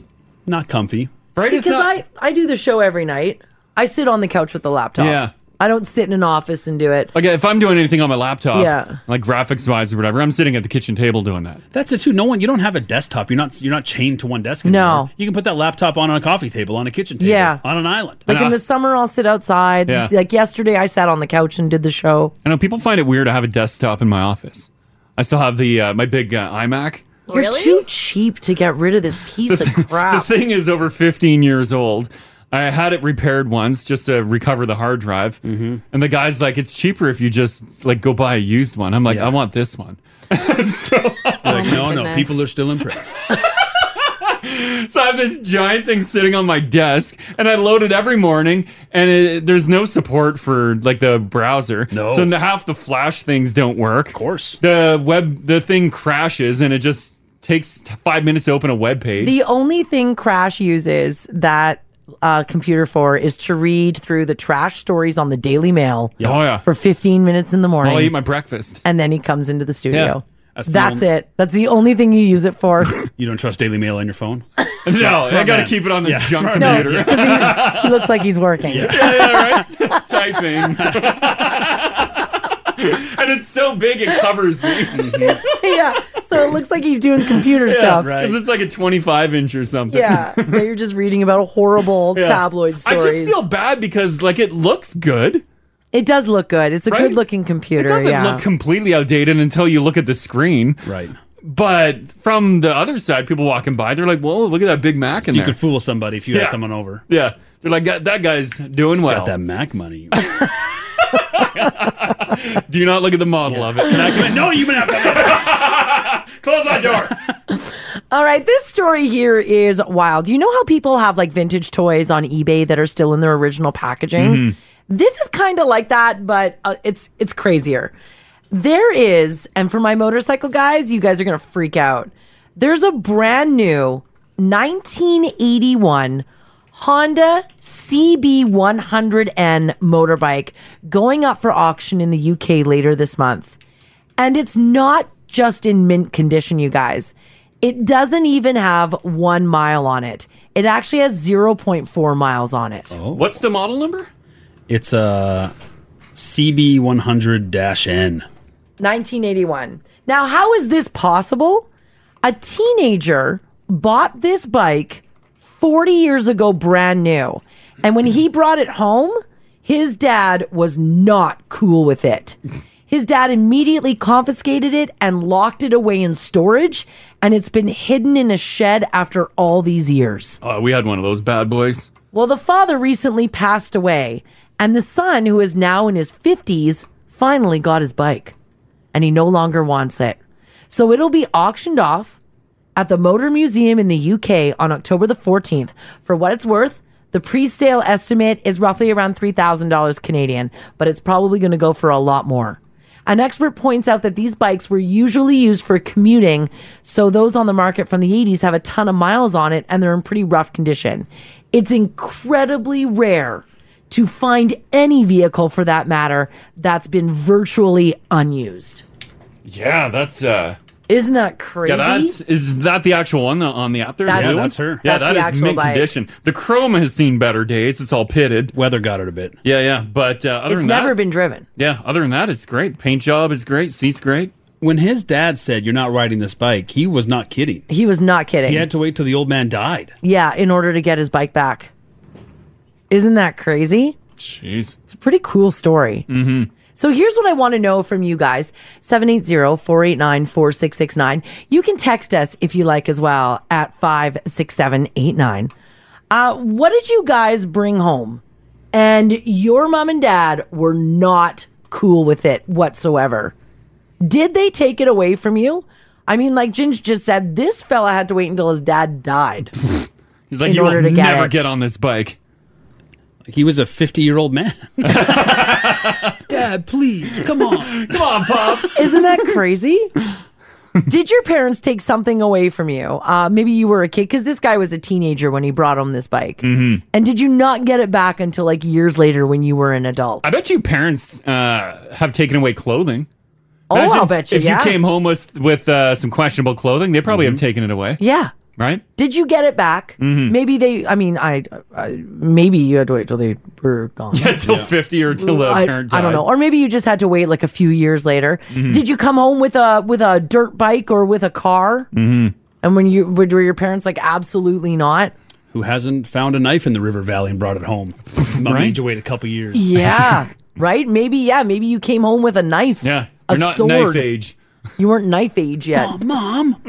G: Not comfy. Right? It's
I: because
G: not-
I: I I do the show every night. I sit on the couch with the laptop.
G: Yeah.
I: I don't sit in an office and do it.
G: Like if I'm doing anything on my laptop,
I: Yeah.
G: like graphics wise or whatever, I'm sitting at the kitchen table doing that.
J: That's it too. No one. You don't have a desktop. You're not. You're not chained to one desk.
I: No.
J: anymore. You can put that laptop on a coffee table, on a kitchen table,
I: Yeah.
J: on an island.
I: Like in the summer, I'll sit outside.
G: Yeah.
I: Like yesterday, I sat on the couch and did the show.
G: I know people find it weird. I have a desktop in my office. I still have the uh, my big uh, iMac.
I: You're too cheap to get rid of this piece of crap.
G: The thing is over 15 years old. I had it repaired once just to recover the hard drive,
J: Mm-hmm.
G: and the guy's like, "It's cheaper if you just like go buy a used one." I'm like, "I want this one."
J: like, no, no.
I: Oh,
G: goodness.
J: People are still impressed.
G: So I have this giant thing sitting on my desk, and I load it every morning, and it, there's no support for like the browser. No. So n- half the Flash things don't work. Of course. The web, the thing crashes, and it just takes t- five minutes to open a web page.
I: The only thing Crash uses that uh, computer for is to read through the trash stories on the Daily Mail.
G: Oh, yeah.
I: For 15 minutes in the morning.
G: While I eat my breakfast.
I: and then he comes into the studio.
J: That's the
I: That's
J: only-
I: it. That's the only thing you use it for.
J: You don't trust Daily Mail on your phone?
G: No, I gotta keep it on this junk computer.
I: he looks like he's working.
G: typing. and it's so big it covers me.
I: Mm-hmm. yeah. So it looks like he's doing computer
G: Yeah,
I: stuff.
G: Because it's like a 25 inch or something.
I: Yeah. Where you're just reading about horrible
G: Yeah.
I: tabloid stories.
G: I just feel bad because like it looks good.
I: it does look good. It's a
G: Right?
I: good looking computer.
G: It doesn't
I: yeah.
G: look completely outdated until you look at the screen. Right. But from the other side, people walking by, they're like, "Whoa, look at that Big Mac!" in
J: You
G: there."
J: could fool somebody if you
G: Yeah.
J: had someone over.
G: Yeah, they're like, "That, that guy's doing well." Got that
J: Mac money.
G: Do not look at the model of it. Can I come in? No, you have to close that door.
I: All right, this story here is wild. You know how people have like vintage toys on eBay that are still in their original packaging?
A: Mm-hmm.
H: Mhm.
G: Mm-hmm.
I: This is kind of like that, but uh, it's it's crazier. There is, and for my motorcycle guys, you guys are going to freak out. There's a brand new 1981 Honda CB100N motorbike going up for auction in the UK later this month. And it's not just in mint condition, you guys. It doesn't even have one mile on it. It actually has 0.4 miles on it.
G: What's the model number?
J: It's uh, a CB100-N.
I: 1981. Now, how is this possible? A teenager bought this bike 40 years ago, brand new. And when he brought it home, his dad was not cool with it. His dad immediately confiscated it and locked it away in storage, and it's been hidden in a shed after all these years.
G: Oh, we had one of those bad boys.
I: Well, the father recently passed away, and the son, who is now in his 50s, finally got his bike, and he no longer wants it. So it'll be auctioned off at the Motor Museum in the UK on October the 14th. For what it's worth, the pre sale estimate is roughly around $3,000 Canadian, but it's probably going to go for a lot more. An expert points out that these bikes were usually used for commuting, so those on the market from the 80s have a ton of miles on it and they're in pretty rough condition. It's incredibly rare to find any vehicle for that matter that's been virtually unused.
G: Yeah, that's uh.
I: Isn't that crazy?
G: Yeah, that's is that the actual one on the app there?
I: That's-
G: The blue one?
I: that's her.
G: Yeah,
I: That's
G: that
I: the
G: is
I: actual
G: mint
I: bike.
G: condition. The chrome has seen better days. It's all pitted.
J: Weather got it a bit.
G: Yeah, yeah. But uh, other
I: it's
G: than
I: never
G: that,
I: been driven.
G: yeah, other than that, it's great. Paint job is great. Seats great.
J: When his dad said, you're not riding this bike, he was not kidding.
I: He was not kidding.
J: He had to wait till the old man died.
I: Yeah, in order to get his bike back. Isn't that crazy?
G: Jeez. It's
I: a pretty cool story.
G: Mm-hmm.
I: So here's what I want to know from you guys 780 489 4669. You can text us if you like as well at 56789. Uh, what did you guys bring home? And your mom and dad were not cool with it whatsoever. Did they take it away from you? I mean, like Ginge just said, this fella had to wait until his dad died.
G: He's like,
I: in
G: you
I: order
G: will
I: to get
G: never
I: it.
G: get on this bike.
J: He was a 50 year old man. Dad, please, come on.
G: come on, Pops.
I: Isn't that crazy? Did your parents take something away from you? Uh, maybe you were a kid, because this guy was a teenager when he brought him this bike.
G: Mm-hmm.
I: And did you not get it back until like years later when you were an adult?
G: I bet you parents uh, have taken away clothing.
I: Oh, I'll bet you,
G: If
I: yeah.
G: you came home with with uh, some questionable clothing, they
J: Mm-hmm.
G: probably have taken it away.
I: Yeah.
G: Right?
I: Did you get it back?
G: Mhm.
I: Maybe they, I mean, I, I, maybe you had to wait till they were gone.
G: Yeah, till 50 or till the
I: I,
G: parent
I: I don't
G: died.
I: know. Or maybe you just had to wait like a few years later.
G: Mhm.
I: Did you come home with a, with a dirt bike or with a car?
J: Mm-hmm.
I: And when you, were your parents like, absolutely not?
J: Who hasn't found a knife in the River Valley and brought it home? I need to wait a couple years.
I: Yeah. right? Maybe, yeah. Maybe you came home with a knife.
J: Yeah.
I: A
J: You're not
I: sword.
J: knife age.
I: You weren't knife age yet.
J: Oh, Mom,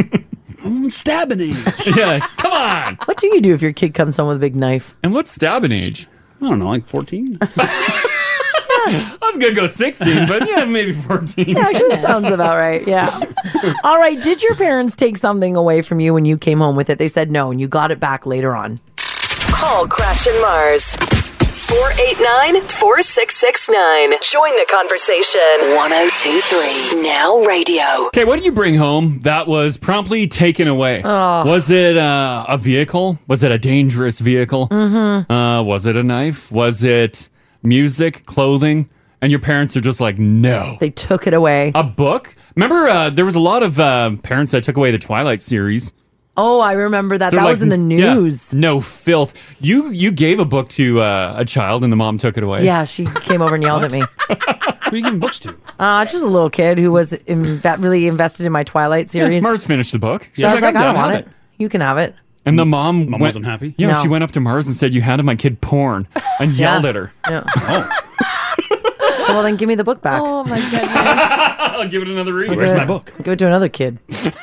J: I'm stabbing age.
G: yeah, come on.
I: What do you do if your kid comes home with a big knife?
G: And what's stabbing age?
J: I don't know, like 14?
G: I was going to go 16, but yeah, maybe 14.
I: Yeah, actually, that sounds about right. Yeah. All right. Did your parents take something away from you when you came home with it? They said no, and you got it back later on.
A: Call Crash and Mars. 489 4669. Join the conversation. 1023 Now Radio.
G: Okay, what did you bring home that was promptly taken away?
A: Oh.
G: Was it uh, a vehicle? Was it a dangerous vehicle?
I: Mm-hmm.
A: Mhm.
G: Uh, was it a knife? Was it music, clothing? And your parents are just like, no.
I: They took it away.
G: A book? Remember, uh, there was a lot of uh, parents that took away the Twilight series.
I: Oh, I remember that.
G: They're
I: that
G: like,
I: was in the
G: "Yeah,
I: news.
G: no filth. You you gave a book to uh, a child and the mom took it
I: Yeah,
G: away.
I: she came over and yelled at me.
J: Who are you giving books to?
I: Uh, just a little kid who was in, that really invested in my Twilight series.
G: Yeah, Mars finished the book.
I: So I was like,
G: "I'm
I: I don't
G: done,
I: want
G: have
I: it. You can have it.
G: And the mom,
J: Mom
G: went-
J: wasn't happy?
G: Yeah,
I: No.
G: she went up to Mars and said, "You handed my kid porn," and
I: Mm-hmm. Yeah.
G: yelled at her.
I: Yeah. So, well, then give me the book back.
C: Oh my goodness.
G: I'll give it another read.
I: Give it- Give it to another kid.
C: It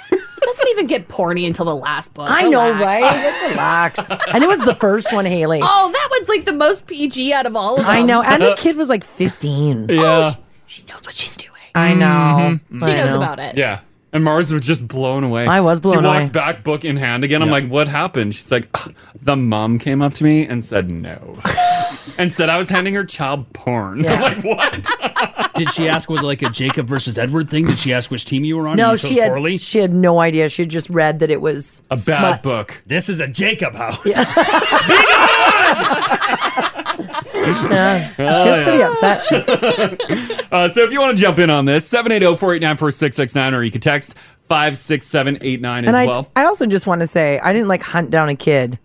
C: doesn't even get porny until the last book. Oh,
I: I know,
C: Relax.
I: right? Relax. and it was the first one, Haley.
C: Oh, that one's like the most PG out of all of them.
I: I know. And the kid was like 15.
G: Uh,
C: Oh,
G: Yeah.
I: I know. Mm-hmm.
G: Mhm.
I: I know.
G: Yeah. And Mars was just blown away.
I: I was blown
G: She walks
I: away.
G: back, book in hand again. I'm like, what happened? She's like, "Ugh, the mom came up to me and said no. and said I was handing her child porn. I'm like,
J: Did she ask, was it like a Jacob versus Edward thing? Did she ask which team you were on?
I: No,
J: and you chose
I: she had
J: poorly?
I: she had no idea. She had just read that it was
J: A
I: smut.
J: bad book. This is a Jacob house.
I: Yeah. she was
G: Oh,
I: pretty
G: yeah.
I: upset.
G: uh, so if you want to jump in on this, oh, 780-489-4669, or you can text 56789 as
I: And I,
G: well.
I: I also just want to say I didn't like hunt down a kid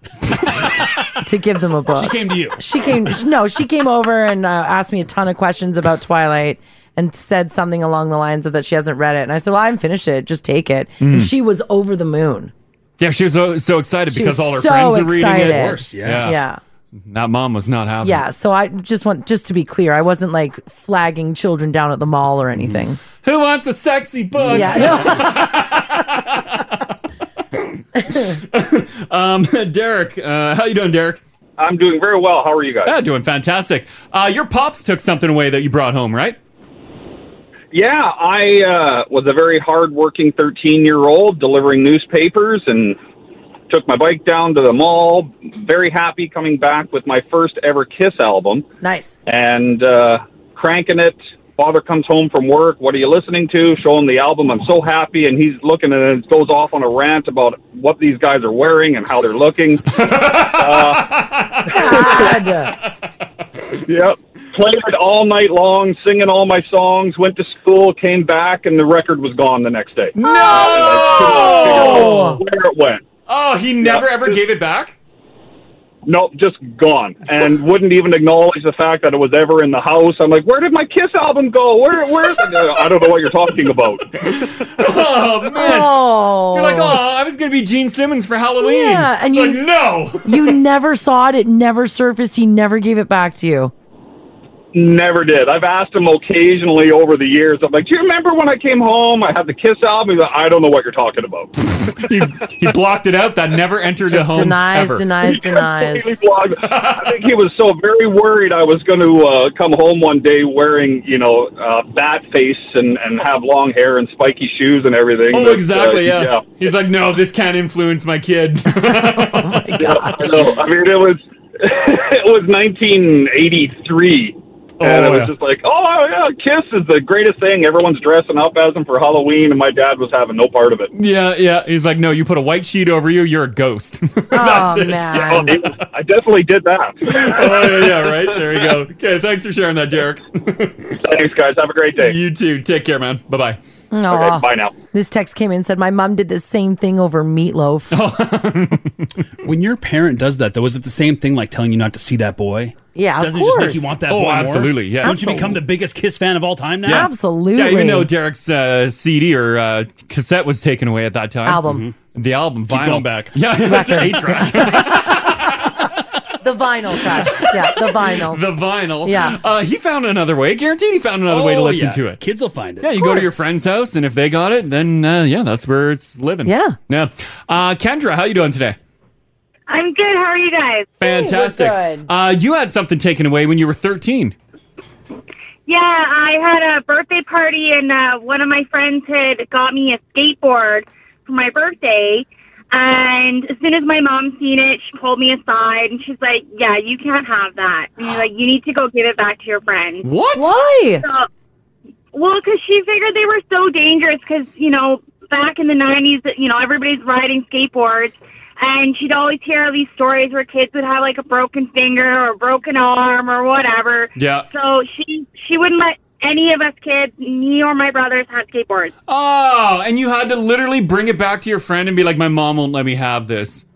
I: to give them a book.
J: She came to you.
I: She came. No, she came over and uh, asked me a ton of questions about Twilight and said something along the lines of that she hasn't read it. And I said, "Well, I haven't finished it. Just take it." And
G: Mm.
I: she was over the moon.
G: Yeah, she was so, so excited
I: She
G: because
I: was
G: all her
I: so
G: friends are reading
I: excited.
G: it.
I: Of course, yes. Yeah.
G: That mom was not having
I: Yeah. So I just want just to be clear, I wasn't like flagging children down at the mall or anything.
G: it. Who wants a sexy book?
I: Yeah.
G: Um, Derek, uh, how you doing, Derek? I'm doing very well. How are you guys? Yeah, doing fantastic. Uh, your pops took something away that you brought home, right?
F: Yeah, I uh, was a very hardworking 13 year old delivering newspapers and took my bike down to the mall. Very happy coming back with my first ever Kiss album
I: Nice.
F: and uh, cranking it. Father comes home from work. What are you listening to? Show him the album. I'm so happy. And he's looking at it and goes off on a rant about what these guys are wearing and how they're looking. Uh, Yep. Played it all night long, singing all my songs, went to school, came back, and the record was gone the next day. No! where it went.
G: Oh, he never ever gave it back?
F: Nope, just gone. And wouldn't even acknowledge the fact that it was ever in the house. I'm like, where did my Kiss album go? Where, where is it? I don't know what you're talking about.
G: Oh man!
I: Oh.
G: You're like, oh, I was gonna be Gene Simmons for Halloween.
I: Yeah, and
G: It's
I: you-
G: like, no.
I: you never saw it. It never surfaced. He never gave it back to you.
F: Never did. I've asked him occasionally over the years. I'm like, do you remember when I came home? I had the Kiss album. He's like, I don't know what you're talking about.
G: he blocked it out. That never entered a
F: Just
G: home.
F: denies,
G: ever.
I: denies, denies.
F: Completely blocked. I think he was so very worried I was going to uh, come home one day wearing, you know, uh, bat face and, and have long hair and spiky shoes and everything.
G: Oh,
F: that, uh,
G: exactly. Yeah. He's like, no, this can't influence my kid.
F: No, I mean it was it was 1983, and
G: Oh,
F: I was
G: yeah.
F: just like, oh yeah, Kiss is the greatest thing. Everyone's dressing up as them for Halloween, and my dad was having no part of it.
G: yeah, yeah. He's like, no, you put a white sheet over you. You're a ghost.
I: Oh,
G: That's it.
F: Yeah, it was- I definitely Oh, did that.
G: oh, yeah, yeah, right. There you go. Okay, thanks for sharing that, Derek.
F: Thanks, guys. Have a great day.
G: You too. Take care, man. Bye bye.
I: Aw. This text came in and said, My mom did the same thing over meatloaf.
G: Oh,
J: When your parent does that, though, is it the same thing like telling you not to see that boy?
I: Yeah, of
J: Doesn't it just make you
I: course.
J: want that
G: Oh,
J: boy more?
G: absolutely, yeah.
J: Don't you become the biggest Kiss fan of all time now?
G: Yeah. Yeah, even though Derek's uh, CD or uh, cassette was taken away at that time. Mm-hmm.
I: Album.
G: The album.
J: Keep
G: vinyl.
J: going back.
G: Yeah, that's an eight track.
I: the vinyl, Crash. Yeah, the vinyl.
G: the vinyl.
I: Yeah.
G: Uh, he found another way. Guaranteed he found another way to
J: Oh,
G: listen
J: yeah.
G: to it.
J: Kids will find it.
G: Yeah, you go to your friend's house, and if they got it, then uh, yeah, that's where it's living.
I: Yeah.
G: Yeah. Uh, Kendra, how you doing today?
H: I'm good. How are you guys?
G: Fantastic. Uh, you had something taken away when you were 13.
H: Yeah, I had a birthday party, and uh, one of my friends had got me a skateboard for my birthday. And as soon as my mom seen it, she pulled me aside and she's like, "Yeah, you can't have that. And you're like, you need to go give it back to your friend."
G: What?
I: Why?
H: So, well, because she figured they were so dangerous. Because you know, back in the '90s, you know, everybody's riding skateboards, and she'd always hear all these stories where kids would have like a broken finger or a broken arm or whatever.
G: Yeah.
H: So she she wouldn't let any of us kids, me or my brothers, have skateboards.
G: Oh, and you had to literally bring it back to your friend and be like, my mom won't let me have this.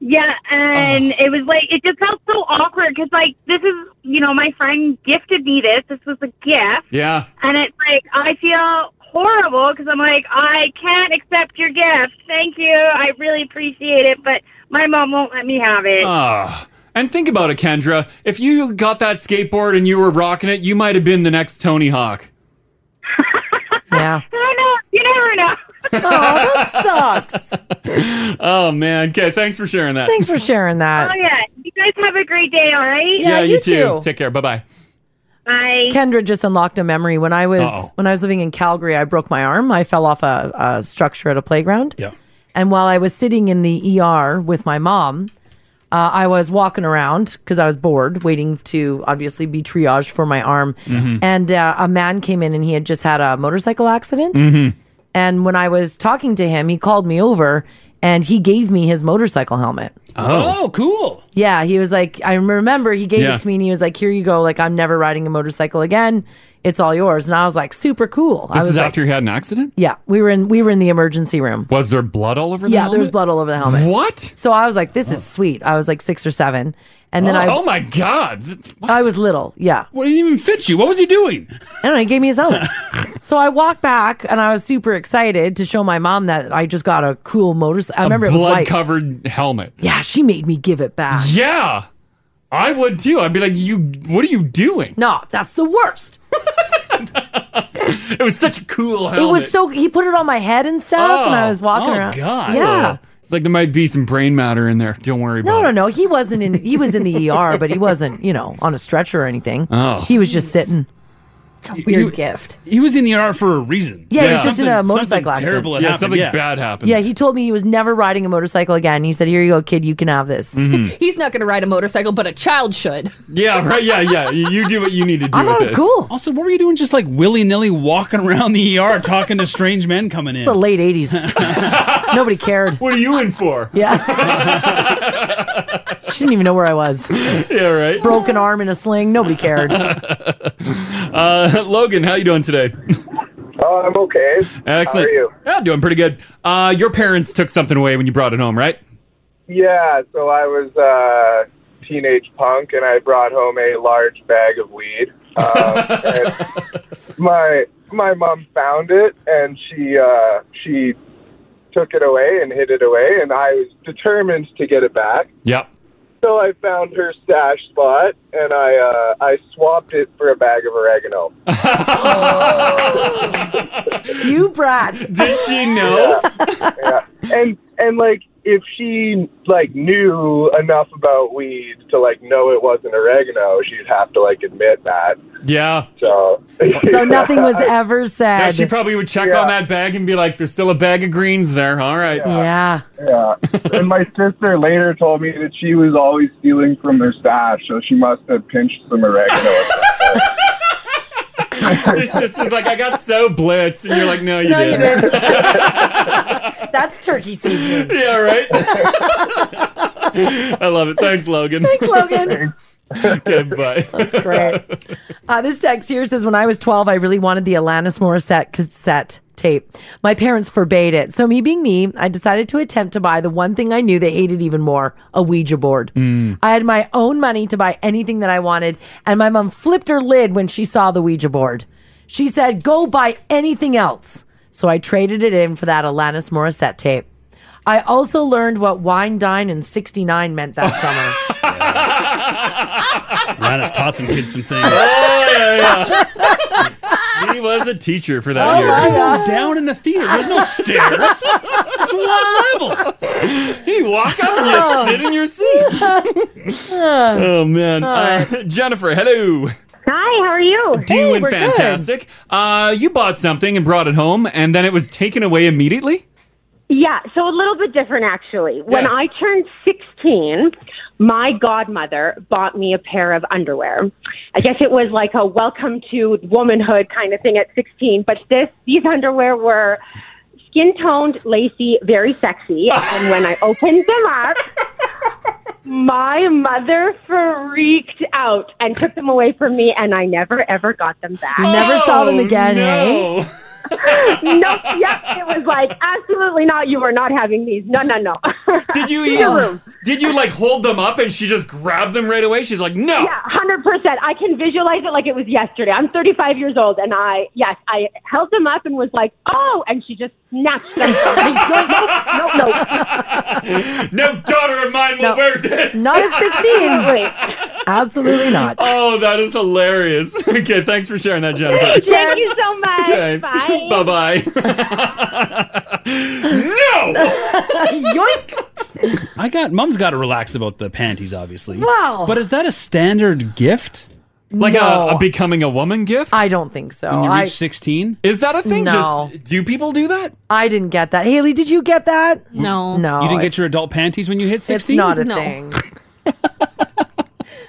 H: Yeah, and it was like it just felt so awkward because like this is you know my friend gifted me this. This was a gift.
G: Yeah.
H: And it's like, I feel horrible because I'm like, I can't accept your gift. Thank you. I really appreciate it, but my mom won't let me have it.
G: Ah. And think about it, Kendra. If you got that skateboard and you were rocking it, you might have been the next Tony Hawk.
I: yeah.
H: I know. You never know.
I: oh, that sucks.
G: Oh, man. Okay, thanks for sharing that.
I: Thanks for sharing that.
H: Oh, yeah. You guys have a great day, all right?
G: Take care. Bye bye.
H: Bye.
I: Kendra just unlocked a memory. When I was
G: Uh-oh.
I: when I was living in Calgary, I broke my arm. I fell off a, a structure at a playground.
J: Yeah.
I: And while I was sitting in the ER with my mom, uh, I was walking around because I was bored, waiting to obviously be triaged for my arm.
G: Hmm. Mm-hmm.
V: Mhm.
I: And uh, a man came in and he had just had a motorcycle accident.
G: Mm-hmm.
I: And when I was talking to him, he called me over and he gave me his motorcycle helmet.
J: Oh, cool.
I: Yeah, he was like, I remember he gave
J: Yeah.
I: it to me and he was like, Here you go. Like, I'm never riding a motorcycle again. It's all yours. And I was like, Super cool. I
G: This
I: was
G: is
I: like,
G: after you had an accident?
I: Yeah, we were in we were in the emergency room.
G: Was there blood all over the
I: yeah, there was
G: helmet?
I: blood all over the helmet.
G: What?
I: So I was like, This is sweet. I was like six or seven. And then
G: oh,
I: I
G: oh my God. That's-
I: I was little, yeah.
J: What didn't even fit you? What was he doing?
I: I don't know. He gave me his helmet. so I walked back and I was super excited to show my mom that I just got a cool motorcycle. I remember it was
G: blood
I: white.
G: covered helmet.
I: yeah, she made me give it back.
G: Yeah. I would too. I'd be like, you, what are you doing?
I: No, that's the worst.
G: It was such a cool Oh, helmet.
I: It was so he put it on my head and stuff, and I was walking around. Yeah.
G: It's like there might be some brain matter in there. Don't worry about
I: No, no, no. He wasn't in. He was in the ER, but he wasn't, you know, on a stretcher or anything.
G: Oh.
I: He was just sitting. It's a
J: weird you-
I: gift.
J: He was in the ER for a reason.
I: Yeah, he was just in a
J: Something-
I: motorcycle
J: something
I: accident.
J: Terrible had
G: Yeah,
J: happened,
G: something bad happened.
I: Yeah, he told me he was never riding a motorcycle again. He said, "Here you go, kid. You can have this."
C: He's not going to ride a motorcycle, but a child should.
G: it. Yeah, right. Yeah, yeah. You you do what you need to do.
C: I thought
G: with
C: it was
G: this.
C: cool.
J: Also, what were you doing just like willy nilly walking around the ER talking to strange men coming in?
I: It's the late '80s. Nobody cared.
G: What are you in for?
I: Yeah. she didn't even know where I was.
G: Yeah, right.
I: Broken arm in a sling. Nobody cared.
G: Uh, Logan, how you doing today?
W: Oh, I'm okay. How
G: Excellent.
W: are you?
G: Yeah, I'm doing pretty good. Uh, your parents took something away when you brought it home, right?
W: Yeah, so I was uh, teenage punk, and I brought home a large bag of weed. Um, and my my mom found it, and she uh, she took it away and hid it away, and I was determined to get it back.
G: Yep.
W: So I found her stash spot, and I uh, I swapped it for a bag of oregano.
I: you brat. Did
G: she know?
W: yeah. And and like if she like knew enough about weed to like know it wasn't oregano, she'd have to like admit that.
G: Yeah.
W: So
I: So nothing was ever said.
G: Yeah, she probably would check
W: Yeah.
G: on that bag and be like, "There's still a bag of greens there." All right.
I: Yeah.
W: Yeah. and my sister later told me that she was always stealing from her stash, so she must have pinched some oregano.
G: Your sister's like, "I got so blitzed," and you're like, "No, you
I: No, you
G: didn't."
I: That's turkey seasoning.
G: yeah, right? I love it. Thanks, Logan.
I: Thanks, Logan.
G: okay, bye.
I: That's great. Uh, this text here says, when I was 12, I really wanted the Alanis Morissette cassette tape. My parents forbade it. So me being me, I decided to attempt to buy the one thing I knew they hated even more, a Ouija board. I had my own money to buy anything that I wanted, and my mom flipped her lid when she saw the Ouija board. She said, go buy anything else. So I traded it in for that Alanis Morissette tape. I also learned what wine, dine, and 69 meant that summer.
J: Linus taught some kids some things.
G: Oh, yeah, yeah. he was a teacher for that
J: Oh,
G: year.
J: my She God. down in the theater. There's no stairs. It's one level.
G: He walk up
I: Oh.
G: and you sit in your seat. oh man, uh, Jennifer, hello.
L: Hi, how are you?
G: Doing fantastic. Uh, you bought something and brought it home, and then it was taken away immediately.
L: Yeah, so a little bit different actually. When I turned 16, my godmother bought me a pair of underwear. I guess it was like a welcome to womanhood kind of thing at 16, but this these underwear were skin toned, lacy, very sexy, and when I opened them up, my mother freaked out and took them away from me and I never ever got them back.
I: Never saw them again, eh? hey?
L: nope. Yep. It was like absolutely not. You are not having these. No, no, no.
G: Did you
L: To your room.
G: did you like hold them up and she just grabbed them right away? She's like, no.
L: Yeah, hundred percent. I can visualize it like it was yesterday. I'm 35 years old, and I yes, I held them up and was like, oh, and she just snatched them. from me. no, no, no, no.
G: No daughter of mine will wear this.
L: Not at 16.
I: Absolutely not.
G: Oh, that is hilarious. Okay, thanks for sharing that, Jennifer.
L: Thank you so much.
G: Okay.
L: Bye.
G: Bye bye. no.
I: Yoink.
J: I got mom's got to relax about the panties, obviously.
I: Wow.
J: But is that a standard gift?
G: Like
I: a- No. a
G: becoming a woman gift?
I: I don't think so.
J: When you
I: I-
J: reach sixteen,
G: is that a
I: thing? No.
G: Just do people do that?
I: I didn't get that. Haley, did you get that? No. No.
J: you didn't
I: it's-
J: get your adult panties when you hit sixteen.
I: not a No. thing.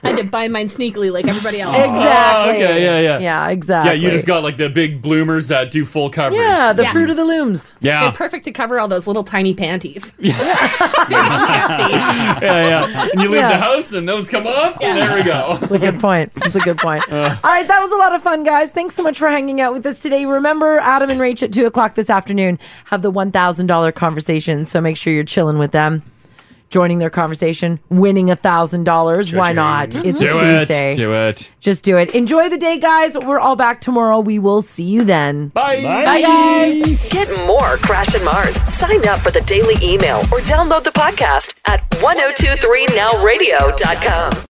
C: I had to buy mine sneakily like everybody else.
I: Exactly.
G: Oh, okay, yeah, yeah.
I: Yeah, exactly.
G: Yeah, you just got like the big bloomers that do full coverage.
I: Yeah, the fruit of the looms.
G: Yeah.
C: They're perfect to cover all those little tiny panties.
G: yeah, yeah. And you leave
I: Yeah.
G: the house and those come off.
I: Yeah.
G: There we go. That's
I: a good point. That's a good point.
G: Uh.
I: All right, that was a lot of fun, guys. Thanks so much for hanging out with us today. Remember, Adam and Rach at 2 o'clock this afternoon have the $1,000 conversation, so make sure you're chilling with them, joining their conversation, winning $1,000. Why not? It's
G: Mm-hmm. do
I: a Tuesday.
G: It, do it.
I: Just do it. Enjoy the day, guys. We're all back tomorrow. We will see you then.
G: Bye.
I: Bye, guys.
A: Get more Crash and Mars. Sign up for the oh daily email or download the podcast at 1023nowradio.com.